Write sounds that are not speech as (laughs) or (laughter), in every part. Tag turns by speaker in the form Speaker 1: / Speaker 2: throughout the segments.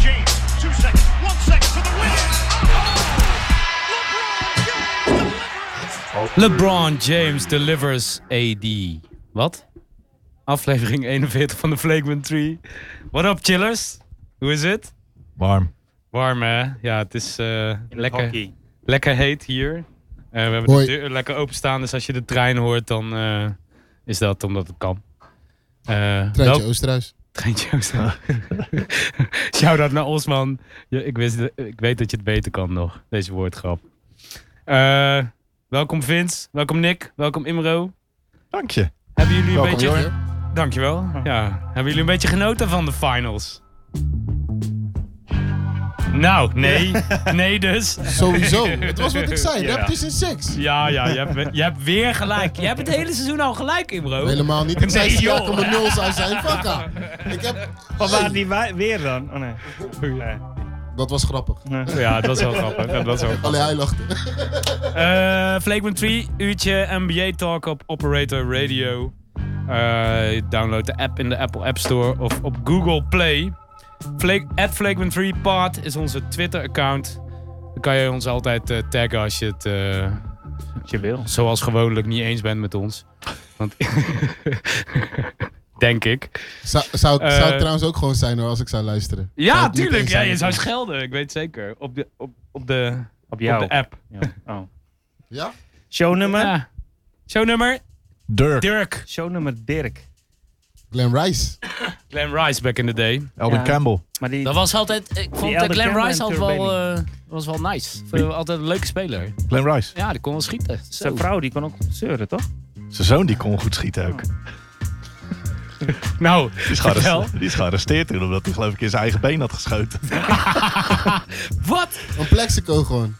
Speaker 1: Two seconds. One second for the win. Oh, LeBron James delivers.
Speaker 2: LeBron James delivers AD. Wat? Aflevering 41 van de Flakeman Tree. What up, chillers? Hoe is het?
Speaker 3: Warm.
Speaker 2: Warm, hè? Ja, het is eh, lekker,
Speaker 4: Hockey.
Speaker 2: lekker heet hier. Eh, we hebben
Speaker 5: Hoi.
Speaker 2: de deur lekker openstaan, dus als je de trein hoort, dan eh, is dat omdat het kan. Eh
Speaker 5: Treintje
Speaker 2: wel-
Speaker 5: Oosterhuis.
Speaker 2: Treintje Oosterhuis. (laughs) Shout-out naar Osman. Je, ik, wist, ik weet dat je het beter kan nog, deze woordgrap. Eh, welkom Vince, welkom Nick, welkom Imro.
Speaker 3: Dank je.
Speaker 2: Hebben jullie een
Speaker 3: Welkom,
Speaker 2: beetje...
Speaker 3: Jorn.
Speaker 2: Dankjewel. Ja. Hebben jullie een beetje genoten van de finals? Nou, nee. Nee dus.
Speaker 5: (laughs) Sowieso. Het was wat ik zei.
Speaker 4: Ja.
Speaker 5: Rap is in seks.
Speaker 2: Ja, ja, je hebt, je hebt weer gelijk. Je hebt het hele seizoen al gelijk, Imro.
Speaker 5: Helemaal niet. Ik zei
Speaker 2: Nee, joh.
Speaker 5: strakke nul zou zijn.
Speaker 4: (laughs)
Speaker 5: Fakka. Ik heb...
Speaker 4: Of waren
Speaker 5: Hey,
Speaker 4: die wa- weer dan? Oh nee. Nee.
Speaker 5: Dat was grappig.
Speaker 4: Nee.
Speaker 2: Ja, dat was wel grappig. Dat was wel grappig.
Speaker 5: Alleen hij lachte.
Speaker 2: Eh, Flakeman 3, uurtje NBA Talk op Operator Radio. Eh, download de app in de Apple App Store of op Google Play. Flake, at Flakeman 3 Pod is onze Twitter-account. Dan kan je ons altijd eh, taggen als je het... eh,
Speaker 4: Wat je wil.
Speaker 2: zoals gewoonlijk niet eens bent met ons. Want (laughs) Denk ik.
Speaker 5: Zou, zou,
Speaker 2: Eh.
Speaker 5: zou het trouwens ook gewoon zijn hoor, als ik zou luisteren. Zou
Speaker 2: Ja,
Speaker 5: het niet
Speaker 2: tuurlijk.
Speaker 5: eens
Speaker 2: Ja,
Speaker 5: zijn.
Speaker 2: je zou schelden, ik weet het zeker. Op de, op, op de,
Speaker 4: Op
Speaker 2: op
Speaker 4: jou.
Speaker 2: de app.
Speaker 4: Ja. Oh.
Speaker 5: Ja?
Speaker 4: Shownummer?
Speaker 2: Ja. Shownummer
Speaker 3: Dirk.
Speaker 2: Dirk.
Speaker 4: Shownummer Dirk.
Speaker 5: Glenn Rice.
Speaker 2: Glenn Rice back in the day.
Speaker 3: Elder
Speaker 4: Ja.
Speaker 3: Campbell.
Speaker 4: Maar die,
Speaker 2: Dat was altijd. Ik vond
Speaker 4: Elder
Speaker 2: eh, Glenn
Speaker 4: Campbell
Speaker 2: Rice
Speaker 4: en
Speaker 2: altijd
Speaker 4: Pearl
Speaker 2: wel, eh, was wel nice. Vond hem altijd een leuke speler.
Speaker 3: Glenn Rice.
Speaker 2: Ja, die kon wel schieten. Zo.
Speaker 4: zijn vrouw die kon ook zeuren, toch?
Speaker 3: Zijn zoon die kon goed schieten ook. Die
Speaker 2: Nou,
Speaker 3: is,
Speaker 2: Oh. vertel.
Speaker 3: gearresteerd, die is gearresteerd toen omdat hij geloof ik in zijn eigen been had geschoten.
Speaker 2: Wat?
Speaker 5: Een plexico gewoon.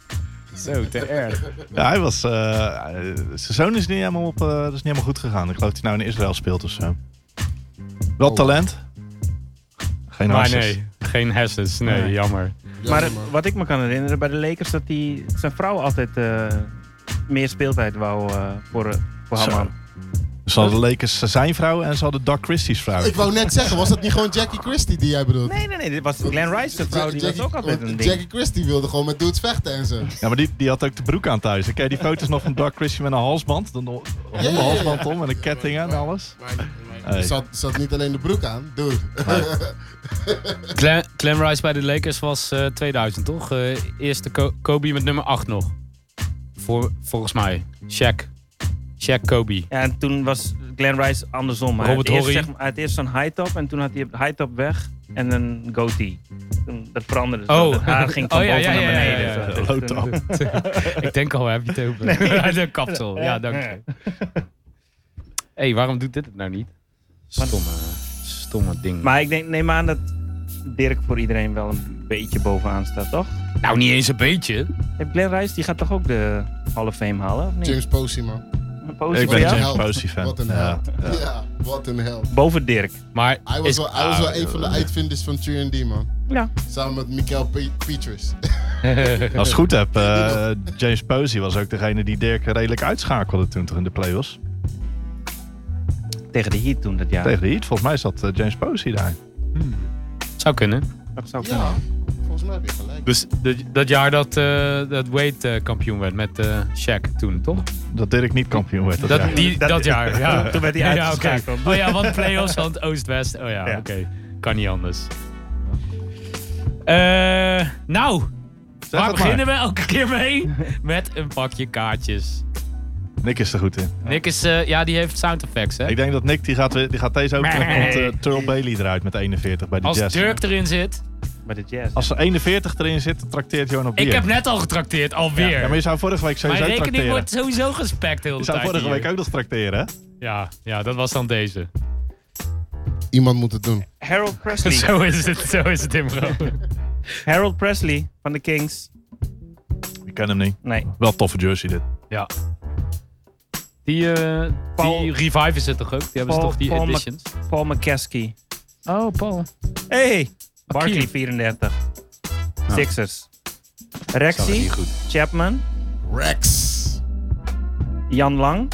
Speaker 2: Zo, te erg.
Speaker 3: Ja, hij was, eh, eh, zijn zoon is niet, helemaal op, eh, dat is niet helemaal goed gegaan. Ik geloof dat hij nou in Israël speelt of zo. Wel
Speaker 5: Oh.
Speaker 3: talent. Geen
Speaker 2: Maar
Speaker 3: hartstikke.
Speaker 2: nee, geen hersens. Nee,
Speaker 4: Nee.
Speaker 2: jammer.
Speaker 4: Maar
Speaker 5: maar,
Speaker 4: eh, wat ik me kan herinneren bij de Lakers, dat die, zijn vrouw altijd eh, meer speeltijd wou eh, voor, eh, voor
Speaker 3: Zo.
Speaker 4: Haman.
Speaker 3: Ze hadden Lakers zijn vrouw en ze hadden Doc Christie's vrouw.
Speaker 5: Ik wou net zeggen, was dat niet gewoon Jackie Christie die jij bedoelt?
Speaker 4: Nee, nee, nee. Dit was Glenn Rice, de vrouw, die was
Speaker 5: Jackie-
Speaker 4: ook altijd een
Speaker 5: want
Speaker 4: ding.
Speaker 5: Jackie Christie wilde gewoon met dudes vechten en zo.
Speaker 3: Ja, maar die, die had ook de broek aan thuis. Ken je die foto's nog van Doc Christie met een halsband? Een ho- een
Speaker 5: ja, ja.
Speaker 3: hondenhalsband om en een ketting en alles. Hey.
Speaker 5: Er Zat, zat niet alleen de broek aan, dude.
Speaker 2: Glenn, Glenn Rice bij de Lakers was eh, 2000, toch? Eh, eerste Ko- Kobe met nummer 8 nog. Voor, volgens mij. Shaq. Shaq Kobe.
Speaker 4: Ja, en toen was Glenn Rice andersom. Hij
Speaker 2: Robert
Speaker 4: had eerst,
Speaker 2: Horry.
Speaker 4: zeg maar- hij had eerst zo'n high top en toen had hij high top weg en een goatee. Toen, dat veranderde. zo.
Speaker 2: Oh. (laughs)
Speaker 4: Het haar ging van
Speaker 2: Oh, ja,
Speaker 4: boven
Speaker 2: ja,
Speaker 4: naar
Speaker 2: ja, ja,
Speaker 4: beneden.
Speaker 2: ja, ja.
Speaker 4: Zo.
Speaker 3: Low top.
Speaker 2: (laughs) Ik denk al, heb je het over? Nee. de kapsel. (laughs) Ja, dank je.
Speaker 4: Ja.
Speaker 2: Hé, hey, waarom doet dit het nou niet? Stomme, stomme ding.
Speaker 4: Maar ik denk, neem aan dat Dirk voor iedereen wel een beetje bovenaan staat, toch?
Speaker 2: nou, niet eens een beetje.
Speaker 4: Hey, Glenn Rice die gaat toch ook de Hall of Fame halen? Of niet?
Speaker 5: James Posey, man.
Speaker 4: Een positie
Speaker 3: Ik
Speaker 4: voor
Speaker 3: ben
Speaker 4: jou?
Speaker 5: James-
Speaker 3: een Posey fan.
Speaker 5: Wat een
Speaker 3: Ja.
Speaker 5: held. Ja, wat een held.
Speaker 4: Boven Dirk.
Speaker 2: Maar
Speaker 5: Hij
Speaker 2: is-
Speaker 5: was wel, hij was wel
Speaker 3: ah,
Speaker 5: een van de
Speaker 3: joh.
Speaker 5: uitvinders van 3D, man.
Speaker 4: Ja.
Speaker 5: Samen met Mikael Pe- Petrus.
Speaker 2: Ah. (laughs)
Speaker 3: Als ik het goed heb, eh, James Posey was ook degene die Dirk redelijk uitschakelde toen er in de play was.
Speaker 4: Tegen de Heat toen dat jaar.
Speaker 3: Tegen de Heat, volgens mij zat eh, James Posey daar.
Speaker 2: zou kunnen.
Speaker 4: Dat zou kunnen.
Speaker 5: (laughs) Ja, volgens mij heb je gelijk.
Speaker 2: Dus dat, dat jaar dat, eh, dat Wade eh, kampioen werd met eh Shaq toen, toch?
Speaker 3: Dat Dirk niet kampioen werd. Dat,
Speaker 2: Dat,
Speaker 3: jaar.
Speaker 2: die, dat,
Speaker 4: Dat-
Speaker 2: jaar, ja.
Speaker 4: Toen werd hij
Speaker 2: Ja, oké.
Speaker 4: uitgeschakeld.
Speaker 2: Oh ja, want play-offs van het Oost-West. Oh ja,
Speaker 4: Ja.
Speaker 2: oké. Kan niet anders. Eh, nou,
Speaker 3: Zeg
Speaker 2: waar
Speaker 3: het maar.
Speaker 2: beginnen we elke keer mee? Met een pakje kaartjes.
Speaker 3: Nick is er goed in.
Speaker 2: Nick is, eh, ja, die heeft sound effects, hè?
Speaker 3: Ik denk dat Nick die gaat, weer- die gaat deze ook terug. Want
Speaker 2: Nee.
Speaker 3: eh, Turl Bailey eruit met 41 bij de
Speaker 2: Als
Speaker 3: Jazz.
Speaker 2: Dirk erin zit.
Speaker 4: Bij de Jazz.
Speaker 3: Als er 41 erin zit, dan trakteert Johan op bier.
Speaker 2: Ik heb net al getrakteerd, alweer.
Speaker 3: Ja, maar je zou vorige week
Speaker 2: Mijn
Speaker 3: sowieso
Speaker 2: rekening
Speaker 3: trakteren.
Speaker 2: wordt sowieso gespekt heel de
Speaker 3: Je zou
Speaker 2: tijd
Speaker 3: vorige
Speaker 2: hier.
Speaker 3: week ook nog trakteren, hè?
Speaker 2: Ja, ja, dat was dan deze. Dus-
Speaker 5: Iemand moet het doen.
Speaker 4: Harold Presley.
Speaker 2: (laughs) Zo is het, zo is het Imro.
Speaker 4: Harold Presley van de Kings.
Speaker 3: Ik ken hem niet.
Speaker 4: Nee.
Speaker 3: Wel toffe jersey dit.
Speaker 2: ja. Die, eh
Speaker 4: Paul-
Speaker 2: die revive is het toch ook? Die hebben ze
Speaker 4: Paul-
Speaker 2: toch, die
Speaker 4: Paul Mc-
Speaker 2: editions?
Speaker 4: Paul McCaskey.
Speaker 2: Oh, Paul.
Speaker 4: Hey, Barkley
Speaker 2: Akeem.
Speaker 4: 34.
Speaker 2: Nou.
Speaker 4: Sixers. Rexy, Chapman,
Speaker 5: Rex.
Speaker 4: Jan Lang,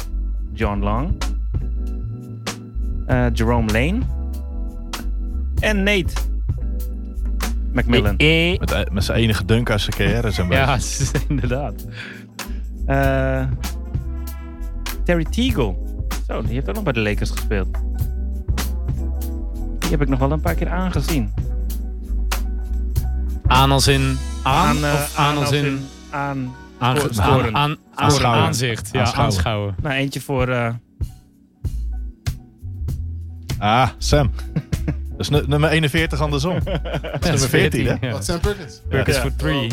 Speaker 4: John Lang, eh, Jerome Lane en Nate. Macmillan.
Speaker 2: Eh, eh.
Speaker 3: Met, met zijn enige dunk uit zijn carrière zijn wij.
Speaker 2: Ja, inderdaad.
Speaker 4: Eh, Terry Teagle. Zo, die heeft ook nog bij de Lakers gespeeld. Die heb ik nog wel een paar keer aangezien.
Speaker 2: Aan als in... Aan,
Speaker 4: eh,
Speaker 2: of aan als in...
Speaker 4: Aan,
Speaker 2: Aan,
Speaker 4: voor-
Speaker 2: aan,
Speaker 4: voor-
Speaker 2: aan, aan,
Speaker 3: Aanschouwen.
Speaker 2: aanzicht. Ja,
Speaker 3: Aanschouwen.
Speaker 2: aanschouwen.
Speaker 4: nou, eentje voor... eh,
Speaker 3: Ah, Sam. (laughs) Dat is nu- nummer 41 andersom.
Speaker 2: Dat
Speaker 3: is nummer 14, hè?
Speaker 2: ja.
Speaker 5: Wat Sam Perkins?
Speaker 2: Perkins
Speaker 4: Ja.
Speaker 2: voor 3.
Speaker 3: Goeie,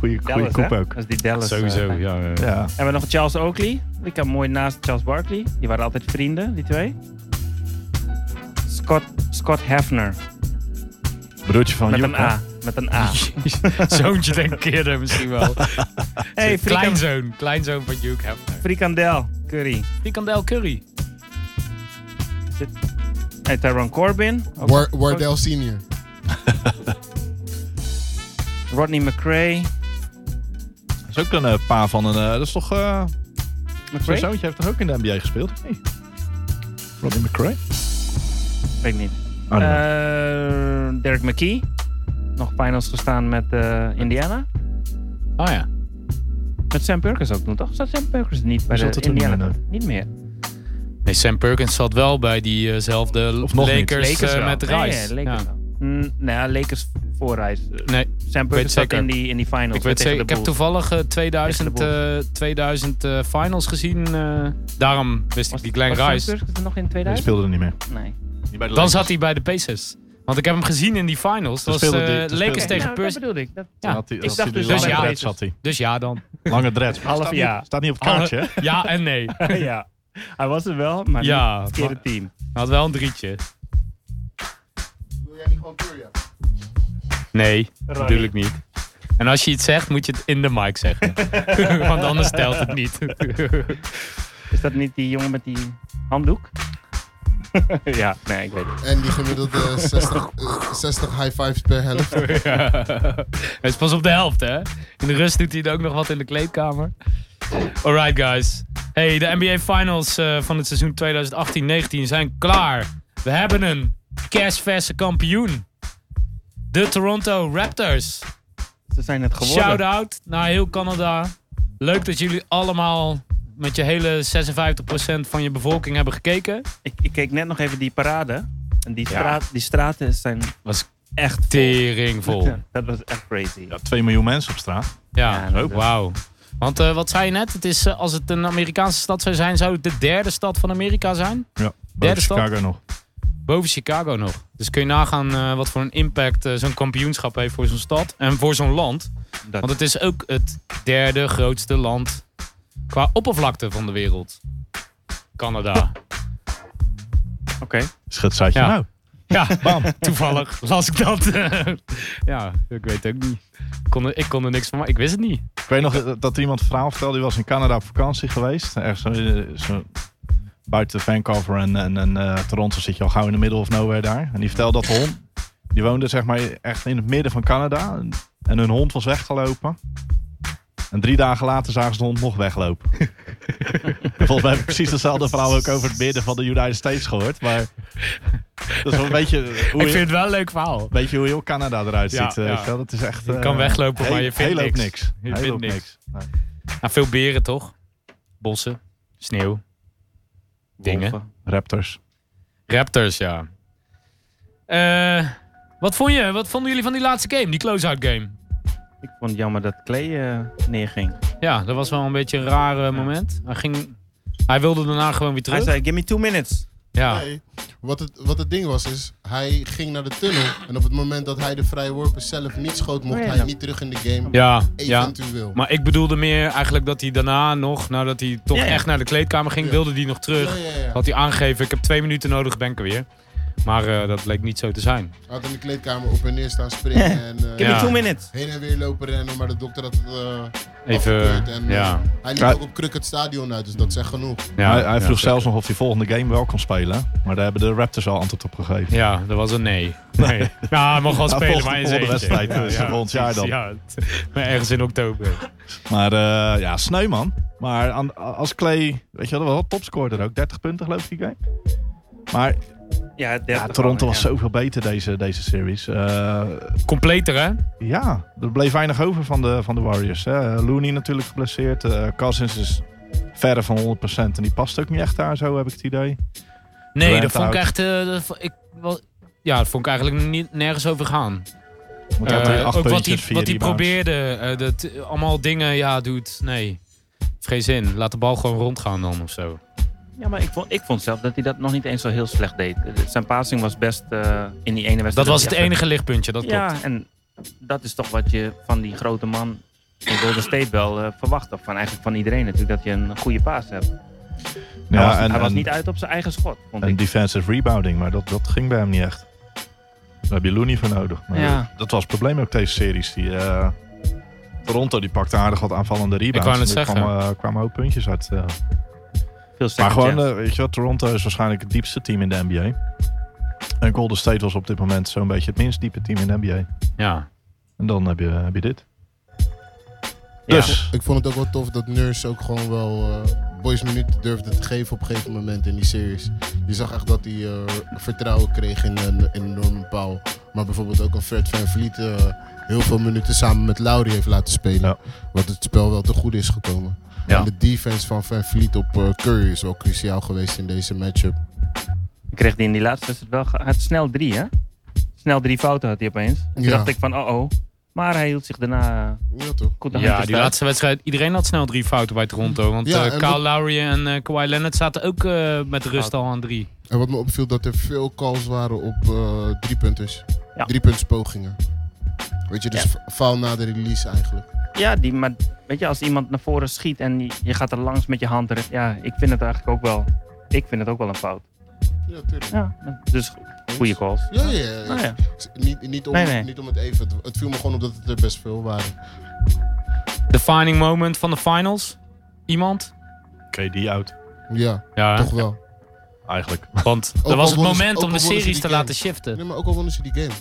Speaker 3: goeie
Speaker 4: Dallas,
Speaker 3: koep
Speaker 4: hè?
Speaker 3: ook.
Speaker 4: Dat is die Dallas. eh,
Speaker 2: Sowieso, ja. ja.
Speaker 3: Ja.
Speaker 4: Hebben we nog Charles Oakley. Die kan mooi naast Charles Barkley. Die waren altijd vrienden, die twee. Scott, Scott Hefner.
Speaker 3: Broertje van
Speaker 4: Met een
Speaker 3: Joep. Oh, hè? (laughs)
Speaker 4: A. Met een A.
Speaker 2: (laughs) Zoontje denk ik eerder misschien wel.
Speaker 3: (laughs)
Speaker 4: hey, frikan,
Speaker 2: kleinzoon. Kleinzoon van Duke Hefner.
Speaker 4: frikandel. Curry.
Speaker 2: Frikandel Curry.
Speaker 4: Hey, Tyrone Corbin. Ook-
Speaker 5: War- Wardell Senior.
Speaker 4: Rodney McRae.
Speaker 3: Dat is ook een eh, pa van een... eh, dat is toch... eh, zijn
Speaker 4: McRae?
Speaker 3: zoontje heeft toch ook in de NBA gespeeld? of niet? Rodney McRae?
Speaker 4: Weet ik niet.
Speaker 3: Oh, nee.
Speaker 4: Eh, Derek McKee. Nog finals gestaan met eh, Indiana.
Speaker 2: Oh ja.
Speaker 4: Met Sam Perkins ook toen, toch? Zat Sam Perkins niet bij
Speaker 3: Die
Speaker 4: de
Speaker 3: zat er toen niet
Speaker 4: Indiana?
Speaker 3: meer,
Speaker 4: toen? Niet meer.
Speaker 2: Nee, Sam Perkins zat wel bij diezelfde
Speaker 3: Of nog niet.
Speaker 2: Lakers, eh,
Speaker 4: wel.
Speaker 2: met
Speaker 4: Nee,
Speaker 2: Rice.
Speaker 4: Nee, Lakers
Speaker 2: Ja.
Speaker 4: wel. Mm, nou, Lakers voor Rice. Eh,
Speaker 2: Nee,
Speaker 4: Sam Perkins zat
Speaker 2: zeker.
Speaker 4: in die, in die finals.
Speaker 2: ik, weet
Speaker 4: tegen
Speaker 2: zeker, ik
Speaker 4: de
Speaker 2: heb
Speaker 4: Bulls.
Speaker 2: toevallig eh, 2000,
Speaker 4: Tegen
Speaker 2: eh, 2000 eh, finals gezien. eh, daarom wist
Speaker 4: Was-
Speaker 2: ik die Glenn
Speaker 4: was Sam
Speaker 2: Rice.
Speaker 4: Perkins er nog in
Speaker 3: Die
Speaker 4: 2000?
Speaker 3: speelde er niet meer.
Speaker 4: Nee. nou,
Speaker 2: Dan zat hij bij de Pacers. Want ik heb hem gezien in die finals. Dat
Speaker 3: Toen
Speaker 2: was
Speaker 3: speelde
Speaker 2: eh,
Speaker 3: die- toen
Speaker 2: Lakers
Speaker 3: speelde
Speaker 2: tegen
Speaker 4: nou, dat
Speaker 2: Perkins.
Speaker 4: bedoelde ik. Dat,
Speaker 2: Ja,
Speaker 3: had hij,
Speaker 4: ik
Speaker 3: had
Speaker 4: dacht
Speaker 3: hij die
Speaker 4: dus
Speaker 3: lange
Speaker 2: dat-
Speaker 3: dreads had hij.
Speaker 2: Dus ja dan.
Speaker 3: Lange dreads. maar
Speaker 4: Half
Speaker 3: staat
Speaker 4: jaar.
Speaker 3: Niet, staat niet op het kaartje, hè?
Speaker 2: (laughs) Ja en nee.
Speaker 4: (laughs) ja. Hij was er wel, maar
Speaker 2: Ja,
Speaker 4: niet het verkeerde team.
Speaker 2: Hij had wel een drietje.
Speaker 5: Wil jij niet gewoon Curia?
Speaker 2: Nee,
Speaker 4: Roy.
Speaker 2: natuurlijk niet. En als je iets zegt, moet je het in de mic zeggen. Want anders telt het niet.
Speaker 4: Is dat niet die jongen met die handdoek? (laughs) ja, nee, ik weet het.
Speaker 5: En die
Speaker 2: (laughs)
Speaker 5: gemiddelde 60, eh, 60 high fives per helft.
Speaker 2: ja. Het is pas op de helft, hè? In de rust doet hij er ook nog wat in de kleedkamer. Alright, guys. Hey, de NBA Finals eh, van het seizoen 2018-19 zijn klaar. We hebben een kerstverse kampioen. De Toronto Raptors.
Speaker 4: Ze zijn het geworden.
Speaker 2: Shout-out naar heel Canada. Leuk dat jullie allemaal met je hele 56% van je bevolking hebben gekeken.
Speaker 4: Ik, ik keek net nog even die parade. En die, straat, die straten zijn
Speaker 2: Was
Speaker 4: echt...
Speaker 2: teringvol. Ja,
Speaker 4: Dat was echt crazy.
Speaker 3: Ja, 2 miljoen mensen op straat.
Speaker 4: Ja, dat is-
Speaker 2: wauw. Want eh, wat zei je net? Het is, eh, als het een Amerikaanse stad zou zijn, zou het de derde stad van Amerika zijn.
Speaker 3: Ja,
Speaker 2: Derde
Speaker 3: Derde
Speaker 2: stad.
Speaker 3: Chicago nog.
Speaker 2: Boven Chicago nog. Dus kun je nagaan eh, wat voor een impact eh, zo'n kampioenschap heeft voor zo'n stad en voor zo'n land.
Speaker 4: Dat-
Speaker 2: Want het is ook het derde grootste land qua oppervlakte van de wereld. Canada.
Speaker 4: Oké.
Speaker 3: Schut zei je
Speaker 2: Ja.
Speaker 3: nou.
Speaker 2: Ja, toevallig las ik dat. (laughs) ja, ik weet het ook niet. Ik kon, er, ik kon er niks van maken. Ik wist het niet.
Speaker 3: Ik weet nog eh, dat iemand een verhaal vertelde. Die was in Canada op vakantie geweest. Ergens zo, zo buiten Vancouver en, en, en eh, Toronto zit je al gauw in de middle of nowhere daar. En die vertelde dat de hond. Die woonde zeg maar echt in het midden van Canada. En, en hun hond was weggelopen. En drie dagen later zagen ze de hond nog weglopen. (laughs) Volgens mij heb ik precies hetzelfde verhaal ook over het midden van de United States gehoord. Maar dat is wel een beetje hoe,
Speaker 2: ik vind
Speaker 3: je,
Speaker 2: het wel een leuk verhaal.
Speaker 3: weet je hoe heel Canada eruit ziet.
Speaker 2: Ja,
Speaker 3: eh,
Speaker 2: ja.
Speaker 3: weet je wel? Dat is echt,
Speaker 2: Je kan
Speaker 3: eh,
Speaker 2: weglopen, maar
Speaker 3: heel-
Speaker 2: je vindt
Speaker 3: heel hoop
Speaker 2: niks.
Speaker 3: niks.
Speaker 2: Je
Speaker 3: Heel
Speaker 2: vindt
Speaker 3: hoop
Speaker 2: niks.
Speaker 3: Nee.
Speaker 2: Nou, veel beren toch? Bossen, sneeuw, dingen.
Speaker 4: Wolven.
Speaker 3: Raptors.
Speaker 2: Raptors, ja. Eh, wat, vond je? wat vonden jullie van die laatste game? Die close-out game?
Speaker 4: Ik vond het jammer dat Clay eh, neerging.
Speaker 2: Ja, dat was wel een beetje een raar eh, moment. Hij, ging, hij wilde daarna gewoon weer
Speaker 4: Hij
Speaker 2: terug.
Speaker 4: zei, give me two minutes.
Speaker 2: Ja,
Speaker 5: Nee, wat, het, wat het ding was, is hij ging naar de tunnel. En op het moment dat hij de vrije worpen zelf niet schoot, mocht
Speaker 4: Oh ja,
Speaker 5: hij
Speaker 4: ja.
Speaker 5: niet terug in de game.
Speaker 2: ja, ja.
Speaker 5: Eventueel.
Speaker 2: Maar ik bedoelde meer eigenlijk dat hij daarna nog, nadat hij toch
Speaker 4: Ja, ja.
Speaker 2: echt naar de kleedkamer ging,
Speaker 5: Ja.
Speaker 2: wilde hij nog terug.
Speaker 5: Ja, ja, ja.
Speaker 2: Had hij aangegeven, ik heb twee minuten nodig, ben ik er weer. Maar eh, dat leek niet zo te zijn.
Speaker 5: Hij had in de kleedkamer op en neer staan springen. En, eh,
Speaker 4: Give
Speaker 2: Ja.
Speaker 4: me two minutes.
Speaker 5: Heen en weer lopen rennen, maar de dokter had het eh,
Speaker 2: Even,
Speaker 5: afgekeurd. En,
Speaker 2: ja.
Speaker 5: eh, hij liep
Speaker 3: Ja.
Speaker 5: ook op kruk het stadion uit, dus dat zegt genoeg.
Speaker 2: ja,
Speaker 3: hij hij
Speaker 2: ja,
Speaker 3: vroeg
Speaker 2: zeker.
Speaker 3: zelfs nog of hij volgende game wel kon spelen. Maar daar hebben de Raptors al antwoord op gegeven.
Speaker 2: Ja, dat was een nee. nee. Nou, hij mag wel
Speaker 3: Ja,
Speaker 2: spelen,
Speaker 3: volgende-
Speaker 2: maar in zijn eentje.
Speaker 3: volgende wedstrijd, dus volgend jaar dan.
Speaker 2: Ja, het- maar ergens in oktober.
Speaker 3: Maar eh, ja, sneu man. Maar aan- als Clay, weet je wel, dat was wel topscorer ook. 30 punten geloof ik die game. Maar
Speaker 4: Ja, 30
Speaker 3: Ja, Toronto
Speaker 4: al,
Speaker 3: was
Speaker 4: ja.
Speaker 3: zoveel beter deze, deze series. Eh,
Speaker 2: Completer, hè?
Speaker 3: ja, er bleef weinig over van de, van de Warriors. Hè. Looney natuurlijk geblesseerd. eh, Cousins is verre van 100% en die past ook niet echt daar, zo heb ik het idee.
Speaker 2: Nee, dat
Speaker 3: Brent
Speaker 2: vond ik
Speaker 3: out.
Speaker 2: echt... eh, dat vo- ik, wel- ja, dat vond ik eigenlijk niet, nergens over gaan.
Speaker 3: Want hij had
Speaker 2: Eh,
Speaker 3: die acht
Speaker 2: ook wat
Speaker 3: puntjes,
Speaker 2: hij,
Speaker 3: vier
Speaker 2: wat hij
Speaker 3: rebounds.
Speaker 2: probeerde. eh, dat, eh, allemaal dingen, ja, doet. Nee. Heeft Geen zin. Laat de bal gewoon rondgaan dan of zo.
Speaker 4: Ja, maar ik vond, ik vond zelf dat hij dat nog niet eens zo heel slecht deed. Zijn passing was best eh, in die ene wedstrijd.
Speaker 2: Dat was het
Speaker 4: Ja.
Speaker 2: enige lichtpuntje, dat klopt.
Speaker 4: Ja, en dat is toch wat je van die grote man in Golden State wel eh, verwacht. Of van, eigenlijk van iedereen natuurlijk, dat je een goede paas hebt. hij was,
Speaker 3: Ja, en,
Speaker 4: hij was
Speaker 3: en-
Speaker 4: niet uit op zijn eigen schot, vond
Speaker 3: en
Speaker 4: ik.
Speaker 3: defensive rebounding, maar dat, dat ging bij hem niet echt. Daar heb je Looney voor nodig. Maar
Speaker 4: Ja.
Speaker 3: dat, dat was het probleem ook deze series. Die, eh, Toronto die pakte aardig wat aanvallende rebounds.
Speaker 2: wou net
Speaker 3: En er
Speaker 2: zeggen.
Speaker 3: kwamen, eh, kwamen ook puntjes uit. eh.
Speaker 4: Veel
Speaker 3: Maar
Speaker 4: second
Speaker 3: gewoon,
Speaker 4: chance.
Speaker 3: eh, weet je wel, Toronto is waarschijnlijk het diepste team in de NBA. En Golden State was op dit moment zo'n beetje het minst diepe team in de NBA.
Speaker 2: Ja.
Speaker 3: En dan heb je, heb je dit.
Speaker 4: Ja.
Speaker 3: Dus,
Speaker 5: Ik vond het ook wel tof dat Nurse ook gewoon wel eh, boys minuten durfde te geven op een gegeven moment in die series. Je zag echt dat hij eh, vertrouwen kreeg in, een in Norman Powell. Maar bijvoorbeeld ook een Fred Van Vliet eh, heel veel minuten samen met Laurie heeft laten spelen.
Speaker 3: Ja.
Speaker 5: Wat het spel wel te goed is gekomen.
Speaker 2: Ja.
Speaker 5: En de defense van Van Vliet op eh, Curry is wel cruciaal geweest in deze matchup.
Speaker 4: kreeg hij in die laatste wedstrijd wel... ge- Hij had snel drie, hè? Snel drie fouten had hij opeens. Toen
Speaker 5: Ja.
Speaker 4: dacht ik van, oh oh. Maar hij hield zich daarna eh,
Speaker 5: Ja toch?
Speaker 4: goed aan
Speaker 2: ja, die laatste wedstrijd. Iedereen had snel drie fouten bij Toronto. Want
Speaker 5: dus Ja,
Speaker 2: eh,
Speaker 5: en
Speaker 2: Kyle
Speaker 5: wat-
Speaker 2: Lowry en eh, Kawhi Leonard zaten ook eh, met rust al aan drie.
Speaker 5: En wat me opviel, dat er veel calls waren op eh driepunters.
Speaker 4: Ja.
Speaker 5: Driepuntspogingen. Weet je, dus
Speaker 4: Ja.
Speaker 5: fa- faal na de release eigenlijk.
Speaker 4: Ja, die, maar weet je, als iemand naar voren schiet en je- je gaat er langs met je hand... er- Ja, ik vind het eigenlijk ook wel... Ik vind het ook wel een fout.
Speaker 5: Ja, tuurlijk.
Speaker 4: Ja, dus goede calls.
Speaker 5: Ja, ja, ja.
Speaker 4: Nou ja.
Speaker 5: S- Niet, niet, om,
Speaker 4: Nee, nee.
Speaker 5: niet om het even. Het, het viel me gewoon op dat het er best veel waren.
Speaker 2: Defining moment van de finals? Iemand?
Speaker 3: oké, die out.
Speaker 5: Ja,
Speaker 2: Ja, hè?
Speaker 5: toch wel.
Speaker 3: Eigenlijk.
Speaker 2: want
Speaker 5: al
Speaker 2: dat was het
Speaker 5: wonnen ze-
Speaker 2: moment
Speaker 5: ook
Speaker 2: om de
Speaker 5: al wonnen ze
Speaker 2: series
Speaker 5: die
Speaker 2: te
Speaker 5: game.
Speaker 2: laten shiften.
Speaker 5: Nee, maar ook al wonnen ze die game.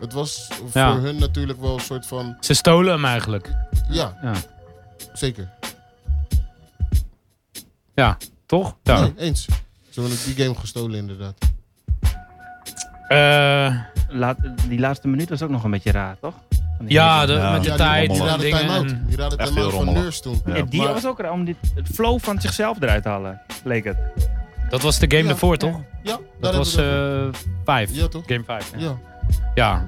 Speaker 5: Het was voor
Speaker 2: Ja.
Speaker 5: hun natuurlijk wel een soort van.
Speaker 2: Ze stolen hem eigenlijk.
Speaker 5: Ja,
Speaker 2: Ja.
Speaker 5: zeker.
Speaker 2: Ja, toch? Ja.
Speaker 5: Nee, eens. Ze hebben die game gestolen, inderdaad.
Speaker 2: Eh,
Speaker 4: Laat, die laatste minuut was ook nog een beetje raar, toch? Van die
Speaker 2: ja,
Speaker 4: hele-
Speaker 2: de-
Speaker 3: Ja.
Speaker 2: met de
Speaker 5: Ja, die,
Speaker 2: tijd
Speaker 5: die
Speaker 3: rommelig.
Speaker 2: en
Speaker 5: raadde
Speaker 2: dingen.
Speaker 5: time-out.
Speaker 2: en-
Speaker 5: Die raadde
Speaker 3: Echt
Speaker 5: time-out
Speaker 3: heel
Speaker 5: van
Speaker 3: rommelig.
Speaker 5: Nurse toen.
Speaker 3: Ja.
Speaker 4: Ja, die
Speaker 5: maar-
Speaker 4: was ook raar om dit, het flow van zichzelf eruit te halen, leek het.
Speaker 2: Dat was de game
Speaker 5: Ja,
Speaker 2: daarvoor,
Speaker 5: ja.
Speaker 2: toch?
Speaker 5: Ja, daar
Speaker 2: Dat was
Speaker 5: hebben we het
Speaker 2: eh vijf.
Speaker 5: over. Ja, toch?
Speaker 2: Game 5. Ja.
Speaker 5: Ja.
Speaker 2: ja.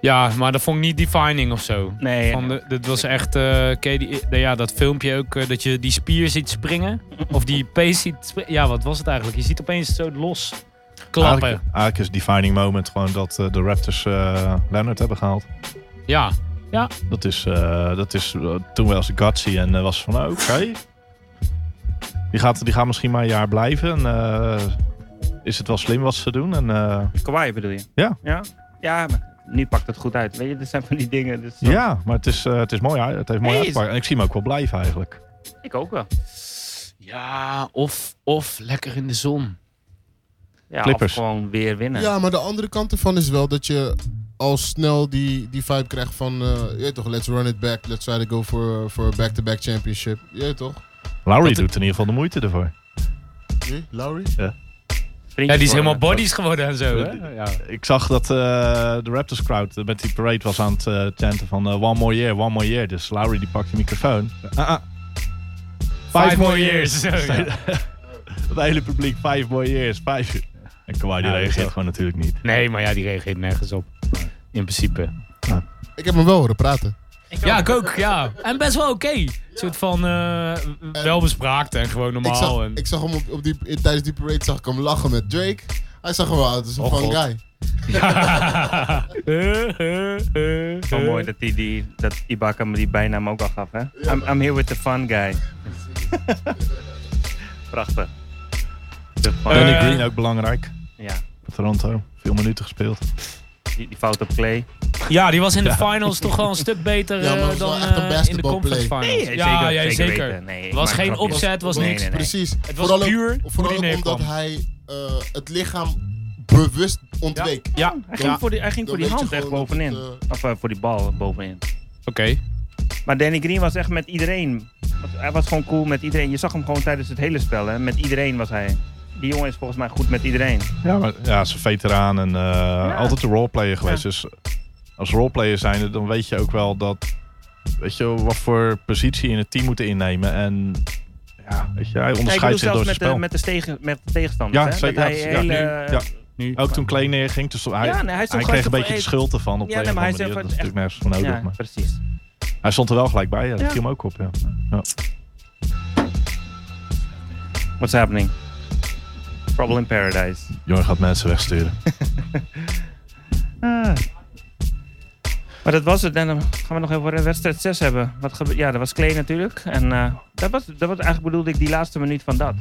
Speaker 2: Ja, maar dat vond ik niet defining of zo.
Speaker 4: Nee,
Speaker 2: Van de, dat was echt, eh ken je die, nou ja, dat filmpje ook, eh, dat je die spier ziet springen. Of die pees ziet springen. Ja, wat was het eigenlijk? Je ziet opeens zo los klappen.
Speaker 3: Eigenlijk, eigenlijk is defining moment gewoon dat eh, de Raptors eh Leonard hebben gehaald.
Speaker 2: Ja,
Speaker 3: Dat is, eh, dat is eh, toen wel eens gutsy en eh, was van nou, oké. Die, gaat, die gaat misschien maar een jaar blijven. En, eh, is het wel slim wat ze doen? En, eh,
Speaker 4: Kawhi bedoel je?
Speaker 3: Ja.
Speaker 4: Ja, ja maar nu pakt het goed uit. Weet je, er zijn van die dingen. Dus dan-
Speaker 3: ja, maar het, is, eh, het, is mooi, uit- het heeft mooi
Speaker 4: Nee,
Speaker 3: uitgepakt. En ik zie hem ook wel blijven eigenlijk.
Speaker 4: Ik ook wel.
Speaker 2: ja of, of lekker in de zon.
Speaker 4: Ja,
Speaker 3: Clippers.
Speaker 4: Of gewoon weer winnen.
Speaker 5: Ja, maar de andere kant ervan is wel dat je al snel die, die vibe krijgt van, eh, je weet toch, let's run it back, let's try to go for for a back-to-back championship. Je weet toch?
Speaker 3: Lowry
Speaker 2: Dat-
Speaker 3: doet in ieder geval de moeite ervoor.
Speaker 5: Wie? Lowry?
Speaker 4: Vriendjes
Speaker 2: Ja, die is helemaal
Speaker 4: worden.
Speaker 2: bodies geworden en zo. Hè?
Speaker 3: Eh, Ik zag dat eh, de Raptors crowd met die parade was aan het eh, chanten van eh, one more year, one more year. Dus Lowry die pakt de microfoon. Ah, ah. Five, more years.
Speaker 2: Zo, (laughs) ja.
Speaker 3: (laughs) Het hele publiek, five more years, five years. En Kawhi die
Speaker 2: Ja,
Speaker 3: reageert
Speaker 2: zo.
Speaker 3: gewoon natuurlijk niet.
Speaker 2: Nee, maar ja, die reageert nergens op. In principe.
Speaker 5: Ik heb hem wel horen praten.
Speaker 2: Ja, ik ook, ja. En best wel oké. Een soort van eh, welbespraakt en gewoon
Speaker 5: Ik
Speaker 2: normaal.
Speaker 5: zag,
Speaker 2: en, (laughs)
Speaker 5: ik zag hem op, op die, in- tijdens die parade zag ik hem lachen met Drake. Hij zag hem wel uit, als een
Speaker 2: Oh,
Speaker 5: fun
Speaker 2: God.
Speaker 5: guy.
Speaker 2: Eh,
Speaker 4: Wel mooi dat, die, die, dat Ibaka me die bijnaam ook al gaf, hè? I'm, I'm here with the fun guy. Prachtig. De fun
Speaker 2: Eh,
Speaker 3: Danny Green ook belangrijk.
Speaker 4: ja,
Speaker 3: Toronto, veel minuten gespeeld.
Speaker 4: die, die fout op Clay.
Speaker 2: Ja, die was in de finals toch wel een stuk beter
Speaker 5: Ja,
Speaker 2: eh,
Speaker 5: maar het was wel
Speaker 2: dan
Speaker 5: echt een
Speaker 2: eh, in de
Speaker 5: basketball
Speaker 2: conference
Speaker 5: play.
Speaker 2: finals.
Speaker 4: Nee,
Speaker 2: ja,
Speaker 4: zeker,
Speaker 2: ja,
Speaker 4: zeker
Speaker 2: zeker.
Speaker 4: weten. Nee, ik
Speaker 2: was
Speaker 4: maak
Speaker 2: geen
Speaker 4: grapjes.
Speaker 2: opzet, was
Speaker 4: Nee,
Speaker 2: niks.
Speaker 4: nee, nee.
Speaker 5: Precies.
Speaker 2: Het was
Speaker 5: vooral ook-
Speaker 2: puur hoe
Speaker 5: vooral
Speaker 2: die
Speaker 5: ook omdat
Speaker 2: neerkwam.
Speaker 5: hij eh, het lichaam bewust ontweek.
Speaker 2: Ja,
Speaker 4: Hij ging
Speaker 2: ja. oké.
Speaker 4: voor die, hij ging
Speaker 5: Dan
Speaker 4: voor die
Speaker 5: weet je
Speaker 4: hand echt
Speaker 5: gewoon dat
Speaker 4: bovenin.
Speaker 5: het,
Speaker 4: Of eh, voor die bal bovenin. Maar Danny Green was echt met iedereen. Hij was gewoon cool met iedereen. Je zag hem gewoon tijdens het hele spel. Hè? Met iedereen was hij die jongen is volgens mij goed met iedereen.
Speaker 3: Ja, maar ja, ze is een veteraan en eh, altijd een roleplayer geweest. Dus als roleplayer zijnde, dan weet je ook wel dat... Weet je wel, wat voor positie je in het team moet innemen. En ja, weet je, hij
Speaker 4: Ja, ik bedoel
Speaker 3: onderscheidt zich
Speaker 4: zelfs
Speaker 3: door zijn
Speaker 4: met de,
Speaker 3: spel.
Speaker 4: met, de stegen- met de tegenstanders.
Speaker 3: Ja,
Speaker 4: hè?
Speaker 3: zeker.
Speaker 4: Dat hij
Speaker 3: Ja,
Speaker 4: hele,
Speaker 3: nu. Ja.
Speaker 2: Nu.
Speaker 3: Ook toen Clay neerging, dus hij,
Speaker 4: Ja, nee, hij
Speaker 3: hij,
Speaker 4: stond gewoon
Speaker 3: kreeg
Speaker 4: te-
Speaker 3: een beetje de
Speaker 4: eh,
Speaker 3: schuld ervan op
Speaker 4: Ja,
Speaker 3: ja,
Speaker 4: nee,
Speaker 3: een
Speaker 4: maar
Speaker 3: maar
Speaker 4: hij
Speaker 3: hij manier. Dat
Speaker 4: is
Speaker 3: is
Speaker 4: echt-
Speaker 3: natuurlijk nergens voor nodig.
Speaker 4: Ja,
Speaker 3: Maar
Speaker 4: precies.
Speaker 3: hij stond er wel gelijk bij, ja, dat
Speaker 4: Ja.
Speaker 3: viel hem ook op. Ja.
Speaker 4: What's happening? Trouble in Paradise.
Speaker 3: Jorn gaat mensen wegsturen.
Speaker 4: Ah. Maar dat was het. En dan gaan we nog even over wedstrijd 6 hebben. Wat gebe- ja, dat was Klee natuurlijk. En eh, dat, was, dat was eigenlijk bedoelde ik die laatste minuut van dat.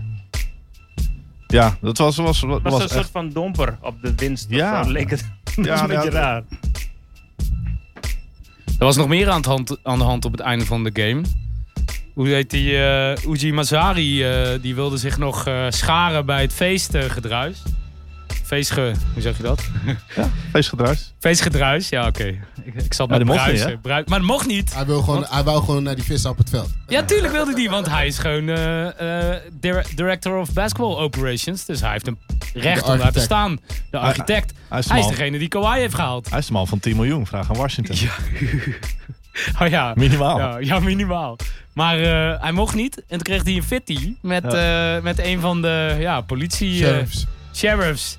Speaker 3: Ja, dat was, was, was,
Speaker 4: Het was, een
Speaker 3: echt...
Speaker 4: soort van domper op de winst. of
Speaker 3: Ja.
Speaker 4: zo, leek het. (laughs) nou, dat is
Speaker 3: Ja,
Speaker 4: een beetje
Speaker 3: ja.
Speaker 4: raar.
Speaker 2: Er was nog meer aan, het hand, aan de hand op het einde van de game. Hoe heet die? eh Uji Mazari eh, die wilde zich nog eh, scharen bij het feestgedruis. Feestge... Hoe zeg je dat?
Speaker 3: Feest gedruist.
Speaker 2: Feestgedruis? Ja, oké. Ik, ik zat
Speaker 3: Maar
Speaker 2: met
Speaker 3: dat mocht niet,
Speaker 2: bruisen. Brui- maar dat mocht niet.
Speaker 5: Hij, wil gewoon,
Speaker 2: Want-
Speaker 5: hij wou gewoon naar die vissen op het veld.
Speaker 2: Ja, tuurlijk wilde die, want hij is gewoon eh, eh, dir- director of basketball operations. Dus hij heeft een recht om daar te
Speaker 5: architect. Ah.
Speaker 2: staan. De architect.
Speaker 3: Hij is, de
Speaker 2: Hij is
Speaker 3: man,
Speaker 2: degene die Kawhi heeft
Speaker 5: (laughs)
Speaker 2: gehaald.
Speaker 3: hij is de man van 10 miljoen, vraag aan Washington.
Speaker 2: Ja. Oh ja.
Speaker 3: Minimaal.
Speaker 2: Ja, ja, minimaal. Maar eh, hij mocht niet. En toen kreeg hij een fitty met, eh, met een van de ja, politie... eh,
Speaker 5: Sheriffs.
Speaker 2: sheriffs.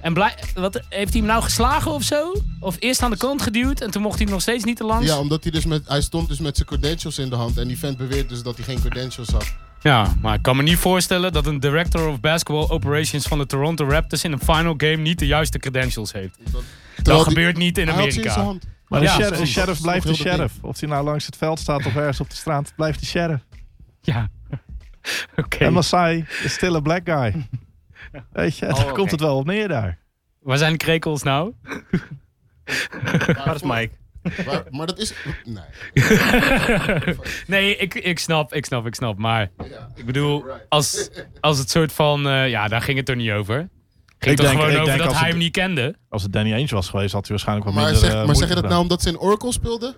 Speaker 2: En blij- wat, heeft hij hem nou geslagen of zo? Of eerst aan de kant geduwd en toen mocht hij hem nog steeds niet erlangs?
Speaker 5: Ja, omdat hij dus met, hij stond dus met zijn credentials in de hand. En die vent beweert dus dat hij geen credentials had.
Speaker 2: Ja, maar ik kan me niet voorstellen dat een director of basketball operations van de Toronto Raptors in een final game niet de juiste credentials heeft. Dat
Speaker 5: Terwijl die-
Speaker 2: gebeurt niet in
Speaker 5: hij had ze in zijn
Speaker 2: Amerika.
Speaker 5: hand.
Speaker 3: Maar een
Speaker 2: Ja,
Speaker 3: sheriff,
Speaker 5: precies.
Speaker 3: een sheriff blijft de
Speaker 5: Dat is nog heel dat
Speaker 3: sheriff. Of hij nou langs het veld staat of ergens op de straat, blijft de sheriff.
Speaker 2: Ja. (laughs) Oké.
Speaker 3: En Masai is still a black (laughs) guy. Weet je, daar
Speaker 4: oké.
Speaker 3: komt het wel op neer daar.
Speaker 2: Waar zijn de krekels nou?
Speaker 4: Waar is Mike?
Speaker 5: Maar, maar dat is...
Speaker 2: (laughs)
Speaker 5: Nee.
Speaker 2: nee, ik, ik snap, ik snap, ik snap. Maar
Speaker 5: Ja.
Speaker 2: ik bedoel, als, als het soort van... eh, ja, daar ging het er niet over. Ging het er
Speaker 3: denk-
Speaker 2: gewoon
Speaker 3: ik
Speaker 2: over
Speaker 3: denk
Speaker 2: dat
Speaker 3: als
Speaker 2: hij
Speaker 3: het-
Speaker 2: hem niet kende.
Speaker 3: Als het Danny Ainge was geweest, had hij waarschijnlijk wat
Speaker 5: Maar,
Speaker 3: minder
Speaker 5: zeg,
Speaker 3: eh,
Speaker 5: maar zeg je
Speaker 3: moeite
Speaker 5: dat nou
Speaker 3: gedaan.
Speaker 5: omdat ze in Oracle speelden?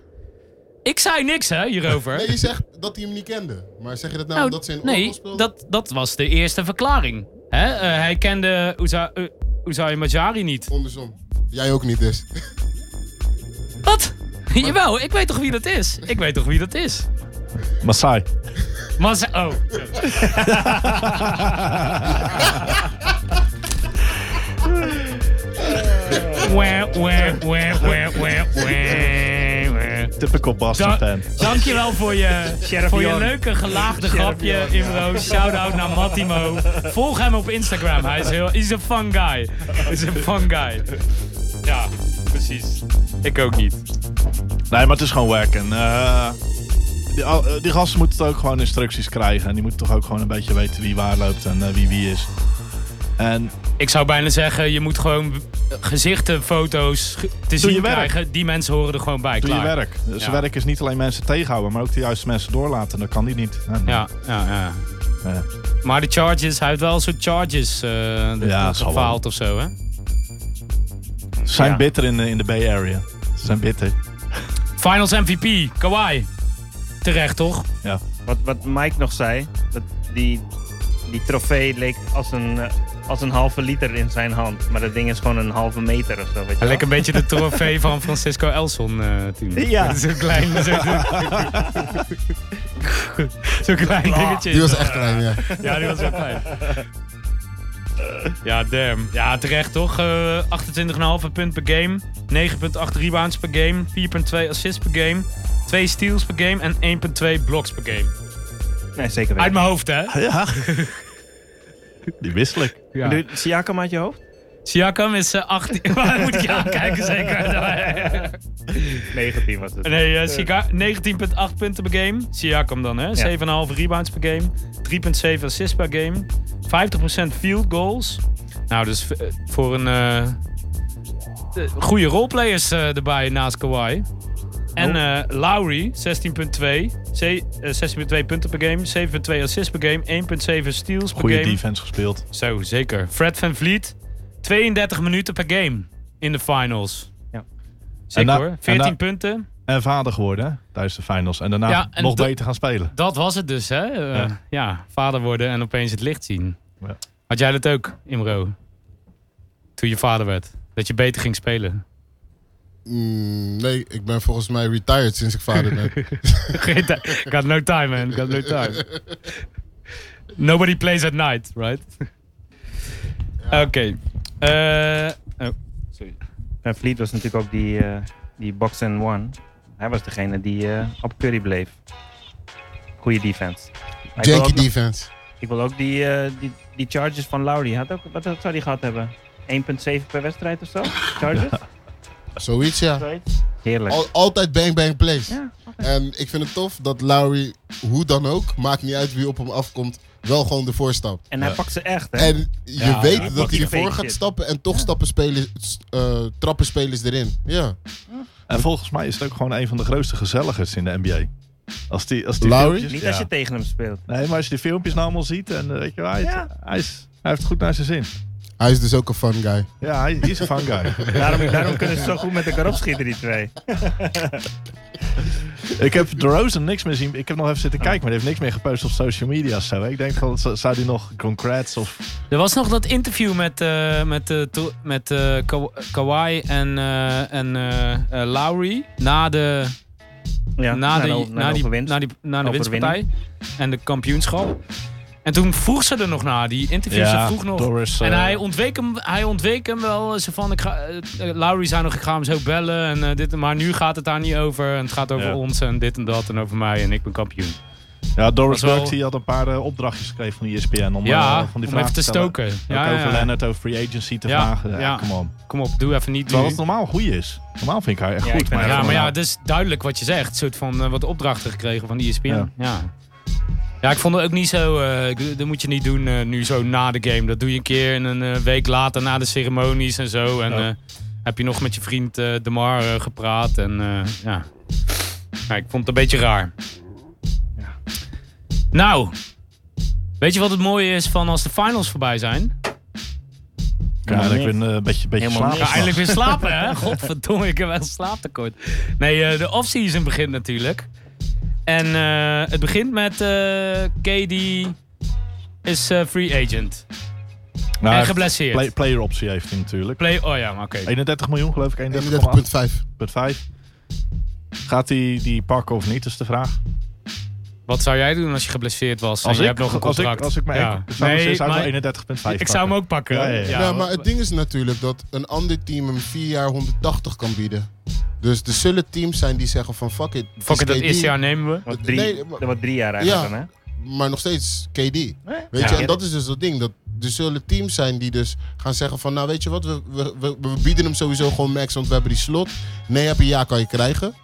Speaker 2: Ik zei niks, hè, hierover.
Speaker 5: Nee, je zegt dat hij hem niet kende. Maar zeg je dat
Speaker 2: (laughs)
Speaker 5: nou
Speaker 2: Nou,
Speaker 5: omdat ze in Oracle
Speaker 2: nee,
Speaker 5: speelden?
Speaker 2: dat, dat was de eerste verklaring. Hè? eh, hij kende Uza- eh, Uzai Majari niet.
Speaker 5: Andersom. Jij ook niet
Speaker 2: (laughs)
Speaker 5: dus.
Speaker 2: Wat? (laughs) Jawel, ik weet toch wie dat is? Ik weet toch wie dat is?
Speaker 5: nou-
Speaker 3: Masai.
Speaker 2: Maar ze-
Speaker 5: (laughs)
Speaker 2: Oh. Wah, wah, wah, wah, wah, wah, wah.
Speaker 3: (laughs) Typical Boston
Speaker 2: Da-
Speaker 3: fan.
Speaker 2: Dankjewel voor je,
Speaker 4: Sheriff
Speaker 2: voor je
Speaker 4: Jan.
Speaker 2: leuke gelaagde
Speaker 4: Sheriff
Speaker 2: grapje,
Speaker 4: Jan, ja.
Speaker 2: Imro. Shout-out naar Mattimo. Volg hem op Instagram. Hij is heel... He's a fun guy. He's a fun guy. Ja, precies. Ik ook niet.
Speaker 3: Nee, maar het is gewoon werk. En, eh, die, al- eh, die gasten moeten ook gewoon instructies krijgen. En die moeten toch ook gewoon een beetje weten wie waar loopt en eh, wie wie is. En
Speaker 2: Ik zou bijna zeggen, je moet gewoon gezichten, foto's ge- te
Speaker 3: je
Speaker 2: zien
Speaker 3: werk.
Speaker 2: krijgen. Die mensen horen er gewoon bij.
Speaker 3: doe
Speaker 2: Klaar.
Speaker 3: je werk. Dus
Speaker 2: Ja.
Speaker 3: werk is niet alleen mensen tegenhouden, maar ook de juiste mensen doorlaten. Dat kan die niet. En,
Speaker 2: Ja, ja, ja.
Speaker 3: eh,
Speaker 2: Maar de charges, hij heeft wel zo'n charges eh
Speaker 3: Ja,
Speaker 2: ja,
Speaker 3: zal wel.
Speaker 2: gefaald of zo, hè?
Speaker 3: ze zijn
Speaker 4: Ja.
Speaker 3: bitter in, de- in de Bay Area. Ze
Speaker 2: Hm.
Speaker 3: zijn bitter.
Speaker 2: Finals MVP, Kawhi. Terecht, toch?
Speaker 3: Ja.
Speaker 4: Wat, wat Mike nog zei, dat die, die trofee leek als een, eh, als een halve liter in zijn hand. Maar dat ding is gewoon een halve meter of zo. Weet je
Speaker 2: Hij
Speaker 4: wel?
Speaker 2: lijkt een beetje de trofee van Francisco Elson eh toen.
Speaker 4: Ja.
Speaker 2: Met (laughs) Zo'n klein, zo'n zo'n klein dingetje.
Speaker 5: Die was echt klein, ja.
Speaker 2: Ja, die was wel klein. Ja, damn. Ja, terecht toch? Eh, 28,5 punt per game. 9,8 rebounds per game. 4,2 assists per game. 2 steals per game en 1,2 blocks per game.
Speaker 4: Nee, zeker
Speaker 2: Uit
Speaker 4: weten.
Speaker 2: mijn hoofd, hè?
Speaker 3: ja. (laughs) die wissel ik.
Speaker 2: Ja.
Speaker 4: Doe je Siakam uit je hoofd?
Speaker 2: Siakam is eh, 18. Waar (laughs) moet ik aankijken, zeker?
Speaker 4: 19 was het.
Speaker 2: Nee, eh, Sika- 19,8 punten per game. Siakam dan, hè? 7,5 rebounds per game. 3,7 assists per game. 50% field goals. Nou, dus eh, voor een eh, de- goede roleplayers eh, erbij naast Kawhi. En
Speaker 3: Oh.
Speaker 2: eh Lowry, 16,2. Ze- eh, 16,2 punten per game. 7,2 assists per game. 1,7 steals per
Speaker 3: Goede
Speaker 2: game.
Speaker 3: defense gespeeld.
Speaker 2: Zo, zeker. Fred van Vliet, 32 minuten per game in de finals.
Speaker 4: Ja.
Speaker 2: Zeker
Speaker 3: En da-
Speaker 2: hoor.
Speaker 3: en
Speaker 2: 14
Speaker 3: da-
Speaker 2: punten.
Speaker 3: En vader geworden hè, tijdens de finals. En daarna
Speaker 2: Ja, en
Speaker 3: nog
Speaker 2: dat-
Speaker 3: beter gaan spelen.
Speaker 2: Dat was het dus, hè? Eh, ja. vader worden en opeens het licht zien.
Speaker 3: Ja.
Speaker 2: Had jij dat ook, Imro? Toen je vader werd. Dat je beter ging spelen. (laughs)
Speaker 5: Mm, nee, ik ben volgens mij retired sinds ik
Speaker 2: (laughs)
Speaker 5: vader ben. Dus
Speaker 2: Geen ti- (laughs) Got no time, man. Got no time. Nobody plays at night, right? Oké. Eh, oh, sorry.
Speaker 4: Van Vliet was natuurlijk ook die, eh, die box and one. Hij was degene die eh, op Curry bleef. Goede defense. Maar ik wil
Speaker 5: Janky
Speaker 4: ook nog-
Speaker 5: defense.
Speaker 4: Ik wil ook die, eh, die, die charges van Lowry. Had ook, wat zou die gehad hebben? 1,7 per wedstrijd of zo? Charges?
Speaker 5: Zoiets, ja.
Speaker 4: Zoiets? Heerlijk.
Speaker 5: Al- altijd bang bang plays.
Speaker 4: Ja,
Speaker 5: En ik vind het tof dat Lowry, hoe dan ook, maakt niet uit wie op hem afkomt, wel gewoon ervoor stapt.
Speaker 4: en hij pakt ze echt, hè?
Speaker 5: En je
Speaker 2: Ja,
Speaker 5: weet
Speaker 2: hij
Speaker 5: dat
Speaker 4: pakt
Speaker 5: hij
Speaker 4: die
Speaker 5: ervoor
Speaker 4: fake
Speaker 5: gaat
Speaker 4: shit.
Speaker 5: stappen en toch stappen spelers, eh, trappen spelers erin. Ja.
Speaker 3: En volgens mij is het ook gewoon een van de grootste gezelligers in de NBA. Als die, als die
Speaker 5: Lowry?
Speaker 3: filmpjes-
Speaker 4: Niet
Speaker 3: ja.
Speaker 4: als je tegen hem speelt.
Speaker 3: Nee, maar als je die filmpjes nou allemaal ziet, en eh, weet je wel, hij, is-
Speaker 4: Ja.
Speaker 3: hij, is, hij heeft het goed naar zijn zin.
Speaker 5: Hij is dus ook een fun guy.
Speaker 3: Ja, hij is een fun
Speaker 2: (laughs)
Speaker 3: guy.
Speaker 4: Daarom, daarom kunnen ze zo goed met elkaar opschieten, die twee.
Speaker 3: ik heb DeRozan niks meer zien. Ik heb nog even zitten kijken, maar hij heeft niks meer gepost op social media of zo. Ik denk van, z- zou die nog concrets of...
Speaker 2: Er was nog dat interview met, eh, met, eh, to- met eh, Ka- Kawhi en, eh, en eh, eh, Lowry na de,
Speaker 4: Ja,
Speaker 2: na de,
Speaker 4: de-
Speaker 2: na die,
Speaker 4: overwinst.
Speaker 2: na die, na de
Speaker 4: Overwinning.
Speaker 2: winstpartij en de kampioenschap. En toen vroeg ze er nog naar, die interview. ze vroeg nog.
Speaker 3: Doris,
Speaker 2: en
Speaker 3: eh,
Speaker 2: hij ontweek, hem, hij ontweek hem wel. Ze van, ik ga, eh, eh, Lowry zei nog, ik ga hem zo bellen. En, eh, dit, maar nu gaat het daar niet over. En het gaat over
Speaker 3: Ja.
Speaker 2: ons en dit en dat. En over mij en ik ben kampioen.
Speaker 3: Ja, Doris
Speaker 2: was wel-
Speaker 3: Burke die had een paar eh, opdrachtjes gekregen van ESPN om,
Speaker 2: ja,
Speaker 3: eh, van die
Speaker 2: om even
Speaker 3: vragen
Speaker 2: te
Speaker 3: stellen.
Speaker 2: stoken.
Speaker 3: Ook
Speaker 2: Ja, ja,
Speaker 3: over
Speaker 2: ja.
Speaker 3: Leonard, over free agency te
Speaker 2: Ja,
Speaker 3: vragen. Ja,
Speaker 2: ja.
Speaker 3: come on.
Speaker 2: Kom op, doe even niet.
Speaker 3: Terwijl
Speaker 2: nu.
Speaker 3: het normaal goed is. Normaal vind ik haar echt
Speaker 4: Ja, ik
Speaker 3: goed.
Speaker 4: vind haar
Speaker 3: Maar
Speaker 2: Ja, maar ja,
Speaker 3: normaal-
Speaker 2: het is duidelijk wat je zegt. Een soort van eh, wat opdrachten gekregen van E de ESPN.
Speaker 3: Ja.
Speaker 2: Ja. ja. ik vond het ook niet zo... eh, ik- dat moet je niet doen eh, nu zo na de game. Dat doe je een keer en een eh, week later na de ceremonies en zo. En
Speaker 3: Ja.
Speaker 2: eh, heb je nog met je vriend eh Demar eh, gepraat. En eh, ja. ja, ik vond het een beetje raar. Nou, weet je wat het mooie is van als de finals voorbij zijn?
Speaker 3: Ja,
Speaker 4: Helemaal
Speaker 3: ik ben eh, een beetje, beetje
Speaker 4: Helemaal
Speaker 3: slaap.
Speaker 4: niks.
Speaker 2: Ja, eindelijk weer slapen, hè? Godverdomme, ik heb wel slaaptekort. Nee, eh, de offseason begint natuurlijk. En eh, het begint met eh KD is eh, free agent.
Speaker 3: Nou,
Speaker 2: en
Speaker 3: hij heeft-
Speaker 2: geblesseerd.
Speaker 3: play-
Speaker 2: Play,
Speaker 3: player optie heeft hij natuurlijk.
Speaker 2: oh ja, maar oké.
Speaker 3: 31 miljoen geloof ik, 31,8.
Speaker 5: 31,5.
Speaker 3: 5. Gaat hij die pakken of niet, is de vraag.
Speaker 2: Wat zou jij doen als je geblesseerd was? en
Speaker 3: Als
Speaker 2: je
Speaker 3: ik,
Speaker 2: hebt nog een
Speaker 3: als ik,
Speaker 2: contract.
Speaker 3: als ik mijn
Speaker 2: Ja.
Speaker 3: enkel- zou ik
Speaker 2: Nee,
Speaker 3: zeggen, zou
Speaker 2: maar
Speaker 3: ik wel 31,5
Speaker 2: ik zou hem ook pakken.
Speaker 3: Ja,
Speaker 2: Ja,
Speaker 3: ja, ja.
Speaker 5: Ja, maar het ding is natuurlijk dat een ander team hem vier jaar 180 kan bieden. Dus er zullen teams zijn die zeggen van fuck it. het
Speaker 2: Fuck it, dat
Speaker 5: KD,
Speaker 2: eerste jaar nemen we.
Speaker 4: Wat drie,
Speaker 5: Nee, maar-
Speaker 4: dat was drie jaar eigenlijk
Speaker 5: Ja.
Speaker 4: dan, hè?
Speaker 5: Maar nog steeds KD. Weet
Speaker 2: Ja.
Speaker 5: je, en dat is dus dat ding. Dat er zullen teams zijn die dus gaan zeggen van nou weet je wat, we, we, we, we bieden hem sowieso gewoon max, want we hebben die slot. Nee, heb je ja, kan je krijgen.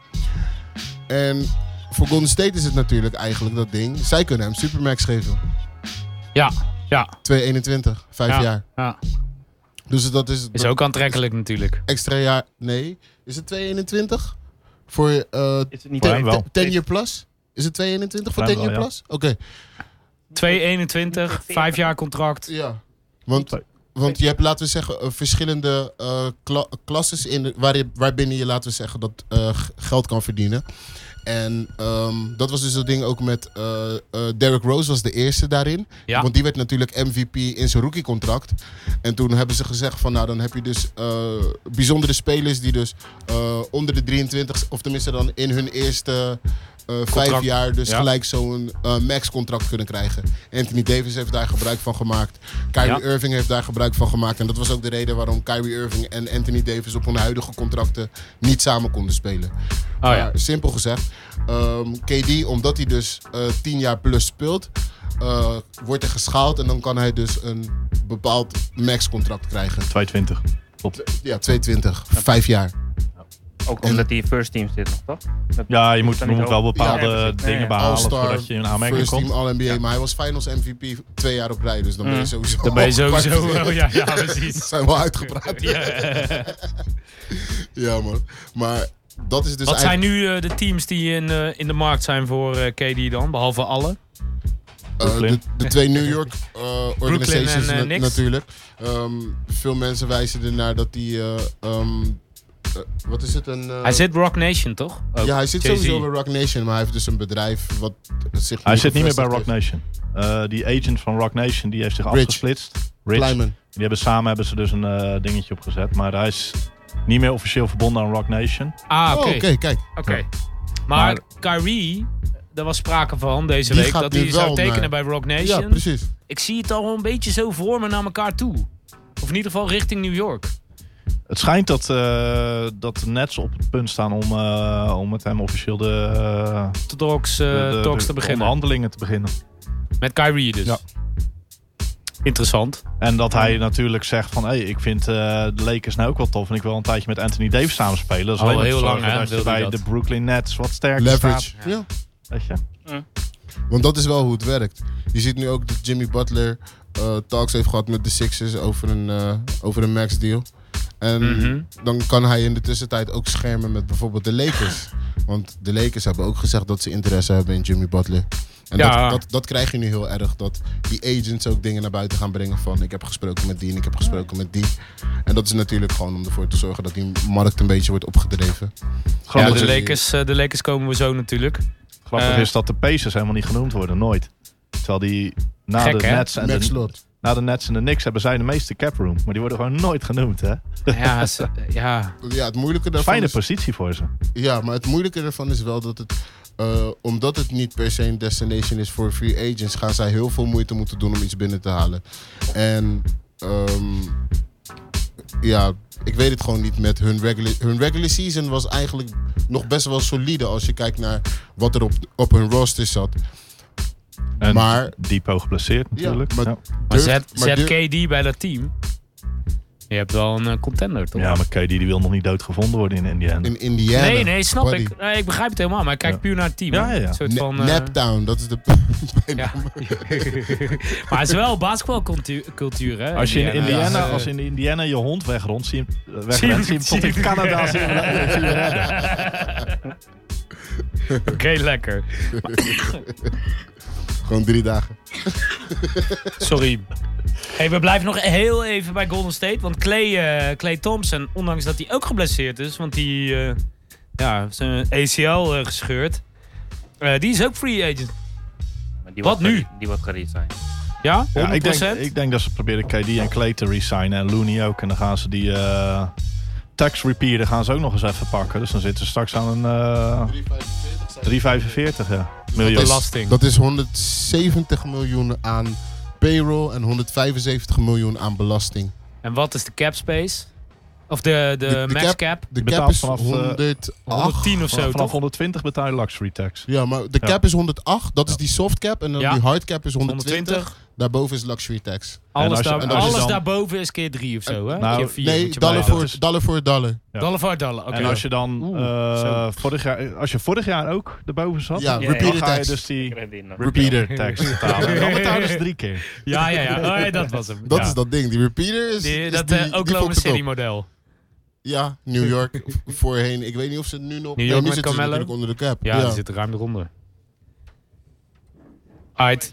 Speaker 5: En voor Golden State is het natuurlijk eigenlijk dat ding. Zij kunnen hem supermax geven.
Speaker 2: Ja, ja.
Speaker 5: 221, vijf
Speaker 2: ja.
Speaker 5: jaar.
Speaker 2: ja.
Speaker 5: Dus dat is,
Speaker 2: Is ook aantrekkelijk natuurlijk.
Speaker 5: extra jaar. Nee, is het 221? Voor eh
Speaker 4: Is het niet
Speaker 3: Voor hem wel.
Speaker 5: 10 year plus? Is het 221 voor
Speaker 3: Voor
Speaker 5: 10
Speaker 3: hem
Speaker 5: year
Speaker 3: wel,
Speaker 5: plus? Oké,
Speaker 2: 2,21, vijf jaar contract.
Speaker 5: ja. Want, want je hebt, laten we zeggen, eh, verschillende eh kla- klasses in de- waar je, waarbinnen je, laten we zeggen, dat eh, g- geld kan verdienen. En ehm, dat was dus dat ding ook met eh, eh, Derrick Rose was de eerste daarin.
Speaker 2: Ja.
Speaker 5: Want die werd natuurlijk MVP in zijn rookiecontract. En toen hebben ze gezegd van nou dan heb je dus eh, bijzondere spelers die dus eh, onder de 23, of tenminste dan in hun eerste eh, vijf jaar dus
Speaker 2: ja.
Speaker 5: gelijk zo'n eh, max-contract kunnen krijgen. Anthony Davis heeft daar gebruik van gemaakt. Kyrie
Speaker 2: Ja.
Speaker 5: Irving heeft daar gebruik van gemaakt. En dat was ook de reden waarom Kyrie Irving en Anthony Davis op hun huidige contracten niet samen konden
Speaker 2: Oh
Speaker 5: spelen.
Speaker 2: ja.
Speaker 5: Maar simpel gezegd, ehm, KD, omdat hij dus eh 10 jaar plus speelt, eh, wordt er geschaald en dan kan hij dus een bepaald max-contract krijgen.
Speaker 3: 220.
Speaker 5: Ja, 220, 5 jaar.
Speaker 4: Ook omdat hij first team zit, nog, toch? Dat-
Speaker 3: Ja, je moet,
Speaker 4: dat kan
Speaker 3: je
Speaker 4: niet
Speaker 3: moet wel
Speaker 4: ook-
Speaker 3: bepaalde
Speaker 4: Ja, precies.
Speaker 3: dingen
Speaker 4: Nee, ja.
Speaker 3: behalen voordat je in aanmerking
Speaker 5: first
Speaker 3: komt.
Speaker 5: team All-NBA, maar hij was finals MVP twee jaar op rij, dus dan ben je sowieso...
Speaker 2: Mm. Dan
Speaker 5: (laughs)
Speaker 2: ben je sowieso...
Speaker 5: gekwalificeerd.
Speaker 2: ja, ja, precies.
Speaker 5: (laughs) zijn wel uitgepraat. Ja,
Speaker 2: Ja.
Speaker 5: man. Maar dat is dus
Speaker 2: Wat zijn
Speaker 5: eigenlijk...
Speaker 2: nu eh, de teams die in, eh, in de markt zijn voor eh, KD dan? Behalve alle.
Speaker 5: eh, de, de twee New York eh, organizations
Speaker 2: en, eh,
Speaker 5: na-
Speaker 2: Knicks.
Speaker 5: natuurlijk. Ehm, veel mensen wijzen ernaar dat die... eh, ehm, eh, wat is het? Een, eh,
Speaker 2: Hij zit Rock Nation, toch? Oh, Ook,
Speaker 5: ja, hij zit
Speaker 2: Jay-Z.
Speaker 5: sowieso bij Rock Nation, maar hij heeft dus een bedrijf wat zich
Speaker 3: Hij zit niet meer bij
Speaker 5: gevestigd
Speaker 3: Rock Nation. Eh, die agent van Rock Nation die heeft zich
Speaker 5: Bridge.
Speaker 3: afgesplitst. Rich.
Speaker 5: Kleiman.
Speaker 3: Die hebben samen hebben ze dus een eh, dingetje opgezet. Maar hij is niet meer officieel verbonden aan Rock Nation.
Speaker 2: Ah,
Speaker 5: Oh,
Speaker 2: oké.
Speaker 5: oké,
Speaker 2: Oké.
Speaker 5: kijk.
Speaker 2: Maar, Kyrie, daar was sprake van deze
Speaker 5: Die
Speaker 2: week
Speaker 5: gaat
Speaker 2: dat hij
Speaker 5: nu
Speaker 2: zou
Speaker 5: wel
Speaker 2: tekenen
Speaker 5: naar-
Speaker 2: bij Rock
Speaker 5: Ja,
Speaker 2: Nation.
Speaker 5: precies.
Speaker 2: ik zie het al wel een beetje zo voor me naar elkaar toe. Of in ieder geval richting New York.
Speaker 3: Het schijnt dat, eh, dat de Nets op het punt staan om, eh, om met hem officieel de, eh,
Speaker 2: De Dogs, eh,
Speaker 3: de- de-
Speaker 2: Dogs te
Speaker 3: de
Speaker 2: beginnen.
Speaker 3: onderhandelingen te beginnen.
Speaker 2: Met Kyrie dus.
Speaker 3: Ja.
Speaker 2: Interessant.
Speaker 3: En dat hij natuurlijk zegt van, hey, ik vind eh, de Lakers nou ook wel tof en ik wil een tijdje met Anthony Davis samen spelen. Dat is
Speaker 2: Oh,
Speaker 3: alleen maar
Speaker 2: heel
Speaker 3: te
Speaker 2: lang,
Speaker 3: zorgen
Speaker 2: hè,
Speaker 3: dat je
Speaker 2: wilde hij
Speaker 3: bij
Speaker 2: dat.
Speaker 3: de Brooklyn Nets wat sterker
Speaker 5: Leverage.
Speaker 3: staat.
Speaker 5: Ja.
Speaker 3: Weet je?
Speaker 5: Want dat is wel hoe het werkt. Je ziet nu ook dat Jimmy Butler eh, talks heeft gehad met de Sixers over een, eh, over een max deal. En
Speaker 2: Mhm.
Speaker 5: dan kan hij in de tussentijd ook schermen met bijvoorbeeld de Lakers. Want de Lakers hebben ook gezegd dat ze interesse hebben in Jimmy Butler. En
Speaker 2: Ja.
Speaker 5: dat, dat, dat krijg je nu heel erg. Dat die agents ook dingen naar buiten gaan brengen van... ik heb gesproken met die en ik heb gesproken met die. En dat is natuurlijk gewoon om ervoor te zorgen dat die markt een beetje wordt opgedreven.
Speaker 2: Ja,
Speaker 3: Grappig,
Speaker 2: de
Speaker 5: dat je-
Speaker 2: Lakers, eh, de Lakers komen we zo
Speaker 5: (laughs)
Speaker 2: natuurlijk.
Speaker 3: grappig
Speaker 2: eh,
Speaker 3: is dat de Pacers helemaal niet genoemd worden, nooit. Terwijl die na,
Speaker 2: Gek,
Speaker 3: de
Speaker 2: hè?
Speaker 3: Nets en
Speaker 5: Max
Speaker 3: de,
Speaker 5: Lord.
Speaker 3: na de Nets en de Knicks hebben zij de meeste cap room. Maar die worden gewoon nooit genoemd, (laughs) hè?
Speaker 2: Ja, ze- ja.
Speaker 5: Ja, het moeilijke daarvan
Speaker 3: Fijne
Speaker 5: is-
Speaker 3: positie voor ze.
Speaker 5: Ja, maar het moeilijke ervan is wel dat het... eh, omdat het niet per se een destination is voor free agents... gaan zij heel veel moeite moeten doen om iets binnen te halen. En ehm, ja, ik weet het gewoon niet met hun regular... Hun regular season was eigenlijk nog best wel solide... als je kijkt naar wat er op, op hun roster zat.
Speaker 3: En
Speaker 5: Maar-
Speaker 3: Depot geblesseerd natuurlijk. Ja,
Speaker 5: maar-
Speaker 3: ja.
Speaker 2: Maar
Speaker 5: Durf-
Speaker 2: zet,
Speaker 5: maar
Speaker 2: zet
Speaker 5: durf-
Speaker 2: KD bij dat team. Je hebt wel een eh, contender, toch?
Speaker 3: maar KD die wil nog niet doodgevonden worden in Indiana.
Speaker 5: in Indiana.
Speaker 2: Nee, nee, snap
Speaker 5: Buddy.
Speaker 2: ik. Nee, ik begrijp het helemaal, maar ik kijk
Speaker 3: Ja.
Speaker 2: puur naar het team.
Speaker 3: Ja,
Speaker 2: hè.
Speaker 3: ja, ja.
Speaker 2: Een soort
Speaker 5: Na-
Speaker 2: van, eh,
Speaker 5: Naptown, dat is de... (laughs)
Speaker 2: ja. maar het is wel basketbalcultuur, cultuur, hè? eh,
Speaker 3: Als je in
Speaker 5: Indiana.
Speaker 3: Indiana,
Speaker 5: Ja.
Speaker 3: als in Indiana je hond wegrond, zie je hem,
Speaker 2: Zie je-
Speaker 3: wegrent, zie je hem tot
Speaker 2: zie
Speaker 3: in
Speaker 2: je-
Speaker 3: Canada zien we- zien we redden.
Speaker 2: (laughs) Oké, lekker.
Speaker 5: (laughs) Gewoon drie dagen.
Speaker 2: Sorry. Hey, we blijven nog heel even bij Golden State. Want Clay, eh, Clay Thompson, ondanks dat hij ook geblesseerd is, want die eh, ja, zijn ACL eh, gescheurd. eh, die is ook free agent.
Speaker 4: Maar die
Speaker 2: Wat
Speaker 4: wordt
Speaker 2: nu?
Speaker 4: gere- Die wordt geresigned.
Speaker 2: Ja? 100%?
Speaker 3: Ja, ik, denk, ik denk dat ze proberen KD en Clay te resignen en Looney ook. En dan gaan ze die eh, tax repeater gaan ze ook nog eens even pakken. Dus dan zitten ze straks aan een eh 3,45 ja. miljoen.
Speaker 5: Dat is-
Speaker 2: belasting.
Speaker 5: Dat is 170 miljoen aan payroll en 175 miljoen aan belasting.
Speaker 2: En wat is de cap space? Of de, de,
Speaker 5: De- de
Speaker 2: max cap?
Speaker 5: cap- De
Speaker 3: Je
Speaker 5: cap
Speaker 3: betaalt
Speaker 5: is
Speaker 3: vanaf, eh,
Speaker 5: 108.
Speaker 2: 110 of zo,
Speaker 3: Vanaf
Speaker 2: toch?
Speaker 3: 120 betaal je luxury tax.
Speaker 5: Ja, maar de
Speaker 3: Ja.
Speaker 5: cap is 108. Dat is die soft cap. En dan
Speaker 2: Ja.
Speaker 5: die hard cap is 120.
Speaker 2: 120.
Speaker 5: Daarboven is luxury tax.
Speaker 2: Alles,
Speaker 3: als je-
Speaker 2: daar,
Speaker 5: en als je
Speaker 2: alles
Speaker 3: dan-
Speaker 2: daarboven is keer drie of zo, hè?
Speaker 3: nou,
Speaker 2: keer vier,
Speaker 5: nee,
Speaker 2: moet je
Speaker 5: dollar
Speaker 2: bijhouden.
Speaker 5: voor,
Speaker 3: Dat is-
Speaker 5: dollar voor dollar.
Speaker 3: Ja.
Speaker 2: Dollar voor dollar, oké.
Speaker 3: En als je dan
Speaker 2: Oeh,
Speaker 3: eh,
Speaker 2: zo.
Speaker 3: vorig jaar, als je vorig jaar ook erboven zat,
Speaker 5: Ja,
Speaker 4: Ja,
Speaker 3: dan
Speaker 5: repeater
Speaker 3: ga je
Speaker 5: tax.
Speaker 3: dus die
Speaker 5: Repeater.
Speaker 3: tax betalen. En dan betalen ze drie keer.
Speaker 2: Ja, ja, ja. Oh, ja, dat was hem.
Speaker 5: (laughs) Dat
Speaker 2: Ja.
Speaker 5: is dat ding. Die repeater is.
Speaker 2: Die,
Speaker 5: is
Speaker 2: dat
Speaker 5: die,
Speaker 2: eh,
Speaker 5: die
Speaker 2: Oklahoma
Speaker 5: fokt het
Speaker 2: City
Speaker 5: op.
Speaker 2: model.
Speaker 5: Ja, New York (laughs) voorheen. Ik weet niet of ze nu nog.
Speaker 2: York
Speaker 5: nee,
Speaker 2: met
Speaker 5: nu zitten ze
Speaker 2: Carmelo?
Speaker 5: natuurlijk onder de cap.
Speaker 2: Ja, die zit er ruim eronder. Alright.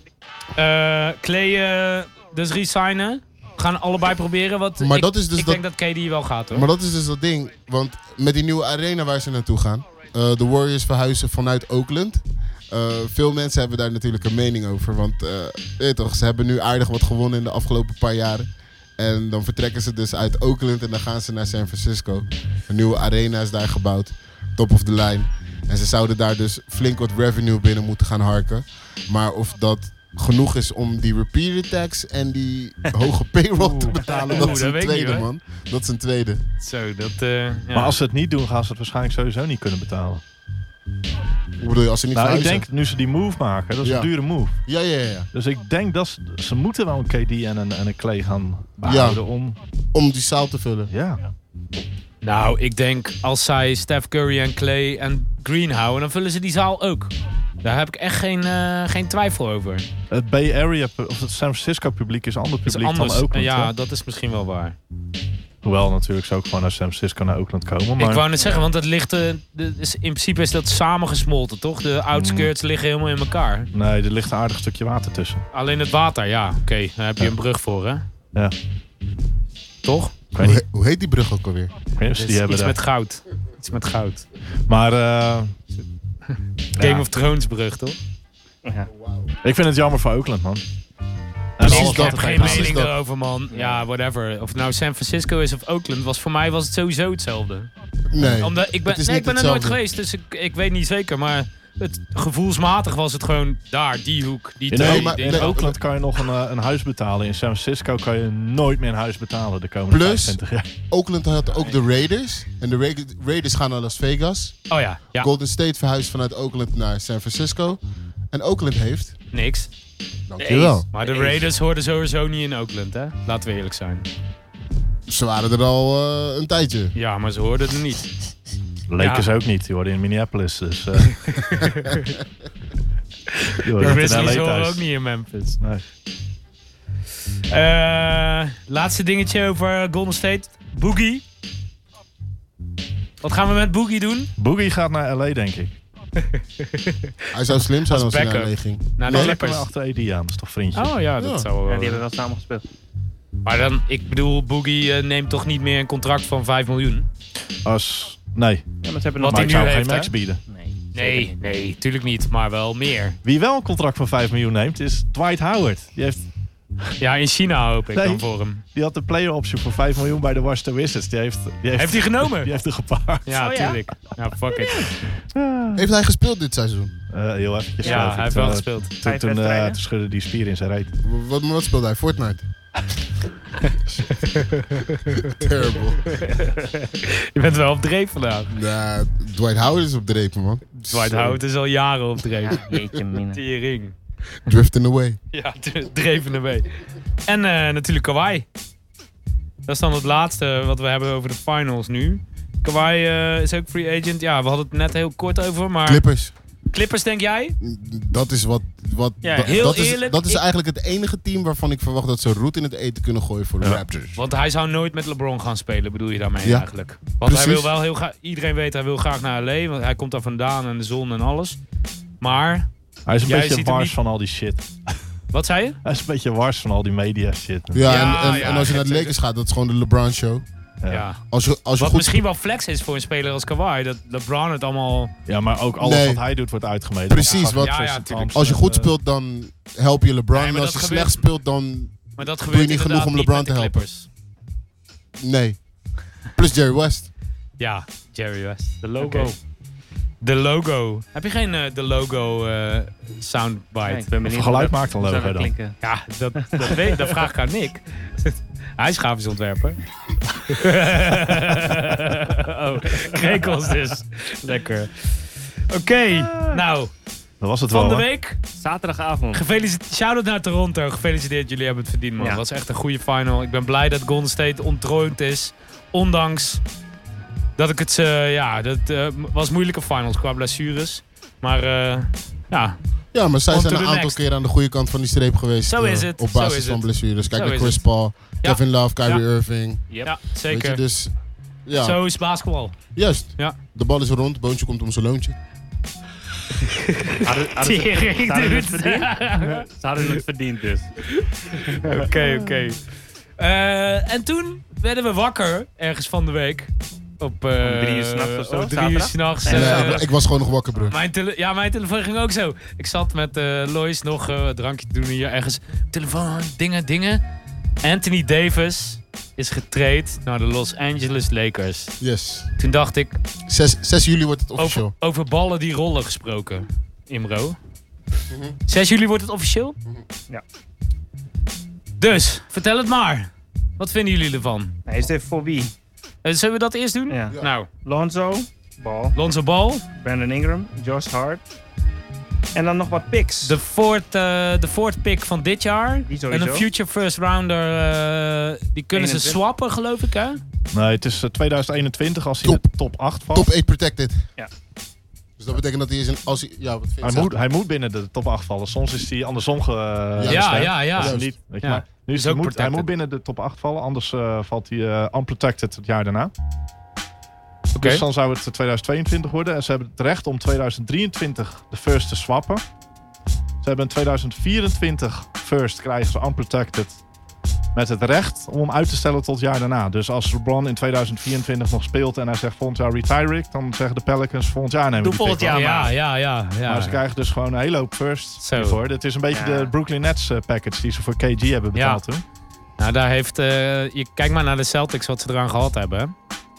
Speaker 2: Eh, Clay, eh, dus resignen. We gaan allebei proberen. Wat,
Speaker 5: Maar
Speaker 2: ik,
Speaker 5: dat is dus
Speaker 2: ik
Speaker 5: dat-
Speaker 2: denk dat KD wel gaat hoor.
Speaker 5: Maar dat is dus dat ding. Want met die nieuwe arena waar ze naartoe gaan. eh, de Warriors verhuizen vanuit Oakland. Eh, veel mensen hebben daar natuurlijk een mening over. Want eh, weet je toch, ze hebben nu aardig wat gewonnen in de afgelopen paar jaren. En dan vertrekken ze dus uit Oakland en dan gaan ze naar San Francisco. Een nieuwe arena is daar gebouwd. Top of the line. En ze zouden daar dus flink wat revenue binnen moeten gaan harken. Maar of dat genoeg is om die repeater tax
Speaker 2: (laughs)
Speaker 5: en die hoge payroll te betalen,
Speaker 2: Oeh,
Speaker 5: dat is
Speaker 2: dat
Speaker 5: een
Speaker 2: weet ik
Speaker 5: tweede
Speaker 2: niet, hoor.
Speaker 5: man. Dat is een tweede.
Speaker 2: Zo, dat... eh, ja.
Speaker 3: Maar als ze het niet doen, gaan ze het waarschijnlijk sowieso niet kunnen betalen.
Speaker 5: Hoe bedoel je, als ze niet
Speaker 3: Nou, ik
Speaker 5: verhuizen?
Speaker 3: denk nu ze die move maken, dat is
Speaker 5: Ja.
Speaker 3: een dure move.
Speaker 5: Ja, ja, ja, ja.
Speaker 3: Dus ik denk dat ze, ze moeten wel een KD en een, en een Clay gaan behouden om...
Speaker 5: Om die zaal te vullen.
Speaker 3: Ja.
Speaker 2: Nou, ik denk als zij Steph Curry en Clay en Green houden, dan vullen ze die zaal ook. Daar heb ik echt geen, eh, geen twijfel over. Het
Speaker 3: Het Bay Area, pu- of het San Francisco publiek is ander
Speaker 2: is
Speaker 3: publiek
Speaker 2: anders.
Speaker 3: dan Oakland.
Speaker 2: ja,
Speaker 3: hè?
Speaker 2: dat is misschien wel waar.
Speaker 3: Hoewel natuurlijk ze ook gewoon naar San Francisco naar Oakland komen. Maar
Speaker 2: Ik wou net zeggen, want dat ligt... eh, dat is- in principe is dat samengesmolten, toch? De
Speaker 3: Mm.
Speaker 2: outskirts liggen helemaal in elkaar.
Speaker 3: nee, er ligt een aardig stukje water tussen.
Speaker 2: Alleen het water, ja. Oké, daar heb je
Speaker 3: Ja.
Speaker 2: een brug voor, hè?
Speaker 3: Ja.
Speaker 2: Toch?
Speaker 5: Hoe,
Speaker 3: Ik weet niet
Speaker 5: he- hoe heet die brug ook alweer?
Speaker 3: of ze
Speaker 2: Dus
Speaker 3: die hebben
Speaker 2: iets
Speaker 3: daar.
Speaker 2: met goud. Iets met goud.
Speaker 3: Maar eh,
Speaker 2: Game
Speaker 3: Ja.
Speaker 2: of Thrones brug, toch?
Speaker 4: Ja.
Speaker 3: ik vind het jammer voor Oakland, man.
Speaker 5: precies
Speaker 2: ik
Speaker 5: dat.
Speaker 2: heb geen
Speaker 5: precies
Speaker 2: mening
Speaker 5: dat.
Speaker 2: daarover, man. Ja, whatever. Of het nou San Francisco is of Oakland, was voor mij was het sowieso hetzelfde.
Speaker 5: Nee.
Speaker 2: Omdat ik ben,
Speaker 5: het is
Speaker 2: nee, ik
Speaker 5: niet
Speaker 2: ben er nooit
Speaker 5: hetzelfde.
Speaker 2: geweest, dus ik, ik weet niet zeker. Maar het, gevoelsmatig was het gewoon daar, die hoek, die
Speaker 3: In,
Speaker 2: twee
Speaker 5: Nee, maar-
Speaker 2: dingen.
Speaker 3: in
Speaker 5: nee.
Speaker 3: Oakland kan je nog een, eh, een huis betalen. In San Francisco kan je nooit meer een huis betalen de komende
Speaker 5: Plus-
Speaker 3: 25 jaar.
Speaker 5: Oakland had ook de Raiders. En de Ra- Raiders gaan naar Las Vegas.
Speaker 2: Oh ja, ja.
Speaker 5: Golden State verhuist vanuit Oakland naar San Francisco. En Oakland heeft...
Speaker 2: niks.
Speaker 5: Dankjewel.
Speaker 2: Maar de Raiders hoorden sowieso niet in Oakland, hè? Laten we eerlijk zijn.
Speaker 5: Ze waren er al eh, een tijdje.
Speaker 2: Ja, maar ze hoorden het niet.
Speaker 3: Lakers
Speaker 2: Ja.
Speaker 3: ook niet. Die worden in Minneapolis.
Speaker 2: (laughs)
Speaker 3: Dus, eh. Die
Speaker 2: De
Speaker 3: hoorden in LA
Speaker 2: Grizzlies horen
Speaker 3: thuis.
Speaker 2: ook niet in Memphis.
Speaker 3: Nee.
Speaker 2: Eh, laatste dingetje over Golden State. Boogie. Wat gaan we met Boogie doen?
Speaker 3: Boogie gaat naar LA, denk ik.
Speaker 5: Hij zou slim zijn als,
Speaker 2: Als
Speaker 5: hij naar
Speaker 2: backup.
Speaker 5: LA ging.
Speaker 2: Naar de
Speaker 5: Nee,
Speaker 3: Lekker
Speaker 2: Clippers.
Speaker 3: achter AD aan. Dat is toch vriendje?
Speaker 2: Oh ja, dat
Speaker 5: Ja.
Speaker 2: zou
Speaker 4: Ja,
Speaker 2: wel.
Speaker 4: die hebben wel samen gespeeld.
Speaker 2: Maar dan, ik bedoel, Boogie eh, neemt toch niet meer een contract van 5 miljoen?
Speaker 3: Als... Nee.
Speaker 4: Ja, maar ze hebben
Speaker 2: Wat
Speaker 4: nog
Speaker 3: maar
Speaker 2: hij
Speaker 3: ik
Speaker 2: nu
Speaker 3: zou hem geen
Speaker 2: heeft, hè?
Speaker 3: max bieden.
Speaker 4: Nee.
Speaker 2: Nee, nee, tuurlijk niet, maar wel meer.
Speaker 3: Wie wel een contract van 5 miljoen neemt, is Dwight Howard. Die, heeft,
Speaker 2: Ja, in China hoop ik
Speaker 3: Nee.
Speaker 2: dan voor hem.
Speaker 3: die had de player option voor 5 miljoen bij de Washington Wizards. Die heeft, die heeft,
Speaker 2: Heeft hij genomen?
Speaker 3: die heeft er
Speaker 4: Oh,
Speaker 3: gepaard.
Speaker 2: Oh, Ja, tuurlijk. Ja, fuck it.
Speaker 5: Heeft hij gespeeld dit seizoen?
Speaker 3: Eh, heel eventjes.
Speaker 2: Ja,
Speaker 3: geloof ik.
Speaker 2: hij heeft
Speaker 3: Toen,
Speaker 2: wel
Speaker 3: eh,
Speaker 2: gespeeld.
Speaker 3: Toen,
Speaker 4: Vijf
Speaker 3: toen, eh,
Speaker 4: wedstrijden.
Speaker 3: toen schudde die spier in zijn reet.
Speaker 5: W- Wat, wat speelde hij? Fortnite? Terrible.
Speaker 2: Je bent wel op dreef vandaag.
Speaker 5: Nah, Dwight Howard is op de repen, man.
Speaker 2: Dwight Howard is al jaren op dreef.
Speaker 4: Ja, jeetje (laughs) mine.
Speaker 2: Tering.
Speaker 5: Drifting away.
Speaker 2: Ja, dreven erbij. En eh, natuurlijk Kawhi. Dat is dan het laatste wat we hebben over de finals nu. Kawhi eh, is ook free agent. Ja, we hadden het net heel kort over, maar...
Speaker 5: Clippers.
Speaker 2: Clippers, denk jij?
Speaker 5: Dat is wat. wat
Speaker 4: Ja,
Speaker 5: dat,
Speaker 2: heel
Speaker 5: dat is,
Speaker 2: eerlijk,
Speaker 5: Dat is
Speaker 2: ik-
Speaker 5: eigenlijk het enige team waarvan ik verwacht dat ze roet in het eten kunnen gooien voor de Raptors.
Speaker 2: Want hij zou nooit met LeBron gaan spelen, bedoel je daarmee
Speaker 5: Ja,
Speaker 2: eigenlijk? Want hij wil
Speaker 5: precies.
Speaker 2: wel heel graag... Iedereen weet, hij wil graag naar L.A., want hij komt daar vandaan en de zon en alles. Maar,
Speaker 3: Hij is een
Speaker 2: Jij
Speaker 3: beetje
Speaker 2: ziet hem
Speaker 3: wars
Speaker 2: niet-
Speaker 3: van al die shit.
Speaker 2: wat zei je?
Speaker 3: Hij is een beetje wars van al die media shit.
Speaker 5: Ja,
Speaker 2: Ja,
Speaker 5: en, en,
Speaker 2: ja,
Speaker 5: en als je naar de
Speaker 2: het-
Speaker 5: Lakers gaat, dat is gewoon de LeBron show.
Speaker 2: Ja.
Speaker 5: Als je, als
Speaker 2: Wat
Speaker 5: je goed
Speaker 2: misschien wel flex is voor een speler als Kawhi, dat LeBron het allemaal...
Speaker 3: Ja, maar ook alles
Speaker 5: Nee.
Speaker 3: wat hij doet wordt uitgemeten.
Speaker 5: Precies,
Speaker 3: Ja,
Speaker 5: wat-
Speaker 2: Ja, ja,
Speaker 3: Tristan
Speaker 2: tuurlijk.
Speaker 3: Thompson,
Speaker 5: als je goed
Speaker 3: eh,
Speaker 5: speelt, dan help je LeBron.
Speaker 2: Nee, maar
Speaker 5: en als
Speaker 2: dat
Speaker 5: je
Speaker 2: gebeurt-
Speaker 5: slecht speelt, dan
Speaker 2: Maar dat
Speaker 5: je
Speaker 2: gebeurt
Speaker 5: niet genoeg
Speaker 2: inderdaad
Speaker 5: om
Speaker 2: niet
Speaker 5: LeBron
Speaker 2: met de
Speaker 5: te helpen?
Speaker 2: Clippers.
Speaker 5: nee. Plus Jerry West.
Speaker 2: Ja, Jerry West.
Speaker 4: De logo.
Speaker 2: Oké. De logo. Heb je geen eh, de logo eh, soundbite?
Speaker 4: Nee, ik ben benieuwd
Speaker 3: Of geluid
Speaker 4: hoe dat-
Speaker 3: maakt een
Speaker 4: hoe zou dat
Speaker 3: logo dan.
Speaker 4: klinken.
Speaker 2: Ja, dat, dat, weet, dat vraag ik aan Nick. Hij is grafisch ontwerper. (laughs) oh, krekels dus. Lekker. Oké, nou,
Speaker 3: Dat was het
Speaker 2: van
Speaker 3: wel.
Speaker 2: de
Speaker 3: hè?
Speaker 2: week.
Speaker 4: (laughs) Zaterdagavond.
Speaker 2: Gefeliciteerd. Shout-out naar Toronto. Gefeliciteerd, jullie hebben het verdiend, man.
Speaker 4: Ja.
Speaker 2: Dat was echt een goede final. Ik ben blij dat Golden State ontroond is. Ondanks dat ik het... eh, ja, dat eh, m- was moeilijke finals qua blessures. Maar eh, ja,
Speaker 5: Ja, maar zij
Speaker 2: On
Speaker 5: zijn
Speaker 2: to
Speaker 5: een
Speaker 2: the
Speaker 5: aantal
Speaker 2: next.
Speaker 5: keer aan de goede kant van die streep geweest.
Speaker 2: Zo
Speaker 5: eh,
Speaker 2: is het,
Speaker 5: Op
Speaker 2: zo
Speaker 5: basis
Speaker 2: is
Speaker 5: van
Speaker 2: het.
Speaker 5: blessures. Kijk
Speaker 2: Zo
Speaker 5: naar
Speaker 2: is
Speaker 5: Chris
Speaker 2: het.
Speaker 5: Paul,
Speaker 2: Ja.
Speaker 5: Kevin Love, Kyrie Irving.
Speaker 2: ja
Speaker 5: Weet
Speaker 2: zeker.
Speaker 5: je, dus ja,
Speaker 2: Zo is basketbal.
Speaker 5: (laughs) juist.
Speaker 2: Ja.
Speaker 5: De bal is rond, boontje komt om zijn loontje.
Speaker 4: (laughs) Hadden- hadden
Speaker 2: (laughs)
Speaker 4: ze-
Speaker 2: Tering,
Speaker 4: hadden ze het
Speaker 2: dude.
Speaker 4: verdiend? Ze hadden het verdiend dus.
Speaker 2: Oké, oké. Eh, en toen werden we wakker ergens van de week. Op, eh,
Speaker 4: Om drie uur 's nachts of zo,
Speaker 2: Om drie uur
Speaker 4: zaterdag?
Speaker 2: 's nachts.
Speaker 4: Nee,
Speaker 2: eh,
Speaker 5: Ja, ik was gewoon nog wakker, bro.
Speaker 2: Mijn tele- ja, mijn telefoon ging ook zo. Ik zat met eh Lois nog eh, een drankje te doen hier ergens. Telefoon, dingen, dingen. Anthony Davis is getraind naar de Los Angeles Lakers.
Speaker 5: Yes.
Speaker 2: Toen dacht ik,
Speaker 5: 6, 6 juli wordt het
Speaker 2: over,
Speaker 5: officieel.
Speaker 2: over ballen die rollen gesproken, Imro.
Speaker 4: Mhm.
Speaker 2: 6 juli wordt het officieel?
Speaker 4: Ja.
Speaker 2: Dus, vertel het maar. Wat vinden jullie ervan?
Speaker 4: Hij is dit voor wie?
Speaker 2: Eh, zullen we dat eerst doen?
Speaker 4: Ja.
Speaker 5: Ja.
Speaker 2: Nou,
Speaker 4: Lonzo, bal.
Speaker 2: Lonzo Ball,
Speaker 4: Brandon Ingram, Josh Hart. En dan nog wat picks.
Speaker 2: de fourth, eh, de fourth pick van dit jaar.
Speaker 4: Die
Speaker 2: En
Speaker 4: sowieso.
Speaker 2: een future first rounder, eh, die kunnen ze
Speaker 4: 21.
Speaker 2: swappen, geloof ik, hè?
Speaker 3: Nee, het is eh, 2021 als hij in de top 8 valt.
Speaker 5: Top 8 protected.
Speaker 4: Ja.
Speaker 5: Dus dat betekent dat hij is een... Als hij, ja, wat vind je?
Speaker 3: hij,
Speaker 5: Zeg.
Speaker 3: moet, hij moet binnen de top 8 vallen. Soms is hij andersom ge,
Speaker 5: Ja,
Speaker 2: Ja,
Speaker 3: gestemd.
Speaker 2: ja, ja.
Speaker 3: Als hij
Speaker 5: Juist.
Speaker 3: niet, weet je
Speaker 2: Ja.
Speaker 3: maar. Nu is
Speaker 2: Is
Speaker 3: hij,
Speaker 2: ook
Speaker 3: moet, hij
Speaker 2: protected.
Speaker 3: moet binnen de top 8 vallen, anders eh, valt hij eh, unprotected het jaar daarna.
Speaker 2: Oké.
Speaker 3: Dus dan zou het 2022 worden. En ze hebben het recht om 2023 de first te swappen. Ze hebben in 2024 first krijgen ze unprotected. met het recht om uit te stellen tot het jaar daarna. Dus als LeBron in 2024 nog speelt en hij zegt volgend jaar retire ik, dan zeggen de Pelicans volgend jaar nemen we
Speaker 6: Doe
Speaker 3: die
Speaker 6: volgend
Speaker 3: pick wel.
Speaker 6: jaar
Speaker 2: Ja,
Speaker 6: maar.
Speaker 2: ja, ja. ja.
Speaker 3: Maar ze krijgen dus gewoon een hele hoop first
Speaker 2: Zo.
Speaker 3: hiervoor. Dit is een beetje
Speaker 4: Ja.
Speaker 3: de Brooklyn Nets eh, package die ze voor KG hebben betaald toen.
Speaker 2: Nou, daar heeft... eh, je, kijk maar naar de Celtics, wat ze eraan gehad hebben. hè.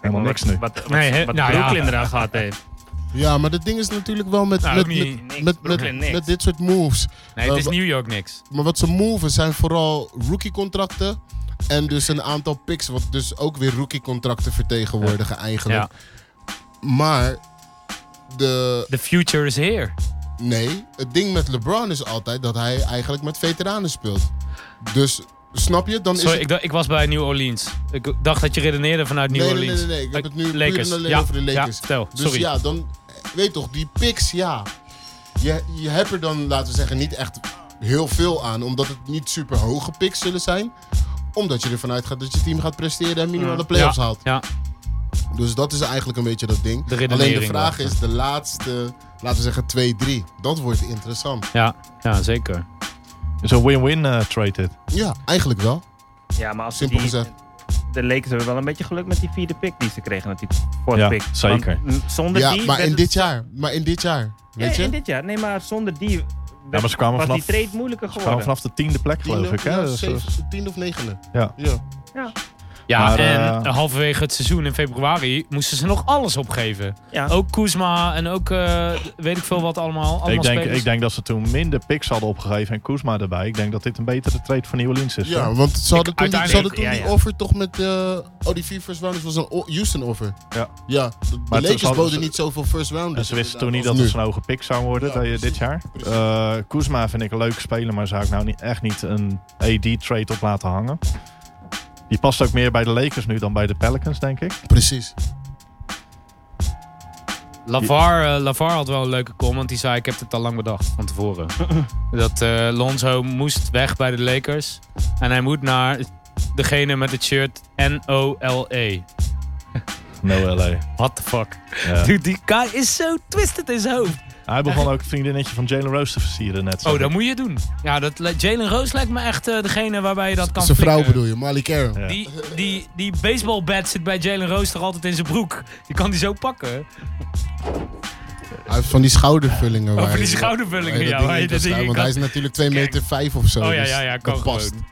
Speaker 3: Helemaal niks nu.
Speaker 4: Wat, wat,
Speaker 2: Nee, hè?
Speaker 4: wat
Speaker 2: Nou ja.
Speaker 4: Brooklyn eraan gehad heeft.
Speaker 5: Ja, maar het ding is natuurlijk wel met,
Speaker 2: Nou,
Speaker 5: met,
Speaker 2: ook niet-
Speaker 5: met,
Speaker 4: niks,
Speaker 5: met,
Speaker 4: Brooklyn
Speaker 5: met,
Speaker 4: niks.
Speaker 5: met dit soort moves.
Speaker 2: Nee, het
Speaker 5: Eh,
Speaker 2: is
Speaker 5: wa-
Speaker 2: New York niks.
Speaker 5: Maar wat ze moven zijn vooral rookie-contracten. En dus een aantal picks, wat dus ook weer rookie-contracten vertegenwoordigen eigenlijk. Maar de,
Speaker 2: The future is here.
Speaker 5: nee, het ding met LeBron is altijd dat hij eigenlijk met veteranen speelt. Dus snap je? Dan is
Speaker 2: Sorry,
Speaker 5: het-
Speaker 2: ik, dacht- ik was bij New Orleans. Ik dacht dat je redeneerde vanuit New
Speaker 5: nee, nee, nee,
Speaker 2: Orleans. Eh,
Speaker 5: nee, nee, Ik heb het nu puur
Speaker 2: Lakers.
Speaker 5: en alleen
Speaker 2: Ja,
Speaker 5: over de Lakers.
Speaker 2: ja, vertel.
Speaker 5: dus
Speaker 2: Sorry.
Speaker 5: ja, dan weet toch, die picks, ja. Je, je hebt er dan, laten we zeggen, niet echt heel veel aan. Omdat het niet super hoge picks zullen zijn. Omdat je ervan uitgaat dat je team gaat presteren en minimaal de playoffs haalt.
Speaker 2: Ja,
Speaker 5: Dus dat is eigenlijk een beetje dat ding.
Speaker 2: De redenering
Speaker 5: Alleen de vraag
Speaker 2: erachter.
Speaker 5: is de laatste, laten we zeggen 2-3. Dat wordt interessant.
Speaker 2: ja, ja, zeker.
Speaker 3: Het is een win-win eh, trade dit.
Speaker 5: Ja, eigenlijk wel.
Speaker 4: Ja, maar als
Speaker 5: Simpel
Speaker 4: die,
Speaker 5: gezegd.
Speaker 4: De Lakers hebben wel een beetje geluk met die vierde pick die ze kregen. Met die fourth
Speaker 3: Ja,
Speaker 4: pick.
Speaker 3: zeker.
Speaker 4: Want, mm, zonder
Speaker 5: Ja,
Speaker 4: die
Speaker 5: maar
Speaker 4: werd
Speaker 5: in
Speaker 4: het-
Speaker 5: dit jaar. Maar in dit jaar.
Speaker 4: Ja,
Speaker 5: Weet
Speaker 4: in
Speaker 5: je?
Speaker 4: dit jaar. Nee, maar zonder die werd-
Speaker 3: Ja, maar ze kwamen
Speaker 4: was
Speaker 3: vanaf,
Speaker 4: die trade moeilijker
Speaker 3: ze kwamen
Speaker 4: geworden.
Speaker 3: vanaf de tiende plek geloof
Speaker 5: Tiende-
Speaker 3: ik. Hè?
Speaker 5: ja,
Speaker 3: Dus,
Speaker 5: zeven-
Speaker 3: dus-
Speaker 5: tiende of negende.
Speaker 3: Ja.
Speaker 2: Ja,
Speaker 3: Maar,
Speaker 2: en
Speaker 3: eh,
Speaker 2: halverwege het seizoen in februari moesten ze nog alles opgeven.
Speaker 4: Ja.
Speaker 3: Oh.
Speaker 2: Ook Kuzma en ook eh, weet ik veel wat allemaal. allemaal
Speaker 3: ik, denk,
Speaker 2: spelers.
Speaker 3: ik denk dat ze toen minder picks hadden opgegeven en Koesma erbij. Ik denk dat dit een betere trade voor New Orleans is.
Speaker 5: Ja,
Speaker 3: hoor.
Speaker 5: want ze hadden toen, die, ze hadden
Speaker 2: uiteindelijk-
Speaker 5: toen
Speaker 4: ja,
Speaker 5: die
Speaker 4: ja.
Speaker 5: offer toch met... eh oh, die vier first rounders was een o- Houston offer.
Speaker 3: Ja.
Speaker 5: Ja, de- de,
Speaker 3: Maar toen
Speaker 5: Lakers
Speaker 3: hadden
Speaker 5: boden
Speaker 3: ze-
Speaker 5: niet zoveel first rounders.
Speaker 3: En Dus ze wisten toen niet dat
Speaker 5: inderdaad,
Speaker 3: het
Speaker 5: als
Speaker 3: zo'n hoge pick zou worden
Speaker 5: Ja,
Speaker 3: dat je dit
Speaker 5: precies,
Speaker 3: jaar.
Speaker 5: precies.
Speaker 3: Eh, Kuzma vind ik een leuke speler, maar zou ik nou niet, echt niet een AD-trade op laten hangen. Die past ook meer bij de Lakers nu dan bij de Pelicans, denk ik.
Speaker 5: nu. Precies.
Speaker 2: Lavar, eh, Lavar had wel een leuke comment. Die zei: Ik heb het al lang bedacht van
Speaker 3: (laughs)
Speaker 2: tevoren. dat eh, Lonzo moest weg bij de Lakers. En hij moet naar degene met het shirt N-O-L-E.
Speaker 3: No (laughs) LA.
Speaker 2: What the fuck?
Speaker 3: Ja.
Speaker 2: Dude, die guy is zo twisted in zijn hoofd.
Speaker 3: Hij begon ook het vriendinnetje van Jalen Rose te versieren net. zag
Speaker 2: Oh,
Speaker 3: ik.
Speaker 2: dat moet je doen. Ja, dat, li- Jalen Rose lijkt me echt eh, degene waarbij je dat kan
Speaker 5: Zijn vrouw
Speaker 2: flikken.
Speaker 5: bedoel je, Malik Carroll.
Speaker 3: Ja.
Speaker 2: Die, die, die baseballbat zit bij Jalen Rose toch altijd in zijn broek. Je kan die zo pakken.
Speaker 5: Hij heeft van die schoudervullingen.
Speaker 2: Over
Speaker 5: waar
Speaker 2: die
Speaker 5: je-
Speaker 2: schoudervullingen,
Speaker 5: waar je
Speaker 2: ja.
Speaker 5: dat
Speaker 2: waar
Speaker 5: ding
Speaker 2: je dat ding
Speaker 5: in kan slaan,
Speaker 2: in
Speaker 5: Want
Speaker 2: kan-
Speaker 5: hij is natuurlijk 2 meter 5 of zo.
Speaker 2: Oh ja,
Speaker 5: dus
Speaker 2: ja, ja,
Speaker 5: dat
Speaker 2: kan
Speaker 5: past.
Speaker 2: gewoon.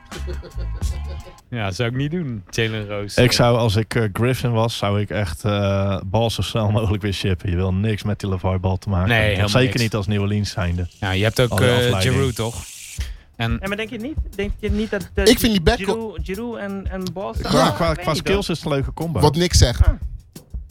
Speaker 2: Ja, zou ik niet doen. Jalen Rose.
Speaker 3: Ik zou, als ik eh, Griffin was, zou ik echt eh bal zo snel mogelijk weer shippen. Je wil niks met die LeVar bal te maken.
Speaker 2: Nee,
Speaker 3: hebben.
Speaker 2: helemaal
Speaker 3: Zeker
Speaker 2: niks.
Speaker 3: niet als New Orleans zijnde.
Speaker 2: Ja, je hebt ook
Speaker 3: Alle
Speaker 2: eh
Speaker 3: afleiding.
Speaker 2: Giroud, toch? En
Speaker 4: Ja, maar denk je niet, denk je niet dat... eh,
Speaker 5: Ik vind die back-
Speaker 4: Giroud, Giroud en, en Boston...
Speaker 3: Qua,
Speaker 5: Ja.
Speaker 3: qua,
Speaker 4: Ik weet
Speaker 3: qua
Speaker 4: niet,
Speaker 3: skills is het een leuke combo.
Speaker 5: Wat niks zegt.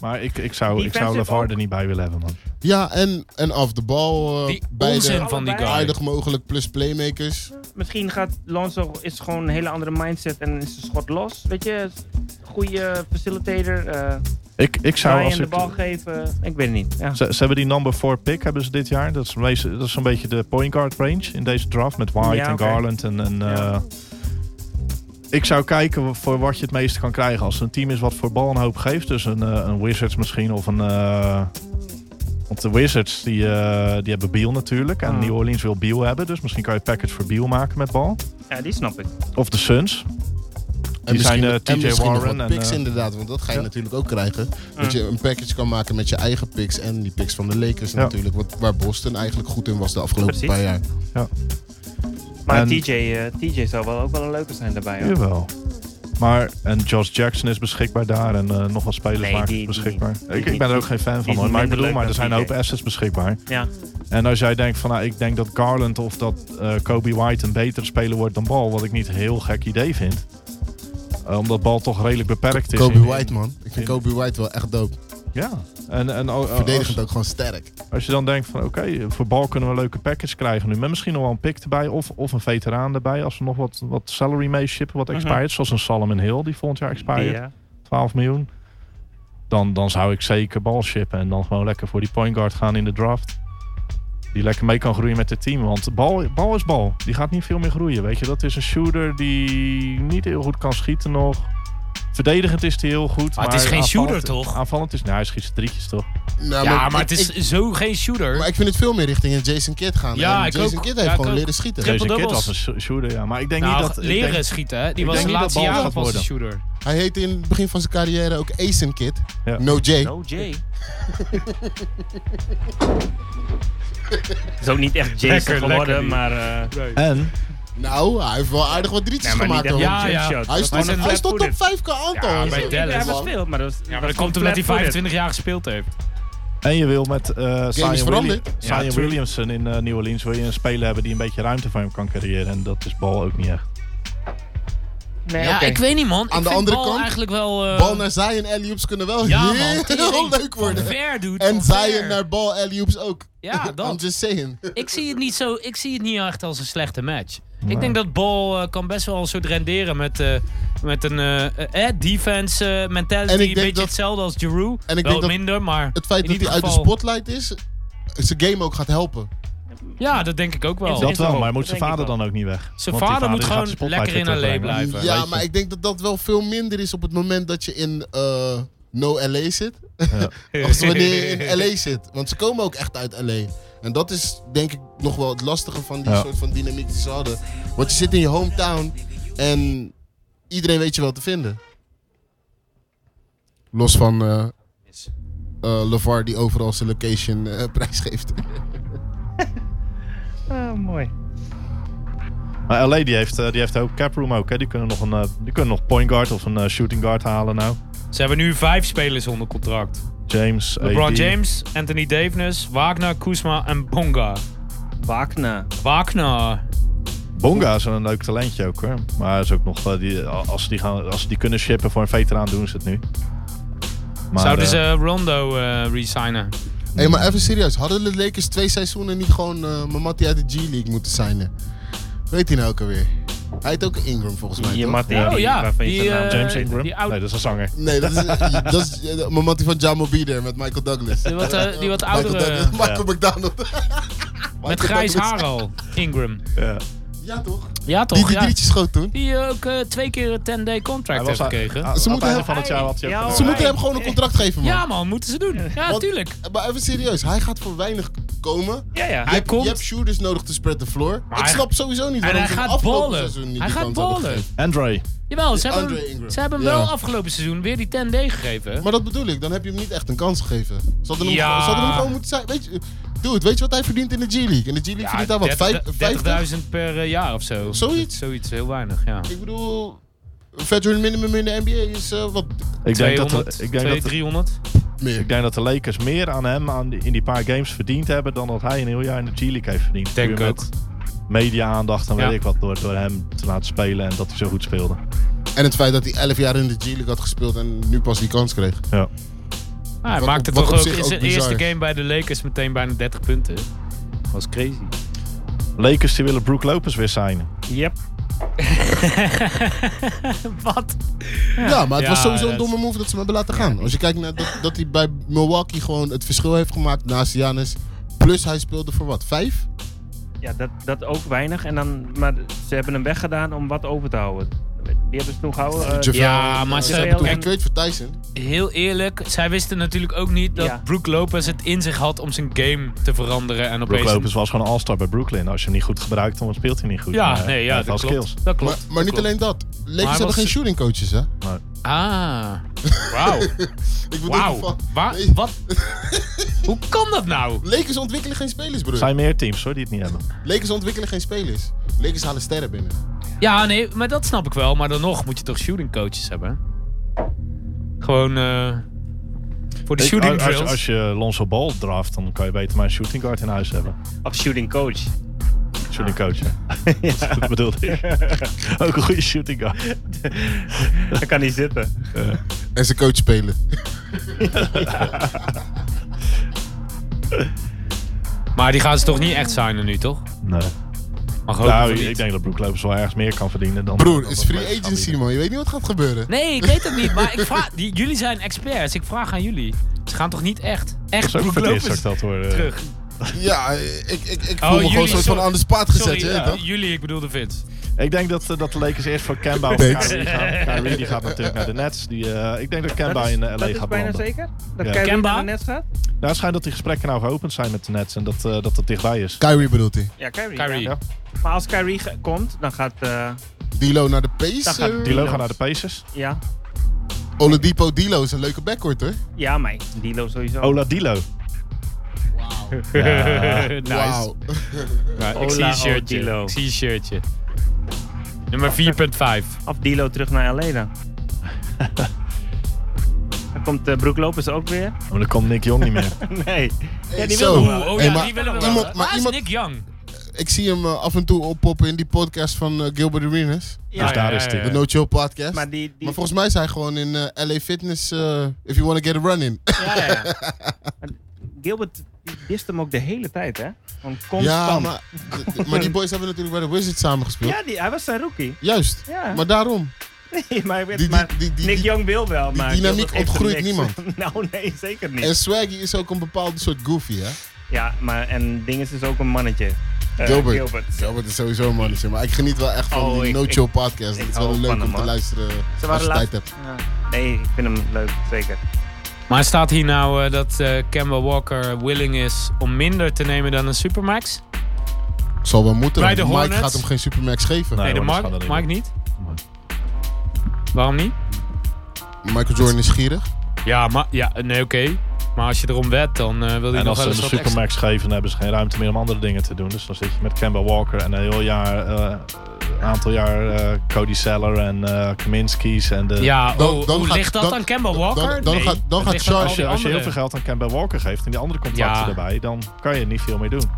Speaker 3: Maar ik, ik zou, ik zou
Speaker 4: Defensive
Speaker 3: LeVar
Speaker 4: ook.
Speaker 3: er niet bij willen hebben, man.
Speaker 5: Ja, en, en af de bal. eh
Speaker 2: die
Speaker 5: beide
Speaker 2: onzin van die
Speaker 4: allebei.
Speaker 2: guy.
Speaker 5: aardig mogelijk plus playmakers.
Speaker 4: hoor. Misschien gaat Lonzo is gewoon een hele andere mindset en is de schot los. Weet je, is een goede facilitator. eh
Speaker 3: Ik, ik zou,
Speaker 4: Ryan
Speaker 3: als
Speaker 4: de
Speaker 3: ik,
Speaker 4: bal geven. Ik weet het niet. Ja.
Speaker 3: ze, ze hebben die number 4 pick hebben ze dit jaar. Dat is, een beetje- dat is een beetje de point guard range in deze draft. Met White
Speaker 4: Ja,
Speaker 3: en
Speaker 4: oké.
Speaker 3: Garland. En, en,
Speaker 4: Ja.
Speaker 3: eh, ik zou kijken voor wat je het meeste kan krijgen. Als het een team is wat voor bal een hoop geeft. Dus een, eh, een Wizards misschien of een... eh, want de Wizards die, eh, die hebben Beal natuurlijk. En
Speaker 4: Mm.
Speaker 3: New Orleans wil Beal hebben. Dus misschien kan je package voor Beal maken met bal.
Speaker 4: ja, die snap ik.
Speaker 3: Of de Suns.
Speaker 5: En
Speaker 3: Die zijn,
Speaker 5: misschien-
Speaker 3: eh,
Speaker 5: en
Speaker 3: T.J.
Speaker 5: misschien nog
Speaker 3: Warren
Speaker 5: wat
Speaker 3: en,
Speaker 5: picks
Speaker 3: eh,
Speaker 5: inderdaad, want dat ga je
Speaker 3: ja.
Speaker 5: natuurlijk ook krijgen. Dat
Speaker 4: Mm.
Speaker 5: je een package kan maken met je eigen picks en die picks van de Lakers
Speaker 3: Ja.
Speaker 5: natuurlijk. Wat, waar Boston eigenlijk goed in was de afgelopen
Speaker 4: Precies.
Speaker 5: paar jaar.
Speaker 4: Maar
Speaker 3: En-
Speaker 4: TJ, eh, TJ zou wel ook wel een leuke zijn daarbij. hoor.
Speaker 3: Jawel. Maar, en Josh Jackson is beschikbaar daar en eh, nog wat spelers
Speaker 4: Nee,
Speaker 3: maken
Speaker 4: die-
Speaker 3: is
Speaker 4: die
Speaker 3: beschikbaar.
Speaker 4: niet. Die
Speaker 3: ik, ik
Speaker 4: niet.
Speaker 3: ben er ook geen fan van
Speaker 4: is
Speaker 3: hoor,
Speaker 4: niet
Speaker 3: maar ik
Speaker 4: minder
Speaker 3: bedoel,
Speaker 4: leuk
Speaker 3: maar er
Speaker 4: dan
Speaker 3: zijn een hoop
Speaker 4: PJ.
Speaker 3: assets beschikbaar.
Speaker 4: Ja.
Speaker 3: En als jij denkt van, nou, ik denk dat Garland of dat eh, Kobe White een betere speler wordt dan Bal, wat ik niet een heel gek idee vind. Eh, omdat Bal toch redelijk beperkt is.
Speaker 5: Kobe
Speaker 3: in- in-
Speaker 5: White, man. Ik vind
Speaker 3: in-
Speaker 5: Kobe White wel echt dope.
Speaker 3: Ja. En, en al- als,
Speaker 5: Verdedigend ook gewoon sterk.
Speaker 3: als je dan denkt van, oké, voor Bal kunnen we een leuke package krijgen nu. Met misschien nog wel een pick erbij of, of een veteraan erbij. Als we nog wat, wat salary meeshippen, wat expired. Zoals een Solomon Hill, die volgend jaar expired.
Speaker 4: Mhm. Ja.
Speaker 3: 12 miljoen. Dan, dan zou ik zeker bal shippen. En dan gewoon lekker voor die point guard gaan in de draft. Die lekker mee kan groeien met het team. Want bal, bal is bal. Die gaat niet veel meer groeien. Weet je, dat is een shooter die niet heel goed kan schieten nog. Verdedigend is hij heel goed.
Speaker 2: Maar het is geen shooter,
Speaker 3: aanvallend-
Speaker 2: toch?
Speaker 3: Aanvallend is... Nou, hij schiet zijn drietjes, toch?
Speaker 5: Nou,
Speaker 2: Ja, maar het
Speaker 5: ik-
Speaker 2: is
Speaker 5: ik-
Speaker 2: zo geen shooter.
Speaker 5: maar ik vind het veel meer richting een Jason Kidd gaan.
Speaker 2: Ja,
Speaker 5: En
Speaker 2: ik
Speaker 5: Jason
Speaker 2: ook.
Speaker 5: Kidd
Speaker 2: Ja,
Speaker 5: heeft
Speaker 2: ik
Speaker 5: gewoon
Speaker 2: ook.
Speaker 5: leren schieten.
Speaker 2: Triple
Speaker 3: Jason Kidd
Speaker 2: doubles.
Speaker 3: was een sho- shooter, ja. Maar ik denk
Speaker 2: nou,
Speaker 3: niet dat... ik
Speaker 2: leren
Speaker 3: denk-
Speaker 2: schieten, hè? Die
Speaker 3: ik
Speaker 2: was
Speaker 3: denk
Speaker 2: de
Speaker 3: niet dat
Speaker 2: laatste
Speaker 3: bal
Speaker 2: jaren
Speaker 3: gaat
Speaker 2: pas een
Speaker 3: worden.
Speaker 2: shooter.
Speaker 5: Hij heette in het begin van zijn carrière ook Asen Kid.
Speaker 3: Ja.
Speaker 5: No J.
Speaker 4: No Jay. Het is ook niet echt Jason
Speaker 2: Lekker,
Speaker 4: geworden,
Speaker 2: lekker die.
Speaker 4: maar... eh,
Speaker 3: En
Speaker 5: Nou, hij heeft wel aardig wat drietjes
Speaker 4: nee, maar
Speaker 5: gemaakt
Speaker 4: niet echt
Speaker 5: hoor.
Speaker 2: Ja,
Speaker 4: een
Speaker 2: ja.
Speaker 4: jump shot.
Speaker 5: Hij
Speaker 4: Dat was
Speaker 5: stond,
Speaker 4: een
Speaker 5: hij stond op
Speaker 4: flat-footed.
Speaker 5: 5 aantal.
Speaker 2: Ja,
Speaker 5: hoor.
Speaker 2: bij
Speaker 5: Zo.
Speaker 2: Dallas.
Speaker 4: Ja, hij speelt, maar dat, was-
Speaker 2: Ja, maar
Speaker 4: was
Speaker 2: dat komt omdat hij
Speaker 4: flat-footed.
Speaker 2: 25 jaar gespeeld heeft.
Speaker 3: En je wil met eh Zion, Willi-
Speaker 5: veranderd.
Speaker 3: Zion
Speaker 2: Ja, true.
Speaker 3: Williamson in eh, New Orleans wil je een speler hebben die een beetje ruimte voor hem kan creëren. En dat is bal ook niet echt.
Speaker 4: Nee,
Speaker 2: Ja,
Speaker 4: oké.
Speaker 2: ik weet niet, man. ik
Speaker 5: Aan de
Speaker 2: vind
Speaker 5: andere
Speaker 2: bal
Speaker 5: kant,
Speaker 2: eigenlijk wel... eh,
Speaker 5: Bal naar Zion alley-oops kunnen
Speaker 2: (laughs)
Speaker 5: wel
Speaker 2: Ja, man.
Speaker 5: heel
Speaker 2: tering.
Speaker 5: (laughs) leuk worden.
Speaker 2: Van ver, dude.
Speaker 5: En
Speaker 2: van ver.
Speaker 5: Zion naar bal alley-oops ook.
Speaker 2: Ja, dat.
Speaker 5: (laughs) I'm just saying.
Speaker 2: Ik zie het niet zo... Ik zie het niet echt als een slechte match.
Speaker 3: Nee.
Speaker 2: Ik denk dat Ball eh, kan best wel een soort renderen met... eh, met een eh, eh, defense eh, mentality,
Speaker 5: En ik
Speaker 2: een
Speaker 5: denk
Speaker 2: beetje
Speaker 5: dat-
Speaker 2: hetzelfde als Giroud.
Speaker 5: En ik
Speaker 2: wel
Speaker 5: denk dat
Speaker 2: minder, maar
Speaker 5: het feit
Speaker 2: in
Speaker 5: dat
Speaker 2: ieder
Speaker 5: hij uit de
Speaker 2: geval-
Speaker 5: spotlight is, zijn game ook gaat helpen.
Speaker 2: Ja, dat denk ik ook wel.
Speaker 4: Is-
Speaker 3: Dat wel,
Speaker 4: wel,
Speaker 3: maar
Speaker 4: dat
Speaker 3: moet zijn
Speaker 4: denk ik
Speaker 3: vader
Speaker 4: wel.
Speaker 3: dan ook niet weg?
Speaker 2: Zijn
Speaker 3: Want die
Speaker 2: vader moet
Speaker 3: die gaat
Speaker 2: gewoon
Speaker 3: de spotlight
Speaker 2: lekker in
Speaker 3: weer
Speaker 2: LA
Speaker 3: terugbrengen.
Speaker 2: blijven.
Speaker 5: Ja,
Speaker 3: Weet je.
Speaker 5: maar ik denk dat dat wel veel minder is op het moment dat je in eh, No LA zit. Als wanneer je (laughs) in LA zit. Want ze komen ook echt uit LA. En dat is denk ik nog wel het lastige van die
Speaker 3: Ja.
Speaker 5: soort van dynamiek die ze hadden. Want je zit in je hometown en iedereen weet je wel te vinden. Los van eh eh, LeVar die overal zijn location eh, (laughs) prijsgeeft.
Speaker 4: Ah, mooi.
Speaker 3: Maar LA die heeft, eh, die heeft ook caproom ook. Hè. Die kunnen nog een eh, die kunnen nog point guard of een eh, shooting guard halen nou.
Speaker 2: Ze hebben nu vijf spelers onder contract.
Speaker 3: James,
Speaker 2: LeBron
Speaker 3: AD.
Speaker 2: James, Anthony Davis, Wagner, Kuzma en Bonga.
Speaker 4: Wagner.
Speaker 2: Wagner.
Speaker 3: Bonga is een leuk talentje ook hoor. Maar hij is ook nog, eh, die, als, ze die gaan, als ze die kunnen shippen voor een veteraan doen ze het nu. Maar,
Speaker 2: Zouden
Speaker 3: eh,
Speaker 2: ze Rondo eh, resignen?
Speaker 5: Hé, hey, maar even serieus. Hadden de Lakers twee seizoenen niet gewoon eh Mamatti uit de G-League moeten signen? Weet hij nou ook alweer? Hij heet ook Ingram volgens mij,
Speaker 4: Je
Speaker 5: toch?
Speaker 4: Mattie,
Speaker 2: Oh ja,
Speaker 4: waarvan je
Speaker 2: die,
Speaker 4: zijn naam-
Speaker 2: eh,
Speaker 3: James Ingram?
Speaker 2: die oude-
Speaker 3: Nee, dat is een zanger.
Speaker 5: Nee, dat is, dat is eh, Mamatti van Jamal Bieder met Michael Douglas.
Speaker 2: Die wat, eh, die wat
Speaker 5: Michael,
Speaker 2: oudere,
Speaker 5: Douglas- Michael McDonald. Michael
Speaker 2: met grijs
Speaker 5: Douglas.
Speaker 2: haar al, Ingram.
Speaker 3: Ja.
Speaker 5: Ja, toch?
Speaker 2: Ja
Speaker 5: die
Speaker 2: toch,
Speaker 5: die
Speaker 2: ja.
Speaker 5: drietjes schoot toen.
Speaker 2: Die eh, ook eh, twee keer een 10-day contract heeft gekregen.
Speaker 3: Ze
Speaker 5: moeten
Speaker 3: moeten
Speaker 5: hem-
Speaker 3: van Ah, het jaar had hij ook
Speaker 4: Ja,
Speaker 3: een-
Speaker 5: Ze moeten
Speaker 4: Alright.
Speaker 5: hem gewoon een contract geven, man.
Speaker 2: ja man, moeten ze doen. Ja,
Speaker 5: Want-
Speaker 2: tuurlijk.
Speaker 5: Maar even serieus, hij gaat voor weinig komen.
Speaker 4: Ja, ja.
Speaker 5: je, hebt-
Speaker 2: komt-
Speaker 5: je hebt shooters nodig te spread the floor.
Speaker 2: Maar
Speaker 5: ik
Speaker 2: hij-
Speaker 5: snap sowieso niet
Speaker 2: En
Speaker 5: waarom
Speaker 2: hij
Speaker 5: ze hem
Speaker 2: gaat
Speaker 5: afgelopen
Speaker 2: ballen.
Speaker 5: seizoen niet
Speaker 2: Hij
Speaker 5: die
Speaker 2: gaat
Speaker 5: kans hadden
Speaker 2: ballen.
Speaker 5: gegeven.
Speaker 3: Andre.
Speaker 2: Jawel, ze hebben,
Speaker 5: Andre Ingram.
Speaker 2: hem- ze hebben hem wel
Speaker 5: Ja.
Speaker 2: afgelopen seizoen weer die 10-day gegeven.
Speaker 5: Maar dat bedoel ik, dan heb je hem niet echt een kans gegeven. Ze hadden hem,
Speaker 2: Ja.
Speaker 5: ze hadden hem gewoon moeten zijn. Weet je, dude, weet je wat hij verdient in de G-League? In de G-League verdient hij wat? Vijf-
Speaker 2: 30
Speaker 5: 50?
Speaker 2: 30.000 per eh, jaar of zo.
Speaker 5: Zoiets.
Speaker 2: Zoiets, heel weinig, ja.
Speaker 5: Ik bedoel, veteran minimum in de NBA is eh, wat
Speaker 3: Ik denk, dat,
Speaker 2: 200,
Speaker 3: er- ik, denk dat,
Speaker 2: 300.
Speaker 5: meer.
Speaker 3: ik denk dat de Lakers meer aan hem aan die- in die paar games verdiend hebben dan dat hij een heel jaar in de G-League heeft verdiend.
Speaker 2: Denk
Speaker 3: Puur
Speaker 2: ook.
Speaker 3: met media-aandacht en
Speaker 2: Ja.
Speaker 3: weet ik wat door, door hem te laten spelen en dat hij zo goed speelde.
Speaker 5: En het feit dat hij 11 jaar in de G-League had gespeeld en nu pas die kans kreeg.
Speaker 3: Ja.
Speaker 2: Ah, hij
Speaker 5: Wat-
Speaker 2: maakte
Speaker 5: wat
Speaker 2: toch
Speaker 5: op
Speaker 2: ook
Speaker 5: zich
Speaker 2: in
Speaker 5: ook
Speaker 2: zijn
Speaker 5: bizar
Speaker 2: eerste
Speaker 5: is.
Speaker 2: game bij de Lakers meteen bijna 30 punten. Was crazy.
Speaker 3: Lakers die willen Brook Lopez weer zijn.
Speaker 4: Yep.
Speaker 2: Wat?
Speaker 5: Ja, maar het
Speaker 2: Ja,
Speaker 5: was sowieso een
Speaker 2: dat-
Speaker 5: domme move dat ze hem hebben laten gaan. Als je kijkt naar dat, dat hij bij Milwaukee gewoon het verschil heeft gemaakt naast Giannis. Plus hij speelde voor wat? Vijf?
Speaker 4: Ja, dat, dat ook weinig. En dan, maar ze hebben hem weggedaan om wat over te houden. Die hebben ze toen gehouden. eh,
Speaker 5: Javel,
Speaker 2: ja, maar
Speaker 5: eh,
Speaker 2: ze-
Speaker 5: ze hebben toen
Speaker 2: kijk-
Speaker 5: getrade voor Tyson.
Speaker 2: Heel eerlijk, zij wisten natuurlijk ook niet dat
Speaker 4: Ja.
Speaker 2: Brook Lopez het in zich had om zijn game te veranderen. En
Speaker 3: Brook
Speaker 2: opeens...
Speaker 3: Lopez was gewoon een all-star bij Brooklyn. Als je hem niet goed gebruikt, dan speelt hij niet goed.
Speaker 2: Ja,
Speaker 3: Maar
Speaker 2: nee, ja,
Speaker 3: hij heeft wel
Speaker 2: dat
Speaker 3: skills.
Speaker 2: klopt. Dat
Speaker 5: Maar,
Speaker 2: klopt.
Speaker 5: maar niet
Speaker 2: dat
Speaker 5: alleen dat. Lakers
Speaker 2: hij
Speaker 5: hebben
Speaker 2: was-
Speaker 5: geen shooting coaches, hè? (laughs)
Speaker 2: Ah, wauw.
Speaker 5: Ik bedoel,
Speaker 2: Wauw.
Speaker 5: van-
Speaker 2: Waar-
Speaker 5: Nee,
Speaker 2: Wat? Hoe kan dat nou?
Speaker 5: Lakers ontwikkelen geen spelers,
Speaker 3: Er
Speaker 5: broer.
Speaker 3: zijn meer teams hoor, die het niet hebben.
Speaker 5: Lakers ontwikkelen geen spelers. Lakers halen sterren binnen.
Speaker 2: Ja, nee, maar dat snap ik wel. Maar dan nog moet je toch shooting coaches hebben? Gewoon eh, voor de
Speaker 3: Ik-
Speaker 2: shooting
Speaker 3: als,
Speaker 2: drills.
Speaker 3: als, als je Lonzo Ball draft, dan kan je beter maar een shooting guard in huis hebben.
Speaker 4: Of shooting coach. (laughs)
Speaker 3: Shooting coach, hè?
Speaker 2: (laughs)
Speaker 3: (laughs) Dat bedoelde ik. Ook een goede shooting
Speaker 2: (laughs)
Speaker 3: guard.
Speaker 4: Dat kan niet zitten.
Speaker 5: En ze coach spelen. (laughs)
Speaker 2: Maar die gaan ze toch niet echt signen nu, toch?
Speaker 3: Nee.
Speaker 2: Mag hopen
Speaker 3: Nou,
Speaker 2: van
Speaker 3: ik
Speaker 2: niet.
Speaker 3: denk dat Brook Lopez wel ergens meer kan verdienen dan...
Speaker 5: Broer,
Speaker 2: Oh
Speaker 3: dan
Speaker 5: is
Speaker 3: dat
Speaker 5: free
Speaker 3: Lakers
Speaker 5: agency,
Speaker 3: gaan
Speaker 5: man. Je weet niet wat gaat gebeuren.
Speaker 2: Nee, ik weet het niet. Maar ik vraag, die- jullie zijn experts. Ik vraag aan jullie. Ze gaan toch niet echt, echt
Speaker 3: bieden. Dat is ook
Speaker 2: Brook
Speaker 3: voor het eerst
Speaker 2: Lopez
Speaker 3: dat ik dat hoor. eh.
Speaker 2: terug?
Speaker 5: Ja, ik, ik, ik voel
Speaker 2: Oh,
Speaker 5: me
Speaker 2: jullie,
Speaker 5: gewoon soort van
Speaker 2: sorry.
Speaker 5: aan de spaat gezet.
Speaker 2: Sorry,
Speaker 5: hè,
Speaker 2: ja,
Speaker 5: toch?
Speaker 2: jullie, ik bedoel de Vince.
Speaker 3: Ik denk dat, eh, dat de Lakers eerst voor Kemba of
Speaker 5: Thanks.
Speaker 3: Kyrie gaan. Kyrie die gaat natuurlijk naar de Nets. Die, eh, ik denk dat Kemba
Speaker 4: dat is,
Speaker 3: in eh,
Speaker 4: dat
Speaker 3: LA
Speaker 4: is
Speaker 3: gaat
Speaker 4: bijna
Speaker 3: belanden.
Speaker 4: zeker? Dat
Speaker 3: Ja.
Speaker 4: Kyrie
Speaker 2: Kemba?
Speaker 4: naar de Nets gaat?
Speaker 3: Nou, het schijnt dat die gesprekken nou geopend zijn met de Nets en dat, eh, dat het dichtbij is.
Speaker 5: Kyrie bedoelt hij.
Speaker 4: Ja, Kyrie.
Speaker 2: Kyrie.
Speaker 4: ja. Maar als Kyrie ge- komt, dan gaat... eh,
Speaker 5: Dilo naar de
Speaker 4: Dan gaat
Speaker 5: Pacers.
Speaker 3: Die logo naar de Pacers.
Speaker 4: ja.
Speaker 5: Oladipo Dilo is een leuke backcourt hoor.
Speaker 4: ja, maar Dilo sowieso.
Speaker 3: Ola Dilo.
Speaker 2: nice.
Speaker 5: Wauw. (laughs)
Speaker 2: Ja, ik
Speaker 4: Ola
Speaker 2: zie een shirtje.
Speaker 4: Odilo.
Speaker 2: Ik zie een shirtje. Nummer 4.5.
Speaker 4: Of Dilo terug naar L.A. dan. dan komt uh, Broek Lopez ook weer.
Speaker 3: Maar dan komt Nick Jong niet meer.
Speaker 4: Nee. Ja, die
Speaker 5: zo.
Speaker 4: wil nog wel.
Speaker 2: Oeh, oh
Speaker 5: Hey,
Speaker 2: ja,
Speaker 5: maar
Speaker 2: die willen we
Speaker 5: iemand-
Speaker 2: wel.
Speaker 5: maar
Speaker 2: Waar is
Speaker 5: iemand-
Speaker 2: Nick Young?
Speaker 5: Ik zie hem eh, af en toe oppoppen in die podcast van eh, Gilbert Arenas.
Speaker 4: Ja,
Speaker 3: dus daar is
Speaker 2: ja,
Speaker 3: die.
Speaker 2: ja,
Speaker 5: De
Speaker 2: ja.
Speaker 5: No Chill podcast.
Speaker 4: Maar
Speaker 5: Maar,
Speaker 4: die... die
Speaker 5: volgens mij is hij gewoon in eh, LA Fitness. eh, if you want to get a run in.
Speaker 4: ja, ja, ja. Maar Gilbert die dist hem ook de hele tijd, hè? Want constant.
Speaker 5: ja, maar, maar die boys hebben natuurlijk bij de Wizards samengespeeld.
Speaker 4: Ja, die, hij was zijn rookie. (laughs)
Speaker 5: Juist.
Speaker 4: Ja.
Speaker 5: Maar daarom.
Speaker 4: Nee, maar,
Speaker 5: die-
Speaker 4: maar
Speaker 5: die- die-
Speaker 4: Nick
Speaker 5: die-
Speaker 4: Young wil wel,
Speaker 5: die
Speaker 4: maar...
Speaker 5: dynamiek
Speaker 4: Gilbert heeft er
Speaker 5: ontgroeit
Speaker 4: niks. (laughs) nou, nee, zeker niet.
Speaker 5: En Swaggy is ook een bepaald soort goofy, hè?
Speaker 4: Ja, maar en Dinges is ook een mannetje. Eh,
Speaker 5: Gilbert. Gilbert is sowieso een mannetje. Maar ik geniet wel echt van
Speaker 4: Oh,
Speaker 5: die
Speaker 4: ik-
Speaker 5: No
Speaker 4: ik-
Speaker 5: Chill podcast.
Speaker 4: ik
Speaker 5: Het is
Speaker 4: hou
Speaker 5: wel
Speaker 4: ook
Speaker 5: leuk
Speaker 4: van
Speaker 5: om
Speaker 4: hem,
Speaker 5: te
Speaker 4: hoor.
Speaker 5: luisteren als
Speaker 4: Ze waren
Speaker 5: je tijd
Speaker 4: laatst...
Speaker 5: hebt.
Speaker 4: Ja. Nee, ik vind hem leuk, zeker.
Speaker 2: Maar staat hier nou eh, dat eh Kemba Walker willing is om minder te nemen dan een Supermax?
Speaker 5: Zal wel moeten.
Speaker 2: Bij
Speaker 5: want
Speaker 2: de
Speaker 5: Mike
Speaker 2: Hornets?
Speaker 5: gaat hem geen supermax geven.
Speaker 2: Nee,
Speaker 3: Nee,
Speaker 2: de
Speaker 3: hoor, dat
Speaker 2: Mark,
Speaker 3: gaat
Speaker 2: Mark
Speaker 3: dat
Speaker 2: niet. Waarom niet?
Speaker 5: Michael Jordan is gierig.
Speaker 2: Ja, maar, ja nee, oké. Maar als je erom wedt, dan eh, wil hij
Speaker 3: En
Speaker 2: nog
Speaker 3: als
Speaker 2: wel
Speaker 3: ze hem
Speaker 2: eens
Speaker 3: de
Speaker 2: wat extra-
Speaker 3: Supermax geven, dan hebben ze geen ruimte meer om andere dingen te doen. Dus dan zit je met Kemba Walker en een heel jaar, eh, een aantal jaar eh, Cody Seller en eh Kaminsky's. En de,
Speaker 2: Ja,
Speaker 5: Dan-
Speaker 2: oh,
Speaker 5: dan
Speaker 2: hoe
Speaker 5: gaat-
Speaker 2: ligt dat
Speaker 5: dan-
Speaker 2: aan Kemba
Speaker 5: dan-
Speaker 2: Walker?
Speaker 5: dan- dan
Speaker 2: Nee,
Speaker 5: gaat- dan
Speaker 2: het
Speaker 5: gaat
Speaker 2: ligt aan al
Speaker 5: Charles-
Speaker 2: die
Speaker 3: Als je, als je heel veel
Speaker 2: anderen.
Speaker 3: geld aan Kemba Walker geeft en die andere contracten
Speaker 2: Ja.
Speaker 3: erbij, dan kan je niet veel meer doen.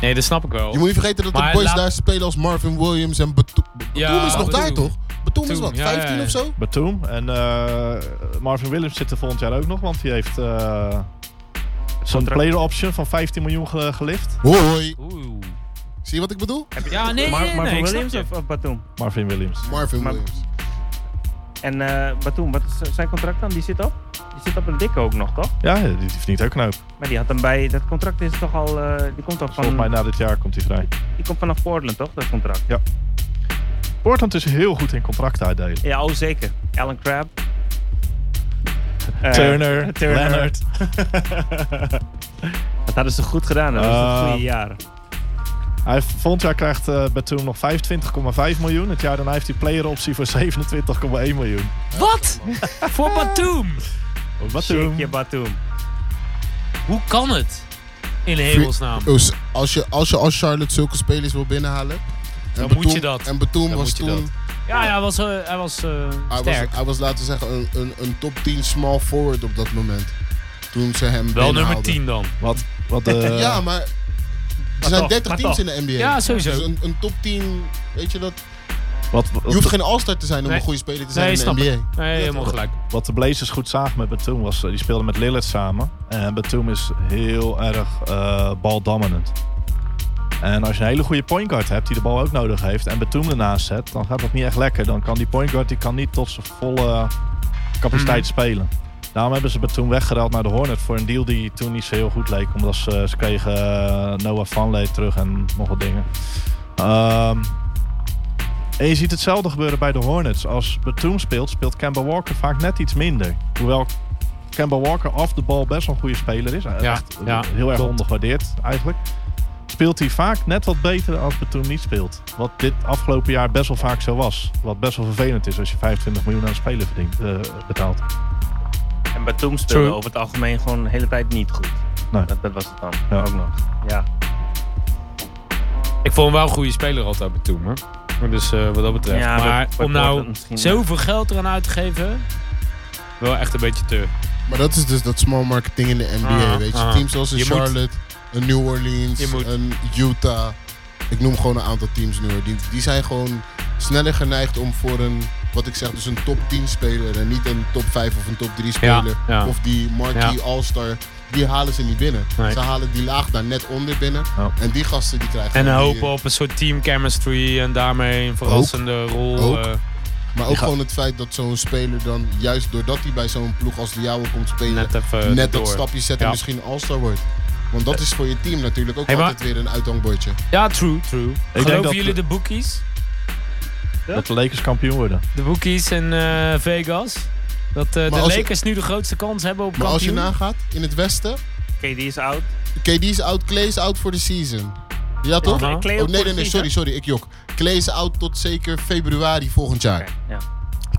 Speaker 2: Nee, dat snap ik wel.
Speaker 5: Je moet niet vergeten dat
Speaker 2: Maar
Speaker 5: de boys
Speaker 2: laat-
Speaker 5: daar spelen als Marvin Williams en Batum.
Speaker 2: Ja,
Speaker 5: Batum is nog
Speaker 2: Batum.
Speaker 5: daar, toch? Batum is
Speaker 2: Batum,
Speaker 5: wat,
Speaker 2: ja, ja,
Speaker 5: 15
Speaker 2: ja.
Speaker 5: of zo?
Speaker 3: Batum en eh, Marvin Williams zit er volgend jaar ook nog, want die heeft eh zo'n player option van 15 miljoen ge- gelift.
Speaker 5: Hoi, hoi.
Speaker 2: Oeh.
Speaker 5: Zie je wat ik bedoel?
Speaker 2: Ja, nee,
Speaker 4: maar
Speaker 2: nee,
Speaker 4: maar
Speaker 2: nee,
Speaker 4: voor
Speaker 2: ik snap
Speaker 4: Williams
Speaker 2: je.
Speaker 4: of, of Batum?
Speaker 3: Marvin Williams.
Speaker 5: Marvin
Speaker 4: Maar-
Speaker 5: Williams.
Speaker 4: En eh Batum, wat is zijn contract dan? Die zit op? Die zit op een dikke ook nog, toch?
Speaker 3: Ja, die verdient ook een hoop.
Speaker 4: Maar die had hem bij... Dat contract is toch al... eh, die komt al
Speaker 3: Volgens mij
Speaker 4: van...
Speaker 3: na dit jaar komt hij vrij.
Speaker 4: Die komt vanaf Portland, toch? Dat contract.
Speaker 3: Portland is heel goed in contracten uitdelen.
Speaker 4: Ja, oh zeker. Alan Crabb. Eh,
Speaker 3: Turner, Leonard.
Speaker 4: Dat hadden ze goed gedaan. Dat was een
Speaker 3: Eh,
Speaker 4: goede jaar.
Speaker 3: Hij, volgend jaar krijgt eh Batum nog 25,5 miljoen. Het jaar daarna heeft hij playeroptie voor 27,1 miljoen.
Speaker 2: Wat? (laughs) voor Batum?
Speaker 3: Batum.
Speaker 4: Shake je Batum.
Speaker 2: Hoe kan het? In hemelsnaam.
Speaker 5: Dus als je, als je als Charlotte zulke spelers wil binnenhalen... en
Speaker 2: Dan moet je dat.
Speaker 5: En Batum
Speaker 3: Dan
Speaker 5: was
Speaker 3: moet je
Speaker 5: toen...
Speaker 3: dat.
Speaker 2: Ja, ja, hij was, eh, hij was eh,
Speaker 5: Hij was,
Speaker 2: sterk.
Speaker 5: hij was, laten we zeggen, een, een, een top 10 small forward op dat moment. Toen ze hem
Speaker 2: Wel nummer
Speaker 5: binnenhaalden.
Speaker 2: 10 dan.
Speaker 3: Wat, wat,
Speaker 5: (laughs)
Speaker 3: eh,
Speaker 5: Ja, maar... Er
Speaker 4: toch,
Speaker 5: zijn 30
Speaker 4: maar
Speaker 5: teams in
Speaker 4: toch.
Speaker 5: de NBA.
Speaker 2: Ja, sowieso.
Speaker 5: Dus een, een top 10, weet je dat?
Speaker 3: wat,
Speaker 5: Je
Speaker 3: wat,
Speaker 5: hoeft geen all-star te zijn om
Speaker 2: Nee.
Speaker 5: een goede speler te zijn
Speaker 2: Nee,
Speaker 5: in de
Speaker 2: snap
Speaker 5: NBA.
Speaker 2: ik. Nee, helemaal gelijk.
Speaker 3: wat de Blazers goed zagen met Batum was, eh, die speelde met Lillard samen. En Batum is heel erg eh baldominant. En als je een hele goede point guard hebt die de bal ook nodig heeft en Batum ernaast zet, dan gaat dat niet echt lekker. Dan kan die point guard die kan niet tot zijn volle capaciteit spelen. Daarom hebben ze Batum weggeruild naar de Hornet voor een deal die toen niet zo heel goed leek. Omdat ze, ze kregen eh, Noah Fanley terug en nog wat dingen. Ehm, en je ziet hetzelfde gebeuren bij de Hornets. Als Batum speelt, speelt Kemba Walker vaak net iets minder. Hoewel Kemba Walker af de bal best wel een goede speler is. Eh,
Speaker 2: Ja,
Speaker 3: Echt
Speaker 2: ja,
Speaker 3: heel erg
Speaker 2: klopt.
Speaker 3: ondergewaardeerd eigenlijk. Speelt hij vaak net wat beter als Batum niet speelt. Wat dit afgelopen jaar best wel vaak zo was. Wat best wel vervelend is als je 25 miljoen aan een speler verdient, eh, betaalt.
Speaker 4: En Batum speelde
Speaker 2: True.
Speaker 4: over het algemeen gewoon de hele tijd niet goed.
Speaker 3: Nee.
Speaker 4: Dat, dat was het dan
Speaker 3: Ja.
Speaker 4: ook nog. Ja.
Speaker 2: Ik vond hem wel een goede speler altijd bij Toen. Hoor. Dus eh, wat dat betreft.
Speaker 4: Ja,
Speaker 2: maar
Speaker 4: bij- bij
Speaker 2: om nou
Speaker 4: Portland misschien,
Speaker 2: zoveel geld eraan uit te geven, wel echt een beetje te.
Speaker 5: Maar dat is dus dat small marketing in de NBA,
Speaker 2: Ah,
Speaker 5: weet je.
Speaker 2: ah.
Speaker 5: Teams zoals een
Speaker 2: Je moet-
Speaker 5: Charlotte, een New
Speaker 2: Je
Speaker 5: Orleans,
Speaker 2: moet-
Speaker 5: een Utah. Ik noem gewoon een aantal teams nu. hoor. Die, die zijn gewoon sneller geneigd om voor een, wat ik zeg, dus een top 10 speler. En niet een top 5 of een top 3 speler.
Speaker 2: ja.
Speaker 5: Of die marquee all-star. Die halen ze niet binnen.
Speaker 2: Nee.
Speaker 5: Ze halen die laag daar net onder binnen.
Speaker 3: Ja.
Speaker 5: En die gasten die krijgen...
Speaker 2: En
Speaker 5: gewoon
Speaker 2: hopen
Speaker 5: die- eh,
Speaker 2: op een soort team chemistry en daarmee een verrassende rol.
Speaker 5: Ook.
Speaker 2: eh,
Speaker 5: Maar ook
Speaker 3: Ja.
Speaker 5: gewoon het feit dat zo'n speler dan, juist doordat hij bij zo'n ploeg als de jouwe komt spelen,
Speaker 2: net even
Speaker 5: net
Speaker 2: door.
Speaker 5: dat stapje zet en
Speaker 2: Ja. Eh.
Speaker 5: misschien all-star wordt. Want dat is voor je team natuurlijk ook
Speaker 2: Hey, maar-
Speaker 5: altijd weer een uithangbordje.
Speaker 2: Ja, true, true.
Speaker 3: denk
Speaker 2: Geloven
Speaker 3: dat-
Speaker 2: jullie de bookies?
Speaker 3: Dat de Lakers kampioen worden.
Speaker 2: De bookies in eh, Vegas? Dat eh, de
Speaker 5: als je-
Speaker 2: Lakers nu de grootste kans hebben op
Speaker 5: Maar als je
Speaker 2: kampioen?
Speaker 5: nagaat, in het westen,
Speaker 4: KD is oud.
Speaker 5: KD is out, Clay is out voor de season. Ja toch?
Speaker 2: Aha.
Speaker 4: En Clay
Speaker 5: Oh,
Speaker 4: ook
Speaker 5: nee, nee,
Speaker 4: voor de
Speaker 5: nee,
Speaker 4: season.
Speaker 5: sorry, sorry, ik jok. Clay is out tot zeker februari volgend jaar.
Speaker 4: Oké,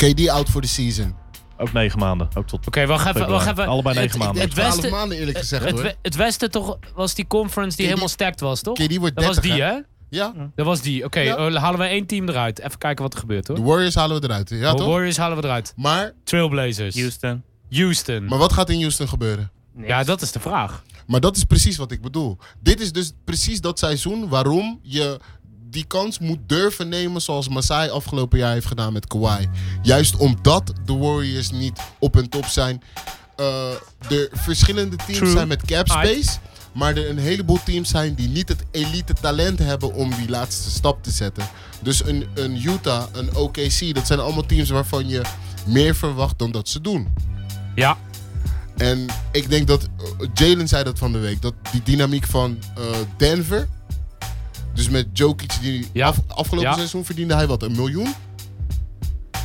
Speaker 4: ja.
Speaker 5: KD out voor de season.
Speaker 3: Ook negen maanden. Ook tot
Speaker 2: Oké, wacht even, wacht even.
Speaker 3: Allebei
Speaker 5: Het-
Speaker 3: negen maanden.
Speaker 5: Ik denk 12
Speaker 2: Westen-
Speaker 5: maanden eerlijk gezegd
Speaker 2: Het,
Speaker 5: hoor.
Speaker 2: we- het Westen toch was die conference die
Speaker 5: KD
Speaker 2: helemaal stacked was, toch?
Speaker 5: KD wordt
Speaker 2: Dat
Speaker 5: 30
Speaker 2: was die,
Speaker 5: hè?
Speaker 2: hè?
Speaker 5: Ja,
Speaker 2: Dat was die. Oké,
Speaker 5: Ja.
Speaker 2: eh, halen we één team eruit. Even kijken wat er gebeurt, hoor.
Speaker 5: de Warriors halen we eruit. Ja
Speaker 2: De
Speaker 5: toch?
Speaker 2: Warriors halen we eruit.
Speaker 5: Maar,
Speaker 2: Trailblazers.
Speaker 4: Houston.
Speaker 2: Houston.
Speaker 5: maar wat gaat in Houston gebeuren?
Speaker 2: Ja, dat is de vraag.
Speaker 5: Maar dat is precies wat ik bedoel. Dit is dus precies dat seizoen waarom je die kans moet durven nemen zoals Masai afgelopen jaar heeft gedaan met Kawhi. Juist omdat de Warriors niet op hun top zijn. Eh, er verschillende teams
Speaker 2: True.
Speaker 5: zijn met cap
Speaker 2: Aight.
Speaker 5: space. Maar er een heleboel teams zijn die niet het elite talent hebben om die laatste stap te zetten. Dus een, een Utah, een OKC, dat zijn allemaal teams waarvan je meer verwacht dan dat ze doen.
Speaker 2: Ja.
Speaker 5: En ik denk dat eh, Jalen zei dat van de week. Dat die dynamiek van eh, Denver. Dus met Jokic die
Speaker 2: Ja.
Speaker 5: af- afgelopen
Speaker 2: Ja.
Speaker 5: seizoen verdiende hij wat een miljoen.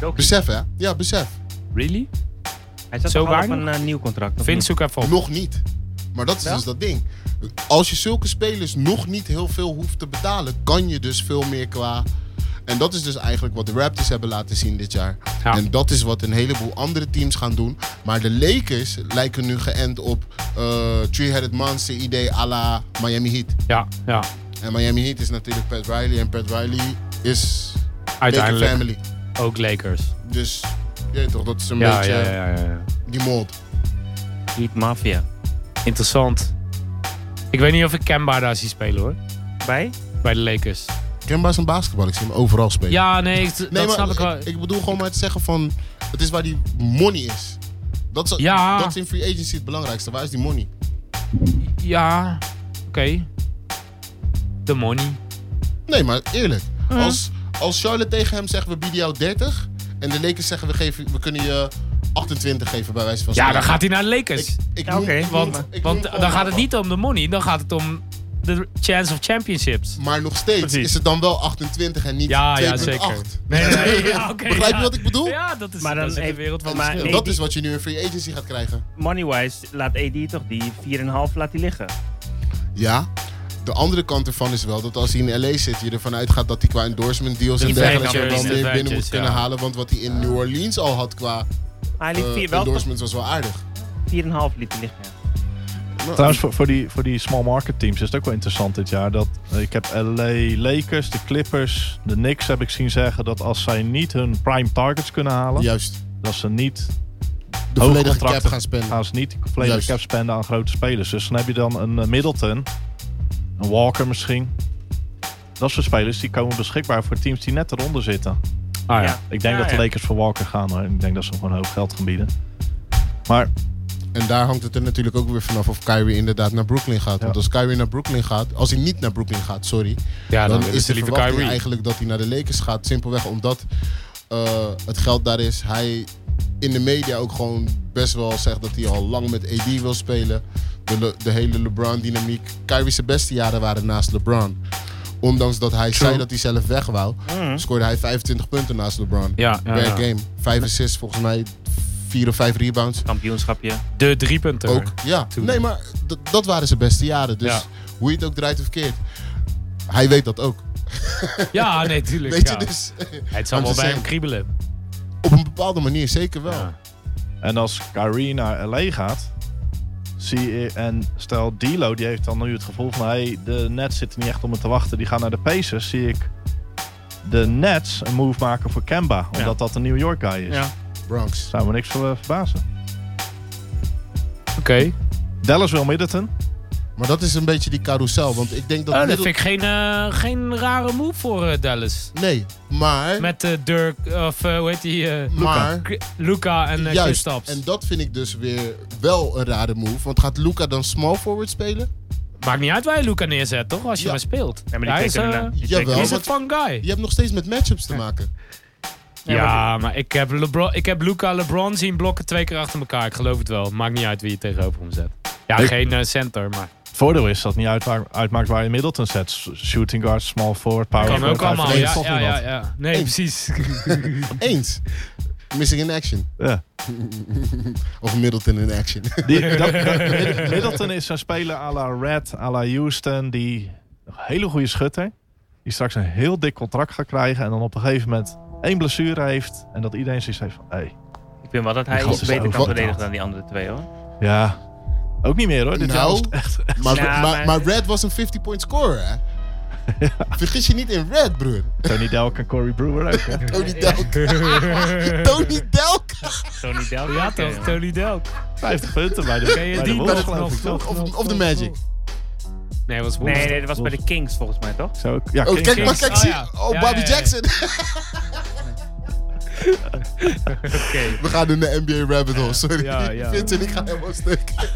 Speaker 4: Jokic.
Speaker 5: Besef hè? Ja, besef.
Speaker 2: Really?
Speaker 4: Hij zat
Speaker 2: Zo
Speaker 4: toch al op
Speaker 2: weinig?
Speaker 4: een eh, nieuw contract. of
Speaker 2: Vince,
Speaker 4: niet?
Speaker 2: zoek even op.
Speaker 5: Nog niet. Maar dat is dus dat ding. Als je zulke spelers nog niet heel veel hoeft te betalen, kan je dus veel meer qua. En dat is dus eigenlijk wat de Raptors hebben laten zien dit jaar.
Speaker 2: Ja.
Speaker 5: En dat is wat een heleboel andere teams gaan doen. Maar de Lakers lijken nu geënt op eh Three-Headed Monster idee à la Miami Heat.
Speaker 2: Ja, ja.
Speaker 5: En Miami Heat is natuurlijk Pat Riley. En Pat Riley is Laker
Speaker 2: Uiteindelijk
Speaker 5: family.
Speaker 2: ook Lakers.
Speaker 5: Dus je weet toch, dat is een
Speaker 2: Ja,
Speaker 5: beetje
Speaker 2: ja, ja, ja, ja.
Speaker 5: die mold.
Speaker 4: Heat Mafia.
Speaker 2: Interessant. Ik weet niet of ik Kemba daar zie spelen, hoor.
Speaker 4: Bij?
Speaker 2: Bij de Lakers.
Speaker 5: Kemba is een basketbal. Ik zie hem overal spelen.
Speaker 2: Ja, nee, ik- dat
Speaker 5: maar
Speaker 2: snap ik wel.
Speaker 5: Ik bedoel gewoon maar te zeggen van... Het is waar die money is. Dat is,
Speaker 2: Ja.
Speaker 5: dat is in free agency het belangrijkste. Waar is die money?
Speaker 2: Ja, oké. De money.
Speaker 5: Nee, maar eerlijk.
Speaker 2: Uh-huh.
Speaker 5: Als, als Charlotte tegen hem zegt, we bieden jou 30... en de Lakers zeggen, we, geven, we kunnen je 28 geven bij wijze van
Speaker 2: Ja,
Speaker 5: spreken.
Speaker 2: dan gaat hij naar de Lakers.
Speaker 5: Ik, ik
Speaker 4: Ja,
Speaker 5: noem-
Speaker 4: oké.
Speaker 5: ik noem-
Speaker 2: want
Speaker 5: ik noem
Speaker 2: want
Speaker 5: gewoon
Speaker 2: dan gaat het
Speaker 5: Rafa.
Speaker 2: niet om de money, dan gaat het om de chance of championships.
Speaker 5: Maar nog steeds
Speaker 4: Precies.
Speaker 5: is het dan wel 28 en niet
Speaker 2: Ja,
Speaker 5: 2,8.
Speaker 2: ja, zeker. Nee, nee, nee, (laughs)
Speaker 5: (laughs)
Speaker 2: ja, oké,
Speaker 5: Begrijp je
Speaker 2: ja.
Speaker 5: wat ik bedoel?
Speaker 2: Ja, dat is,
Speaker 4: Maar dan
Speaker 2: dat is in de
Speaker 4: even-
Speaker 2: wereld van
Speaker 5: En
Speaker 4: maar-
Speaker 5: dat-
Speaker 4: nee,
Speaker 5: dat
Speaker 4: die-
Speaker 5: is wat je nu in free agency gaat krijgen.
Speaker 4: Moneywise laat AD toch die 4,5 laat hij liggen.
Speaker 5: Ja. De andere kant ervan is wel dat als hij in LA zit, je ervan uitgaat dat hij qua endorsement deals en
Speaker 2: Die
Speaker 5: dergelijke
Speaker 2: vrijkampers,
Speaker 5: wel
Speaker 2: die
Speaker 5: meer binnen
Speaker 2: vrijkampers,
Speaker 5: moet kunnen
Speaker 2: ja.
Speaker 5: halen. Want wat hij in New Orleans al had qua
Speaker 4: Maar hij
Speaker 5: eh,
Speaker 4: liet vier, wel toch 4,5
Speaker 5: endorsements was wel aardig.
Speaker 4: liet hij liggen. ja.
Speaker 3: Trouwens, voor, voor, die, voor die small market teams is het ook wel interessant dit jaar. Dat, eh, ik heb LA Lakers, de Clippers, de Knicks heb ik zien zeggen dat als zij niet hun prime targets kunnen halen,
Speaker 5: Juist.
Speaker 3: dat ze niet
Speaker 5: De
Speaker 3: Hoge
Speaker 5: volledige cap
Speaker 3: contracten.
Speaker 5: gaan
Speaker 2: Ah,
Speaker 5: spenden.
Speaker 3: gaan ze niet die volledige
Speaker 5: Juist.
Speaker 3: cap spenden aan grote spelers. Dus dan heb je dan een eh, Middleton, een Walker misschien. Dat soort spelers die komen beschikbaar voor teams die net eronder zitten.
Speaker 2: Ah,
Speaker 4: Ja.
Speaker 3: Ik denk
Speaker 4: Ja,
Speaker 3: dat de
Speaker 4: ja.
Speaker 3: Lakers voor Walker gaan hoor. Ik denk dat ze hem gewoon hoog geld gaan bieden. Maar
Speaker 5: En daar hangt het er natuurlijk ook weer vanaf of Kyrie inderdaad naar Brooklyn gaat. Want
Speaker 3: Ja.
Speaker 5: als Kyrie naar Brooklyn gaat, als hij niet naar Brooklyn gaat, sorry.
Speaker 2: Ja,
Speaker 5: dan,
Speaker 2: dan,
Speaker 5: is
Speaker 2: het
Speaker 5: de
Speaker 2: liever
Speaker 5: verwachting
Speaker 2: Kyrie.
Speaker 5: eigenlijk dat hij naar de Lakers gaat. Simpelweg omdat eh, het geld daar is. Hij in de media ook gewoon best wel zegt dat hij al lang met AD wil spelen. De, Le- de hele LeBron-dynamiek. Kyrie's zijn beste jaren waren naast LeBron. Ondanks dat hij zei dat hij zelf weg wou, scoorde hij 25 punten naast LeBron.
Speaker 2: Mm. Ja, ja,
Speaker 5: per
Speaker 2: ja.
Speaker 5: game. 5 assists, volgens mij 4 of 5 rebounds.
Speaker 4: Kampioenschapje.
Speaker 2: De driepunter.
Speaker 5: Ook, ja. Nee, maar dat- dat waren zijn beste jaren. Dus
Speaker 2: Ja.
Speaker 5: hoe je het ook draait of keert. Hij weet dat ook.
Speaker 2: Ja, nee, tuurlijk.
Speaker 5: (laughs) Weet
Speaker 2: ja.
Speaker 5: je dus?
Speaker 2: Het zal
Speaker 5: I'm
Speaker 2: wel bij hem
Speaker 5: just saying.
Speaker 2: kriebelen.
Speaker 5: Op een bepaalde manier, zeker wel.
Speaker 2: Ja.
Speaker 3: En als Kyrie naar LA gaat, zie je, en stel Dilo, die heeft dan nu het gevoel van, hey, de Nets zitten niet echt om het te wachten, die gaan naar de Pacers, zie ik de Nets een move maken voor Kemba, omdat dat een New York guy is.
Speaker 4: Ja.
Speaker 5: Bronx.
Speaker 3: Zou me niks voor eh, verbazen.
Speaker 2: Oké.
Speaker 3: Dallas wil Middleton.
Speaker 5: Maar dat is een beetje die carousel. Want ik denk dat.
Speaker 2: Oh, dat
Speaker 5: Middle-
Speaker 2: vind ik geen, eh, geen rare move voor eh, Dallas.
Speaker 5: Nee, maar.
Speaker 2: Met eh, Dirk, of eh, hoe heet die? eh
Speaker 5: maar.
Speaker 2: Cri- Luca en eh Chris
Speaker 5: Juist.
Speaker 2: Stapps.
Speaker 5: En dat vind ik dus weer wel een rare move. Want gaat Luca dan small forward spelen?
Speaker 2: Maakt niet uit waar je Luca neerzet, toch? Als je
Speaker 5: Ja.
Speaker 2: maar speelt.
Speaker 4: Ja, maar die
Speaker 2: Hij is,
Speaker 4: twee kunnen,
Speaker 2: eh,
Speaker 4: eh, die twee
Speaker 5: jawel,
Speaker 4: kunnen-
Speaker 2: Hij
Speaker 5: Ja,
Speaker 2: is een fun guy.
Speaker 5: Je hebt nog steeds met matchups te maken.
Speaker 2: Ja, maar ik heb, LeBron, ik heb Luca LeBron zien blokken twee keer achter elkaar. Ik geloof het wel. Maakt niet uit wie je tegenover hem zet. Ja,
Speaker 3: Ik-
Speaker 5: Oh,
Speaker 2: geen eh, center, maar...
Speaker 3: Het voordeel is dat het niet uitma- uitmaakt waar je Middleton zet. S- Shooting guard, small forward, power
Speaker 2: Kan
Speaker 3: forward.
Speaker 2: ook allemaal.
Speaker 3: hij
Speaker 2: Ja, ja,
Speaker 3: verdedigt toch
Speaker 2: ja,
Speaker 3: niemand.
Speaker 2: ja. Nee,
Speaker 5: Eén.
Speaker 2: precies. (laughs)
Speaker 5: Eens. Missing in action.
Speaker 3: Ja.
Speaker 5: Of Middleton in action.
Speaker 2: (laughs)
Speaker 5: (laughs)
Speaker 3: Die, dat, dat- Mid- Middleton is een speler à la Red, à la Houston. Die een hele goede schutter. Die straks een heel dik contract gaat krijgen. En dan op een gegeven moment één blessure heeft. En dat iedereen zoiets heeft van... Hey,
Speaker 4: Ik vind wel dat hij
Speaker 3: Die gast
Speaker 4: iets
Speaker 3: is
Speaker 4: beter kan
Speaker 3: overbetaald.
Speaker 4: verdedigen dan die andere twee hoor.
Speaker 3: ja, ook niet meer hoor. Dit jaar
Speaker 5: Nou.
Speaker 3: was het echt...
Speaker 5: Maar, maar,
Speaker 4: Ja, maar-
Speaker 5: maar Red was een 50-point scorer,
Speaker 2: (laughs)
Speaker 5: hè? Vergis je niet in Red, broer.
Speaker 3: Tony Delk en Corey Brewer ook.
Speaker 2: (laughs)
Speaker 3: hè.
Speaker 5: Tony Delk. Tony Delk.
Speaker 4: Tony Dell.
Speaker 2: ja, toch, Tony Delk.
Speaker 3: 50 punten bij de,
Speaker 2: Ken je
Speaker 3: bij de
Speaker 2: die nog?
Speaker 3: Wolves geloof ik toch?
Speaker 5: Of, of de Magic.
Speaker 2: Nee, was Wolves.
Speaker 4: Nee, nee, dat was bij de Kings volgens mij toch?
Speaker 3: Zo, ja,
Speaker 5: Oh,
Speaker 3: King-
Speaker 5: kijk, maar kijk,
Speaker 2: Oh,
Speaker 5: zie.
Speaker 2: ja.
Speaker 5: Oh,
Speaker 2: Ja,
Speaker 5: Bobby
Speaker 2: ja, ja.
Speaker 5: Jackson. (laughs)
Speaker 2: Oké.
Speaker 5: We gaan in de NBA rabbit hole, sorry.
Speaker 2: Ja, ja.
Speaker 5: (laughs) Vincent, ik ga helemaal stuk. (laughs)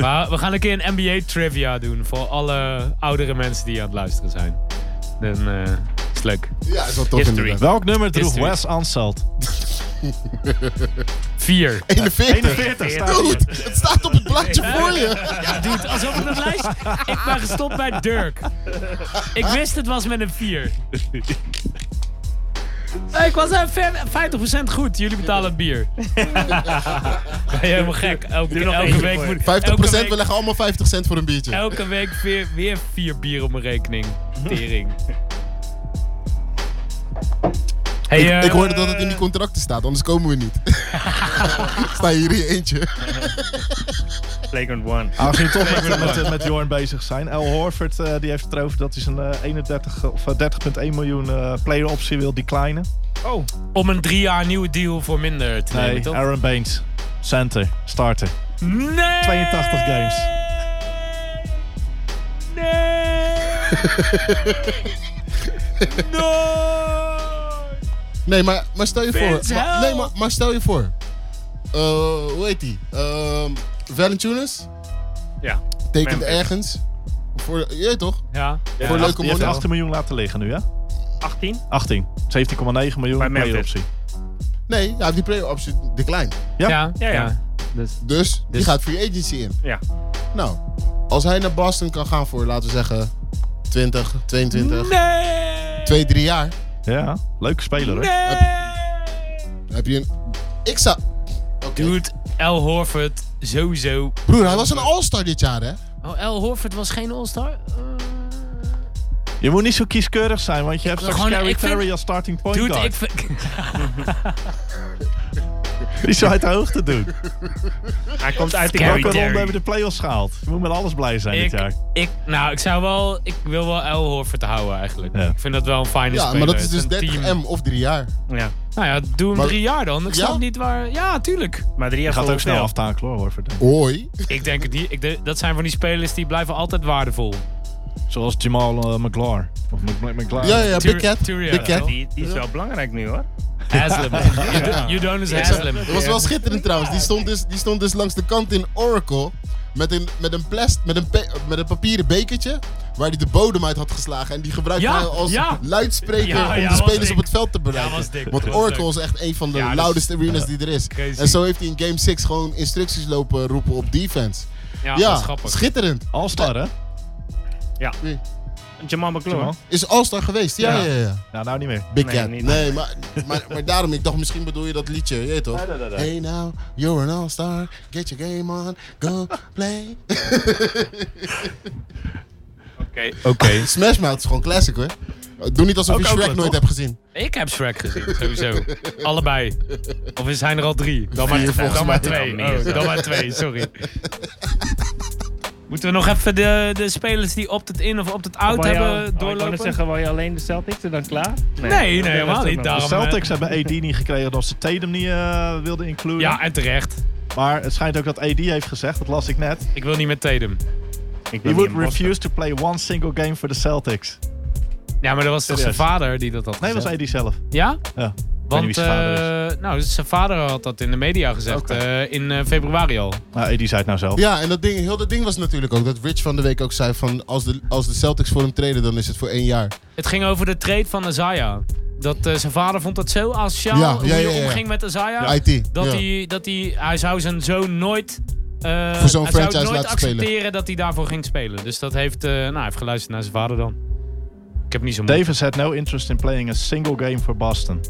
Speaker 2: Maar we gaan een keer een NBA trivia doen voor alle oudere mensen die aan het luisteren zijn. Dan eh is het leuk.
Speaker 5: Ja, is wel tof
Speaker 2: History.
Speaker 5: inderdaad.
Speaker 3: Welk nummer droeg
Speaker 2: History.
Speaker 3: Wes Anselt?
Speaker 2: Vier.
Speaker 5: 41.
Speaker 3: 41 staat hier.
Speaker 5: Dude, Oh, het staat op het blaadje
Speaker 2: (laughs)
Speaker 5: voor je.
Speaker 2: Ja, dude, alsof ik dat lijst. Ik ben gestopt bij Dirk. Ik wist het was met een 4. Ik was eh, ver- 50% goed. Jullie betalen het bier. Ben je helemaal gek? Elke,
Speaker 4: nog
Speaker 2: elke
Speaker 4: eentje
Speaker 2: week
Speaker 4: voor.
Speaker 2: moet
Speaker 5: 50%,
Speaker 2: elke week-
Speaker 5: we leggen allemaal 50 cent voor een biertje.
Speaker 2: Elke week weer, weer vier bier op mijn rekening. Tering. Hey, eh,
Speaker 5: Ik hoorde dat het in die contracten staat, anders komen we niet. (laughs) Sta je hier in je eentje.
Speaker 4: Playground One.
Speaker 3: Als je toch met, met, met Jorn bezig zijn. El Horford eh, die heeft het erover dat hij zijn eh, 31 of eh, 30,1 miljoen eh, player optie wil declinen.
Speaker 2: oh, om een drie jaar nieuwe deal voor minder te nemen,
Speaker 3: Nee,
Speaker 2: toch?
Speaker 3: Aaron Baines. Center, starter.
Speaker 2: Nee!
Speaker 3: 82 games.
Speaker 2: Nee! (laughs) Nooit!
Speaker 5: Nee, maar, maar stel je
Speaker 2: Vince,
Speaker 5: voor. Maar, nee,
Speaker 2: help!
Speaker 5: maar, maar stel je voor. Eh, hoe heet die? Ehm Valentunas?
Speaker 4: Ja.
Speaker 5: Tekent
Speaker 4: Memphis.
Speaker 5: ergens. Voor, je weet toch?
Speaker 2: Ja.
Speaker 5: Voor leuke
Speaker 3: Die heeft
Speaker 5: money.
Speaker 3: 18 miljoen laten liggen nu, hè?
Speaker 4: 18?
Speaker 3: 18. 17,9 miljoen
Speaker 4: Bij Memphis.
Speaker 3: player optie.
Speaker 5: Nee, hij heeft die player optie decline.
Speaker 3: Ja.
Speaker 2: Ja,
Speaker 4: Ja, ja.
Speaker 2: Dus,
Speaker 5: Dus, die
Speaker 2: Dus-
Speaker 5: gaat free agency in.
Speaker 4: Ja.
Speaker 5: Nou, als hij naar Boston kan gaan voor, laten we zeggen, 20, 22,
Speaker 2: nee!
Speaker 5: 2, 3 jaar.
Speaker 3: Ja, leuke speler, hoor.
Speaker 2: Nee!
Speaker 5: Heb je een... Ik zou... Oké.
Speaker 2: Dude, L. Horford, sowieso.
Speaker 5: Broer, hij was een all-star dit jaar, hè?
Speaker 2: Oh, L. Horford was geen All-Star? Eh,
Speaker 3: Je moet niet zo kieskeurig zijn, want je hebt
Speaker 2: wil
Speaker 3: straks
Speaker 2: gewoon-
Speaker 3: Carey
Speaker 2: ik vind-
Speaker 3: Terry als starting point
Speaker 2: Dude,
Speaker 3: guard.
Speaker 2: ik vind... (laughs)
Speaker 3: Die zou uit de hoogte doen.
Speaker 4: Hij komt uit
Speaker 2: Carry
Speaker 4: de
Speaker 3: Welke
Speaker 4: Carry
Speaker 3: ronde
Speaker 2: Terry.
Speaker 3: hebben we de playoffs gehaald? Je moet met alles blij zijn dit jaar.
Speaker 2: Ik, ik, nou, ik zou wel... Ik wil wel L. Horford houden, eigenlijk.
Speaker 3: Ja.
Speaker 2: Ik vind dat wel een fijne
Speaker 5: Ja,
Speaker 2: speler.
Speaker 5: maar dat is
Speaker 2: Het
Speaker 5: dus
Speaker 2: een
Speaker 5: 30
Speaker 2: team.
Speaker 5: M of 3 jaar.
Speaker 4: Ja.
Speaker 2: Nou ja, doe hem
Speaker 5: Maar-
Speaker 2: drie jaar dan. Ik
Speaker 5: Ja?
Speaker 2: snap niet waar... Ja, tuurlijk.
Speaker 4: Maar drie
Speaker 3: Je
Speaker 4: jaar
Speaker 3: gaat ook
Speaker 4: voor
Speaker 3: snel
Speaker 4: hoeveel?
Speaker 3: aftakelen, hoor, Horford.
Speaker 5: Hoi.
Speaker 2: Ik denk het niet. Ik denk- dat zijn van die spelers die blijven altijd waardevol.
Speaker 3: Zoals Jamal eh, McGlar. Of Mc- Mc- McGlar.
Speaker 5: Ja, ja, ja, Big
Speaker 2: Tur-
Speaker 5: Cat.
Speaker 2: Turia.
Speaker 5: Big Cat.
Speaker 4: Die, die is wel belangrijk nu hoor.
Speaker 3: (laughs)
Speaker 2: Haslem. You don't is Haslem.
Speaker 5: Dat was wel schitterend trouwens. Die stond dus, die stond dus langs de kant in Oracle. Met een, met, een plast, met, een pe- met een papieren bekertje. Waar hij de bodem uit had geslagen. En die gebruikte
Speaker 2: Ja,
Speaker 5: hij als
Speaker 2: ja.
Speaker 5: luidspreker
Speaker 2: Ja,
Speaker 5: om
Speaker 2: ja,
Speaker 5: de
Speaker 2: was
Speaker 5: spelers
Speaker 2: dik.
Speaker 5: op het veld te
Speaker 2: Ja, was
Speaker 5: bereiken.
Speaker 2: dik.
Speaker 5: Want
Speaker 2: Dat was
Speaker 5: Oracle
Speaker 2: leuk.
Speaker 5: is echt een van de
Speaker 2: Ja, dat
Speaker 5: loudest arenas die er is.
Speaker 2: Crazy.
Speaker 5: En zo heeft hij in game 6 gewoon instructies lopen roepen op defense.
Speaker 2: Ja,
Speaker 5: Ja,
Speaker 2: dat is grappig.
Speaker 5: schitterend.
Speaker 3: All-star, hè?
Speaker 4: Jamal McClure.
Speaker 3: Jamal?
Speaker 5: Is All-Star geweest? Ja,
Speaker 3: Ja.
Speaker 5: ja, ja.
Speaker 3: Nou, nou niet meer.
Speaker 5: Big
Speaker 4: Nee,
Speaker 5: Cat.
Speaker 4: niet.
Speaker 5: Nee, maar, maar, maar daarom, ik dacht misschien bedoel je dat liedje, je weet toch? Hey now, you're an all-star, get your game on, go play. (laughs)
Speaker 2: Oké. (laughs)
Speaker 5: Smash Mouth is gewoon classic hoor. Doe niet alsof
Speaker 3: Ook
Speaker 5: je Shrek
Speaker 3: Oakland,
Speaker 5: nooit
Speaker 3: toch?
Speaker 5: hebt gezien.
Speaker 2: Ik heb Shrek gezien, sowieso. Allebei. Of er zijn er al drie? Dan maar,
Speaker 5: Vier volgens
Speaker 2: dan maar
Speaker 5: mij.
Speaker 2: twee.
Speaker 4: Dan meer
Speaker 2: Oh,
Speaker 4: zelfs.
Speaker 2: dan maar twee,
Speaker 4: (laughs)
Speaker 2: sorry. Moeten we nog even de, de spelers die opt het in of opt het out hebben
Speaker 4: Oh, Ik wou net
Speaker 2: doorlopen?
Speaker 4: zeggen, wou je alleen de Celtics en dan klaar?
Speaker 2: Nee, nee, helemaal
Speaker 4: dat is
Speaker 2: niet.
Speaker 4: ook
Speaker 3: De
Speaker 2: Daarom-
Speaker 4: nog-
Speaker 2: maar-
Speaker 3: Celtics hebben AD niet gekregen omdat ze Tatum niet eh, wilden includen.
Speaker 2: Ja, en terecht.
Speaker 3: Maar het schijnt ook dat AD heeft gezegd, dat las ik net.
Speaker 2: Ik wil niet met Tatum.
Speaker 4: Ik wil
Speaker 3: He
Speaker 4: niet
Speaker 3: would
Speaker 4: in Boston.
Speaker 3: refuse to play one single game for the Celtics.
Speaker 2: Ja, maar dat was toch zijn
Speaker 3: Serieus?
Speaker 2: vader die dat had
Speaker 3: Nee, dat was
Speaker 2: gezegd?
Speaker 3: AD zelf.
Speaker 2: Ja?
Speaker 3: Ja. Ik weet niet wie
Speaker 2: Want
Speaker 3: zijn vader is.
Speaker 2: eh nou, zijn vader had dat in de media gezegd.
Speaker 3: Oké.
Speaker 2: eh, in eh, februari al.
Speaker 3: Nou, AD zei het nou zelf.
Speaker 5: Ja, en dat ding, heel dat ding was natuurlijk ook dat Rich van de week ook zei van als de, als de Celtics voor hem treden, dan is het voor één jaar.
Speaker 2: Het ging over de trade van Isaiah. Dat eh, zijn vader vond dat zo asociaal
Speaker 5: Ja,
Speaker 2: hoe
Speaker 5: ja,
Speaker 2: hij
Speaker 5: ja, ja.
Speaker 2: omging met Isaiah.
Speaker 5: IT.
Speaker 2: Dat,
Speaker 5: ja.
Speaker 2: hij, dat hij, hij zou zijn zoon nooit eh,
Speaker 5: Voor zo'n
Speaker 2: hij zou
Speaker 5: franchise
Speaker 2: nooit
Speaker 5: laten spelen.
Speaker 2: accepteren dat hij daarvoor ging spelen. Dus dat heeft, eh, nou, hij heeft geluisterd naar zijn vader dan. Ik heb niet zo'n moeite.
Speaker 3: Davis had no interest in playing a single game for Boston.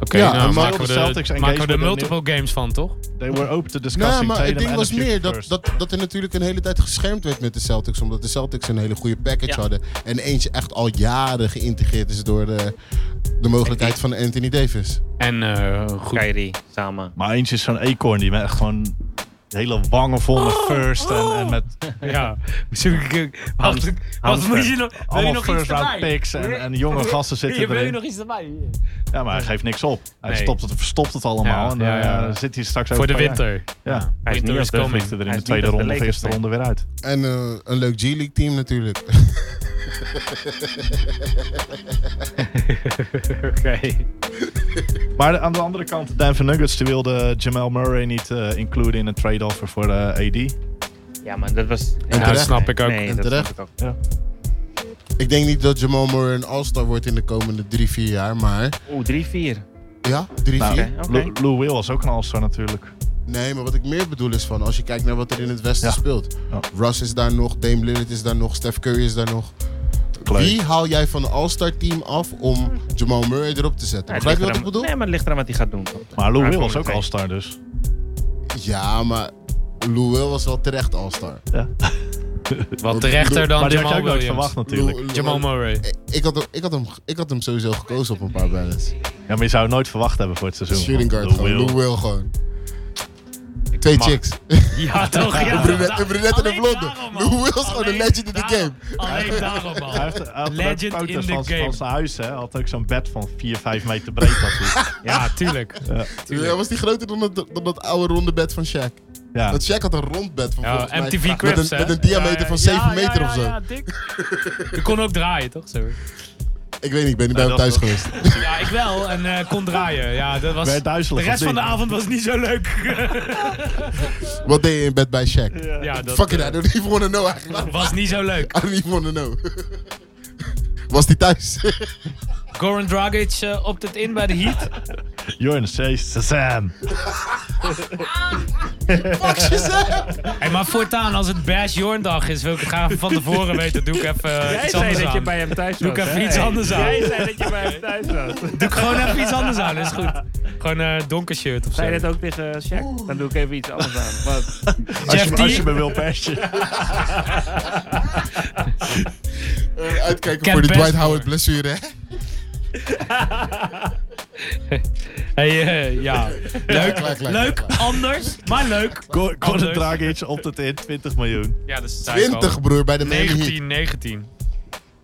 Speaker 2: Oké,
Speaker 5: Ja, en
Speaker 2: nou, maken
Speaker 3: Celtics
Speaker 2: we de,
Speaker 3: engaged
Speaker 2: maken we
Speaker 3: met
Speaker 2: er
Speaker 3: een
Speaker 2: multiple games van, toch?
Speaker 3: They were open to
Speaker 5: Nou,
Speaker 3: discussing
Speaker 5: maar het
Speaker 3: Tatum
Speaker 5: ding
Speaker 3: and
Speaker 5: was
Speaker 3: the future
Speaker 5: meer dat,
Speaker 3: first.
Speaker 5: dat, dat er natuurlijk een hele tijd geschermd werd met de Celtics. Omdat de Celtics een hele goede package
Speaker 2: Ja.
Speaker 5: hadden. En eentje echt al jaren geïntegreerd is door de, de mogelijkheid van Anthony Davis.
Speaker 2: En eh, goed.
Speaker 4: Kyrie samen.
Speaker 3: Maar eentje is zo'n eekhoorn die met echt gewoon hele wangen vol met
Speaker 5: Oh,
Speaker 3: first en, en met
Speaker 2: Ja. Zoek ik- Wat,
Speaker 3: Hamster.
Speaker 2: wat moet je nog? Wil je
Speaker 3: allemaal
Speaker 2: nog iets
Speaker 3: first round
Speaker 2: erbij?
Speaker 3: picks en, en jonge gasten
Speaker 2: Hier,
Speaker 3: zitten
Speaker 2: wil je
Speaker 3: erin.
Speaker 2: nog iets erbij?
Speaker 3: Ja, maar hij geeft niks op. Hij
Speaker 2: Nee.
Speaker 3: stopt het, verstopt het allemaal
Speaker 2: Ja,
Speaker 3: en dan
Speaker 2: ja, ja.
Speaker 3: eh, dan zit hij straks
Speaker 2: Voor
Speaker 3: over
Speaker 2: de
Speaker 3: een paar jaar. (laughs)
Speaker 2: winter.
Speaker 3: Ja.
Speaker 4: Hij is
Speaker 2: Winter
Speaker 4: niet
Speaker 2: is
Speaker 4: als de
Speaker 2: coming.
Speaker 3: Vliegt er in
Speaker 4: Hij
Speaker 3: de
Speaker 4: is
Speaker 3: tweede
Speaker 4: niet als de
Speaker 3: ronde of
Speaker 4: Lakers
Speaker 3: eerste
Speaker 4: mee.
Speaker 3: ronde weer uit.
Speaker 5: En eh, een leuk G-League team
Speaker 3: (laughs)
Speaker 5: natuurlijk.
Speaker 2: Oké.
Speaker 3: Maar aan de andere kant, de Denver Nuggets die wilde Jamal Murray niet eh includen in een trade offer voor eh, de AD.
Speaker 4: Ja, maar dat was...
Speaker 5: En
Speaker 4: ja,
Speaker 2: dat
Speaker 5: terecht.
Speaker 2: snap ik ook.
Speaker 4: Nee,
Speaker 5: En
Speaker 4: dat
Speaker 5: terecht.
Speaker 4: snap ik ook.
Speaker 5: ik denk niet dat Jamal Murray een All-Star wordt in de komende drie, vier jaar. Maar
Speaker 4: Oeh, drie, vier.
Speaker 5: ja, drie,
Speaker 3: Nou,
Speaker 5: vier.
Speaker 4: Oké.
Speaker 3: Lou- Lou Will was ook een all-star natuurlijk.
Speaker 5: Nee, maar wat ik meer bedoel is van als je kijkt naar wat er in het Westen
Speaker 3: Ja.
Speaker 5: speelt.
Speaker 3: Ja.
Speaker 5: Russ is daar nog, Dame Lillard is daar nog, Steph Curry is daar nog.
Speaker 3: Clay.
Speaker 5: Wie haal jij van een All-Star team af om Jamal Murray erop te zetten? Begrijp
Speaker 4: Het
Speaker 5: je
Speaker 4: ligt
Speaker 5: wat ik
Speaker 4: eraan-
Speaker 5: bedoel?
Speaker 4: Nee, maar het ligt eraan wat hij gaat doen. toch?
Speaker 3: Maar Lou Will was
Speaker 4: Aankomende
Speaker 3: ook
Speaker 4: twee.
Speaker 3: all-star dus.
Speaker 5: Ja, maar Lou Will was wel terecht All-Star.
Speaker 3: Ja.
Speaker 2: Wat terechter dan
Speaker 3: maar die had je
Speaker 2: Jamal
Speaker 3: ook nooit verwacht
Speaker 2: Williams.
Speaker 3: natuurlijk.
Speaker 5: Lou-
Speaker 2: Jamal
Speaker 3: (laughs)
Speaker 2: Murray.
Speaker 5: Ik had, hem, ik, had hem, ik had hem sowieso gekozen op een paar ballots.
Speaker 3: Ja, maar je zou het nooit verwacht hebben voor het seizoen.
Speaker 5: Shooting
Speaker 3: Want
Speaker 5: guard gewoon.
Speaker 3: Lou
Speaker 5: Lou
Speaker 3: Will.
Speaker 5: Will gewoon. Twee
Speaker 2: mag-
Speaker 5: (laughs) chicks.
Speaker 2: Ja, toch? Ja,
Speaker 5: Een brunette-
Speaker 2: Da-
Speaker 5: een brunette en een
Speaker 2: alleen
Speaker 5: blonde.
Speaker 2: daarom, man.
Speaker 5: Lou Will is gewoon een
Speaker 2: Alleen
Speaker 5: legend in de
Speaker 2: daarom.
Speaker 5: game.
Speaker 2: Alleen daarom, man.
Speaker 3: Hij heeft, hij had
Speaker 2: Legend
Speaker 3: ook foto's
Speaker 2: in the
Speaker 3: van,
Speaker 2: game.
Speaker 3: van zijn huis, hè. Hij had ook zo'n bed van 4, 5 meter breed. Dat
Speaker 2: (laughs)
Speaker 3: hij-
Speaker 2: Ja, tuurlijk.
Speaker 5: Ja, was die groter dan dat, dan dat oude ronde bed van Shaq?
Speaker 3: ja.
Speaker 5: Dat Shaq had een rond bed van
Speaker 2: Ja,
Speaker 5: volgens mij.
Speaker 2: MTV
Speaker 5: met
Speaker 2: Cribs,
Speaker 5: een,
Speaker 2: hè?
Speaker 5: met een diameter van 7 meter of zo.
Speaker 2: Ja, dik. Je kon ook draaien, toch? Zo.
Speaker 5: Ik weet niet, ik ben niet bij hem
Speaker 3: dat-
Speaker 5: thuis geweest. (laughs)
Speaker 2: Ja, ik wel. En eh, kon draaien. Ja, dat was...
Speaker 3: Werd
Speaker 2: De
Speaker 3: duizelig,
Speaker 2: rest
Speaker 3: of
Speaker 2: van de
Speaker 3: niet?
Speaker 2: avond was niet zo leuk. (laughs)
Speaker 5: Wat deed je in bed bij Shaq?
Speaker 2: ja, dat
Speaker 5: Fuck it,
Speaker 2: eh,
Speaker 5: I don't even wanna know eigenlijk.
Speaker 2: was niet zo leuk.
Speaker 5: I don't even wanna know. (laughs) Was die thuis? (laughs)
Speaker 2: Goran Dragic eh, opt het in bij de Heat.
Speaker 3: Jorn, Chase, Sam.
Speaker 5: Fuck
Speaker 2: (laughs)
Speaker 5: jezelf!
Speaker 2: Hey, maar voortaan, als het Bash Jorndag is, wil ik het graag van tevoren weten. Doe ik even eh,
Speaker 4: Jij
Speaker 2: iets
Speaker 4: zei
Speaker 2: anders
Speaker 4: dat je
Speaker 2: aan.
Speaker 4: bij hem thuis was.
Speaker 2: Doe ik even
Speaker 4: hè?
Speaker 2: iets anders aan.
Speaker 4: Jij zei dat je bij hem thuis was.
Speaker 2: Doe ik gewoon even iets anders aan, is goed. Gewoon een donker shirt of zo.
Speaker 4: Zei je dat ook tegen eh, Shaq? Dan doe ik even iets anders aan. Wat?
Speaker 3: Als
Speaker 2: Jeff
Speaker 3: je, als je
Speaker 2: T.
Speaker 3: me wil
Speaker 2: (laughs)
Speaker 3: persen.
Speaker 5: Eh, Uitkijken
Speaker 2: Ken
Speaker 5: voor die
Speaker 2: best
Speaker 5: Dwight
Speaker 2: voor.
Speaker 5: Howard blessure, hè?
Speaker 2: Hey, eh, ja. Leuk,
Speaker 5: klaar, klaar,
Speaker 2: leuk,
Speaker 5: klaar.
Speaker 2: anders, maar leuk.
Speaker 3: Gordon
Speaker 2: Anders.
Speaker 3: Dragic op het in, 20 miljoen.
Speaker 2: Ja, dat is
Speaker 5: 20 broer, bij de Miami Heat.
Speaker 2: 19, 19.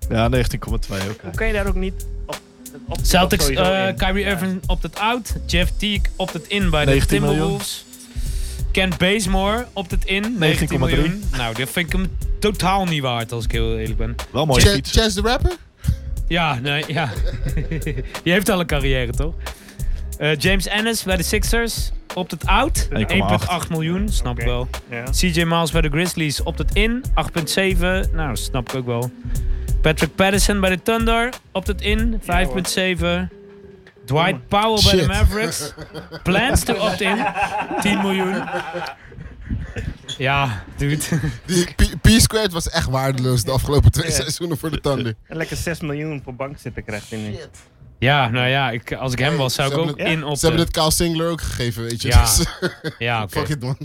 Speaker 3: Ja, 19,2 ook.
Speaker 4: Hoe kan je daar ook niet op... op
Speaker 2: Celtics,
Speaker 4: sowieso
Speaker 2: eh,
Speaker 4: in?
Speaker 2: Kyrie
Speaker 4: Ja.
Speaker 2: Irving opt het out. Jeff Teague opt het in bij de
Speaker 3: 19 miljoen.
Speaker 2: Timberwolves. Ken Bazemore opt het in, 19
Speaker 3: 19,3.
Speaker 2: miljoen. Nou, dat vind ik hem totaal niet waard, als ik heel eerlijk ben.
Speaker 3: Wel mooi
Speaker 5: Ch-
Speaker 3: iets.
Speaker 5: Chance the Rapper?
Speaker 2: Ja, nee, ja. (laughs) Die heeft al een carrière, toch? Eh, James Ennis bij de Sixers opt het out. 1,8 miljoen, snap ik
Speaker 4: Oké.
Speaker 2: wel.
Speaker 4: Ja.
Speaker 2: CJ Miles bij de Grizzlies opt het in. 8,7. Nou, snap ik ook wel. Patrick Patterson bij de Thunder opt het in. 5,7. Dwight Powell bij de
Speaker 5: Shit.
Speaker 2: Mavericks. Plans to opt in. 10 miljoen. Ja, dude.
Speaker 5: Die P- P-Squared was echt waardeloos de afgelopen twee seizoenen voor de Thunder.
Speaker 4: En lekker 6 miljoen voor bank zitten krijgt hij nu.
Speaker 2: Ja, nou ja, ik, als ik hem was, zou ik
Speaker 5: Ze
Speaker 2: ook
Speaker 5: hebben
Speaker 2: in op.
Speaker 5: Ze hebben het Kyle Singler ook gegeven, weet je.
Speaker 2: Ja,
Speaker 5: Dus,
Speaker 2: Ja, oké.
Speaker 5: fuck it man.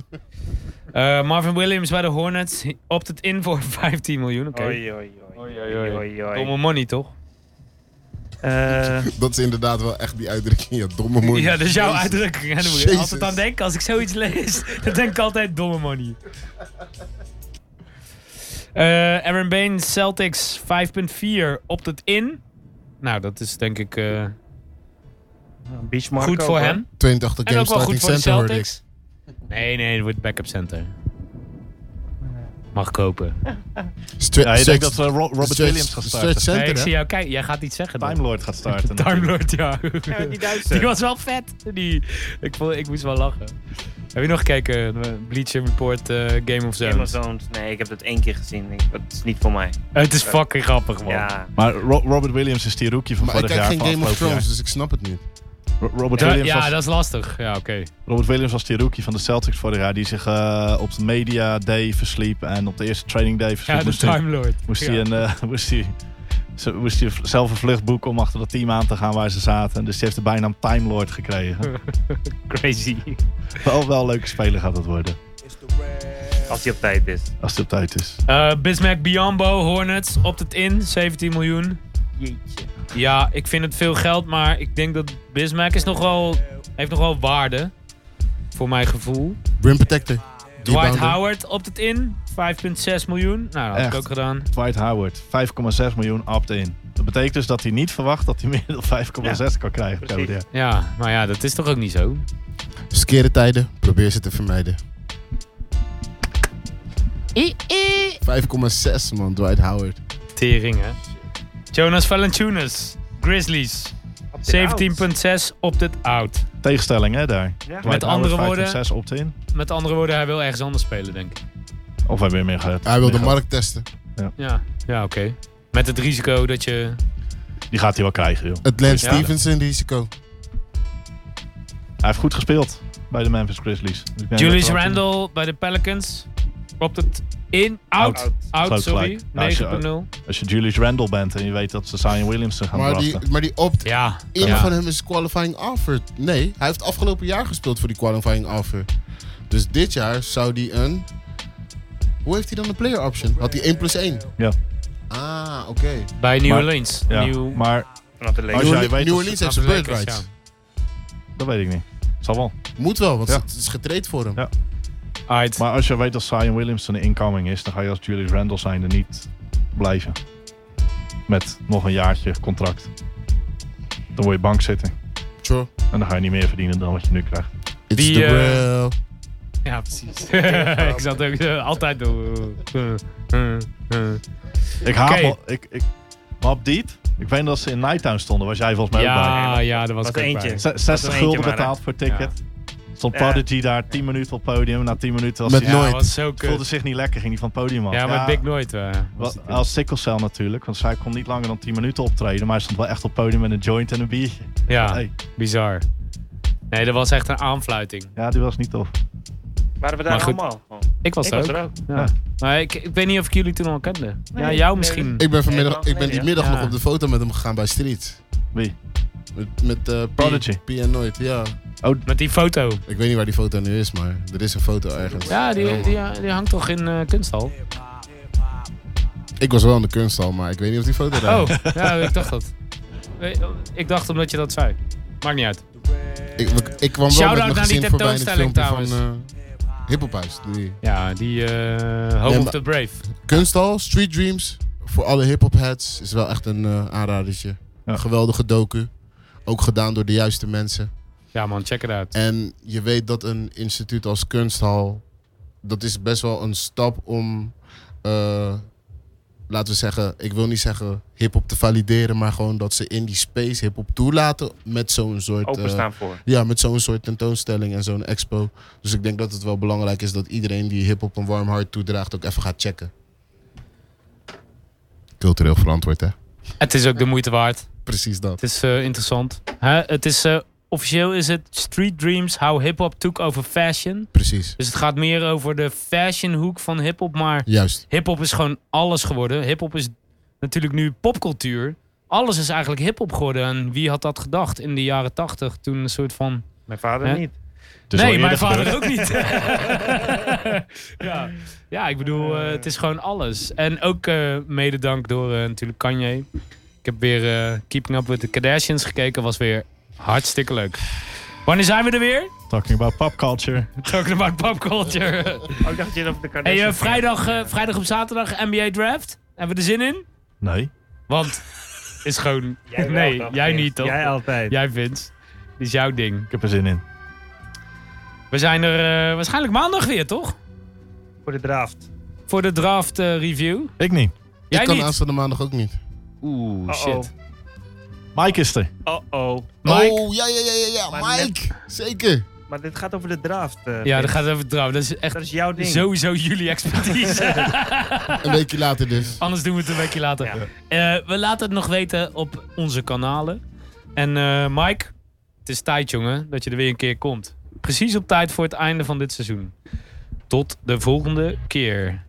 Speaker 2: Eh, Marvin Williams bij de Hornets opt het in voor (laughs) 15 miljoen. Oké.
Speaker 4: Oei, oei, oei. Oei, oei.
Speaker 2: Domme money, toch?
Speaker 4: Eh,
Speaker 5: Dat is inderdaad wel echt die uitdrukking, ja, domme moeder.
Speaker 2: Ja, dat is jouw
Speaker 5: Jezus.
Speaker 2: uitdrukking. hè, Noer? Als ik
Speaker 5: Jezus.
Speaker 2: dan denk, als ik zoiets lees, (laughs) dan denk ik altijd domme money. Eh, Aaron Baines, Celtics 5.4 opt het in. Nou, dat is denk ik eh,
Speaker 4: Beachmark
Speaker 2: goed
Speaker 4: ook,
Speaker 2: voor
Speaker 4: hoor.
Speaker 2: hem.
Speaker 5: 82
Speaker 2: En ook
Speaker 5: games
Speaker 2: wel
Speaker 5: starting
Speaker 2: goed voor de
Speaker 5: center hoorde ik.
Speaker 2: Celtics. Nee, nee, het wordt backup center. Mag kopen.
Speaker 5: Stra-
Speaker 3: Ja, je
Speaker 5: straight-
Speaker 3: denkt dat eh, Ro- Robert
Speaker 5: straight-
Speaker 3: Williams gaat
Speaker 5: straight
Speaker 3: starten.
Speaker 2: Nee,
Speaker 5: center,
Speaker 2: ik
Speaker 5: hè?
Speaker 2: zie jou kijken. Jij gaat iets zeggen. dan.
Speaker 3: Time Lord gaat starten.
Speaker 2: (laughs) Time Lord,
Speaker 4: (laughs)
Speaker 2: ja.
Speaker 4: Ja, die Duitse.
Speaker 2: Die was wel vet. Die, ik, vond, ik moest wel lachen. Heb je nog gekeken? Bleacher Report eh, Game of Thrones.
Speaker 4: Game of Thrones. Nee, ik heb dat één keer gezien. Ik, dat is niet voor mij.
Speaker 2: Het is fucking grappig, man.
Speaker 4: Ja.
Speaker 3: Maar Ro- Robert Williams is die rookie van
Speaker 5: Maar ik
Speaker 3: vorig
Speaker 5: kijk
Speaker 3: jaar.
Speaker 5: geen
Speaker 3: van
Speaker 5: Game of
Speaker 3: afgelopen
Speaker 5: Thrones, dus ik snap het niet.
Speaker 3: Ro- Robert,
Speaker 2: Ja,
Speaker 3: Williams
Speaker 2: ja,
Speaker 3: was,
Speaker 2: dat is lastig. Ja, oké.
Speaker 3: Robert Williams was die rookie van de Celtics vorig jaar. Die zich eh, op de media day versliep. En op de eerste training day versliep.
Speaker 2: Ja, de
Speaker 3: moest hij-
Speaker 2: Time Lord.
Speaker 3: Moest
Speaker 2: Ja.
Speaker 3: hij een, eh, (laughs) moest hij, ze- moest hij zelf een vlucht boeken om achter dat team aan te gaan waar ze zaten. Dus die heeft de bijnaam Time Lord
Speaker 4: (laughs)
Speaker 3: gekregen.
Speaker 4: Crazy.
Speaker 3: wel, wel een leuke speler gaat dat worden.
Speaker 4: Als hij op tijd is.
Speaker 3: Als het op tijd is.
Speaker 2: Eh, Bismack Biombo, Hornets, opt het in, 17 miljoen.
Speaker 4: Jeetje.
Speaker 2: Ja, ik vind het veel geld, maar ik denk dat Bismack is nog wel, heeft nog wel waarde. Voor mijn gevoel.
Speaker 5: Brim Protector.
Speaker 2: Dwight
Speaker 5: Rebounder.
Speaker 2: Howard opt het in, 5,6 miljoen. Nou, dat had
Speaker 3: Echt?
Speaker 2: ik ook gedaan.
Speaker 3: Dwight Howard, 5,6 miljoen opt-in. Dat betekent dus dat hij niet verwacht dat hij meer dan 5,6 kan krijgen.
Speaker 4: precies.
Speaker 3: Cody.
Speaker 2: Ja, maar ja, dat is toch ook niet zo?
Speaker 5: Skere tijden, probeer ze te vermijden. 5,6 man, Dwight Howard.
Speaker 2: Tering, hè? Jonas Valanciunas, Grizzlies, 17,6 opt het out.
Speaker 3: Tegenstelling hè daar.
Speaker 4: Ja.
Speaker 3: Dwight
Speaker 2: andere
Speaker 3: Howard,
Speaker 2: woorden-
Speaker 3: 5,6 opt-in.
Speaker 2: Met andere woorden, hij wil ergens anders spelen, denk ik.
Speaker 3: Of hebben we meer gehad?
Speaker 5: Hij wil de
Speaker 3: meer gehad.
Speaker 5: markt testen.
Speaker 2: Ja, ja oké. Met het risico dat je...
Speaker 3: Die gaat hij wel krijgen joh.
Speaker 5: Het Lance
Speaker 2: Ja.
Speaker 5: Stevenson risico.
Speaker 3: Hij heeft goed gespeeld bij de Memphis Grizzlies. Dus ik denk
Speaker 2: Julius
Speaker 3: dat er-
Speaker 2: Randle bij de Pelicans opt het in, out, out,
Speaker 4: Out.
Speaker 3: Groot
Speaker 2: sorry,
Speaker 3: gelijk. Nou, als je-
Speaker 2: 9,0
Speaker 3: Als je Julius Randle bent en je weet dat ze Zion Williamson gaan
Speaker 5: Maar
Speaker 3: drachten.
Speaker 5: die, maar die opt
Speaker 2: Ja,
Speaker 5: in
Speaker 2: ja.
Speaker 5: van hem is qualifying offer. Nee, hij heeft afgelopen jaar gespeeld voor die qualifying offer. Dus dit jaar zou die een... Hoe heeft hij dan de player option? Had hij 1 plus 1?
Speaker 3: Ja.
Speaker 5: Ah,
Speaker 3: Oh,
Speaker 5: oké.
Speaker 2: bij New
Speaker 3: Maar-
Speaker 2: Orleans.
Speaker 3: Ja,
Speaker 2: Nieuw-
Speaker 3: maar
Speaker 4: Vanaf de
Speaker 3: Als
Speaker 4: leeftijd.
Speaker 5: New,
Speaker 3: jij weet
Speaker 5: New
Speaker 3: of-
Speaker 5: Orleans
Speaker 2: Aan
Speaker 5: heeft zijn
Speaker 2: de
Speaker 5: bird
Speaker 2: Lakers,
Speaker 5: rights.
Speaker 3: dat weet ik niet. Zal wel.
Speaker 5: Moet wel, want
Speaker 3: Ja.
Speaker 5: het is getraind voor hem.
Speaker 3: Ja.
Speaker 2: Alright.
Speaker 3: Maar als je weet dat Zion Williamson een incoming is, dan ga je als Julius Randle zijnde niet blijven. Met nog een jaartje contract. Dan word je bank zitten.
Speaker 5: True.
Speaker 3: En dan ga je niet meer verdienen dan wat je nu krijgt.
Speaker 5: It's
Speaker 2: Die,
Speaker 5: the
Speaker 2: eh,
Speaker 5: real.
Speaker 2: Ja, precies. (laughs) ik zat ook eh, altijd door. Eh, eh, eh.
Speaker 3: Ik haat
Speaker 2: Oké.
Speaker 3: wel- ik, ik, maar op diep, ik weet dat ze in Nighttown stonden, was jij volgens mij ook
Speaker 2: Ja, ja, dat was
Speaker 4: Was
Speaker 2: ik
Speaker 4: er
Speaker 2: ook
Speaker 4: eentje.
Speaker 2: bij.
Speaker 3: bij. Z- 60
Speaker 4: eentje
Speaker 3: gulden
Speaker 4: maar, hè?
Speaker 3: betaald voor ticket. Stond
Speaker 4: Ja.
Speaker 3: Prodigy daar 10 minuten op het podium. Na 10 minuten was
Speaker 5: Met
Speaker 3: hij,
Speaker 5: Nooit.
Speaker 2: Ja, was zo
Speaker 3: voelde
Speaker 2: kut.
Speaker 3: zich niet lekker, ging hij van het podium af.
Speaker 2: Ja, met Big Nooit. eh, was
Speaker 3: Wel,
Speaker 2: die kut.
Speaker 3: Als sickle cell natuurlijk, want zij kon niet langer dan 10 minuten optreden. Maar hij stond wel echt op het podium met een joint en een biertje.
Speaker 2: ja,
Speaker 3: Hey,
Speaker 2: bizar. Nee, dat was echt een aanfluiting.
Speaker 3: ja, die was niet tof.
Speaker 4: Waren we daar
Speaker 2: Maar goed.
Speaker 4: allemaal? Oh,
Speaker 2: Ik was
Speaker 4: ik
Speaker 2: er
Speaker 4: was
Speaker 2: ook.
Speaker 4: er ook.
Speaker 2: Ja. Maar ik, ik weet niet of ik jullie toen al kende. ja, jou misschien.
Speaker 5: Ik ben vanmiddag,
Speaker 4: Nee,
Speaker 5: ik ben die
Speaker 4: ja.
Speaker 5: middag
Speaker 2: Ja.
Speaker 5: nog op de foto met hem gegaan bij Street.
Speaker 3: Wie?
Speaker 5: Met, met eh, P-
Speaker 3: Prodigy.
Speaker 5: P en Nooit, ja.
Speaker 2: Met die foto.
Speaker 5: Ik weet niet waar die foto nu is, maar er is een foto ergens.
Speaker 2: Ja, die,
Speaker 5: man.
Speaker 2: die, die hangt toch in eh, kunsthal?
Speaker 5: Ik was wel in de kunsthal, maar ik weet niet of die foto daar
Speaker 2: Oh, ja, ik dacht dat. Nee, Ik dacht omdat je dat zei. Maakt niet uit.
Speaker 5: Ik, we- ik kwam wel
Speaker 2: Shout-out
Speaker 5: met mijn
Speaker 2: naar die
Speaker 5: gezin voorbij in het
Speaker 2: tentoonstelling
Speaker 5: filmpje van eh Hippophuis. Die
Speaker 2: Ja, die eh Home
Speaker 5: Ja,
Speaker 2: of
Speaker 5: maar-
Speaker 2: the Brave.
Speaker 5: Kunsthal, Street Dreams, voor alle hip-hop-heads, is wel echt een eh, aanradertje.
Speaker 3: Ja.
Speaker 5: Geweldige docu. Ook gedaan door de juiste mensen.
Speaker 2: Ja man, check it out.
Speaker 5: En je weet dat een instituut als kunsthal, dat is best wel een stap om, eh, laten we zeggen, ik wil niet zeggen hip-hop te valideren, maar gewoon dat ze in die space hip-hop toelaten met zo'n soort. eh,
Speaker 4: Openstaan voor.
Speaker 5: ja, met zo'n soort tentoonstelling en zo'n expo. Dus ik denk dat het wel belangrijk is dat iedereen die hip-hop een warm hart toedraagt ook even gaat checken. Cultureel verantwoord, hè?
Speaker 2: Het is ook de moeite waard.
Speaker 5: Precies dat.
Speaker 2: Het is eh, interessant. Hè? Het is, eh, officieel is het Street Dreams, How Hip Hop Took Over Fashion.
Speaker 5: Presh.
Speaker 2: Dus het gaat meer over de fashion hoek van hip hop, maar
Speaker 5: Juist.
Speaker 2: Hip-hop is gewoon alles geworden. Hip-hop is natuurlijk nu popcultuur. Alles is eigenlijk hip-hop geworden. En wie had dat gedacht in de jaren tachtig? Toen een soort van.
Speaker 4: Mijn vader
Speaker 2: Hè?
Speaker 4: niet.
Speaker 3: Het is wel
Speaker 2: nee, mijn
Speaker 3: eerder
Speaker 2: vader
Speaker 3: gebeurd.
Speaker 2: ook niet. (laughs) ja. ja, ik bedoel, eh, het is gewoon alles. En ook eh mede dank door eh, natuurlijk Kanye. Ik heb weer eh, Keeping Up with the Kardashians gekeken. Was weer hartstikke leuk. Wanneer zijn we er weer?
Speaker 3: Talking about pop culture.
Speaker 2: Talking about pop culture.
Speaker 4: Oh, ik dacht je dat de
Speaker 2: hey,
Speaker 4: Kardashians...
Speaker 2: eh, vrijdag, eh, vrijdag op zaterdag NBA Draft. Hebben we er zin in?
Speaker 3: Nee.
Speaker 2: Want (laughs) is gewoon.
Speaker 4: Jij wel,
Speaker 2: nee,
Speaker 4: toch?
Speaker 2: jij niet toch?
Speaker 4: Jij
Speaker 2: Jij,
Speaker 4: altijd.
Speaker 2: vindt. Dit is jouw ding.
Speaker 3: Ik heb er zin in.
Speaker 2: We zijn er eh, waarschijnlijk maandag weer, toch?
Speaker 4: Voor de draft.
Speaker 2: Voor de draft eh, review.
Speaker 3: Ik niet.
Speaker 2: Jij
Speaker 5: ik kan
Speaker 2: niet.
Speaker 5: aanstaande maandag ook niet.
Speaker 2: Oeh, shit.
Speaker 3: Mike is er.
Speaker 4: Oh-oh.
Speaker 2: Mike?
Speaker 5: Oh, ja, ja, ja, ja, ja.
Speaker 4: Maar net-
Speaker 5: Mike. Zeker.
Speaker 4: Maar dit gaat over de draft. eh,
Speaker 2: Ja, dat
Speaker 4: Pim.
Speaker 2: gaat het over draft. Dat is echt
Speaker 4: dat is jouw ding.
Speaker 2: sowieso jullie
Speaker 4: (laughs)
Speaker 2: expertise.
Speaker 5: Een weekje later dus.
Speaker 2: (laughs) Anders doen we het een weekje later.
Speaker 4: Ja.
Speaker 2: Eh, we laten het nog weten op onze kanalen. En eh, Mike, Het is tijd, jongen, dat je er weer een keer komt. Precies op tijd voor het einde van dit seizoen. Tot de volgende keer. Oh.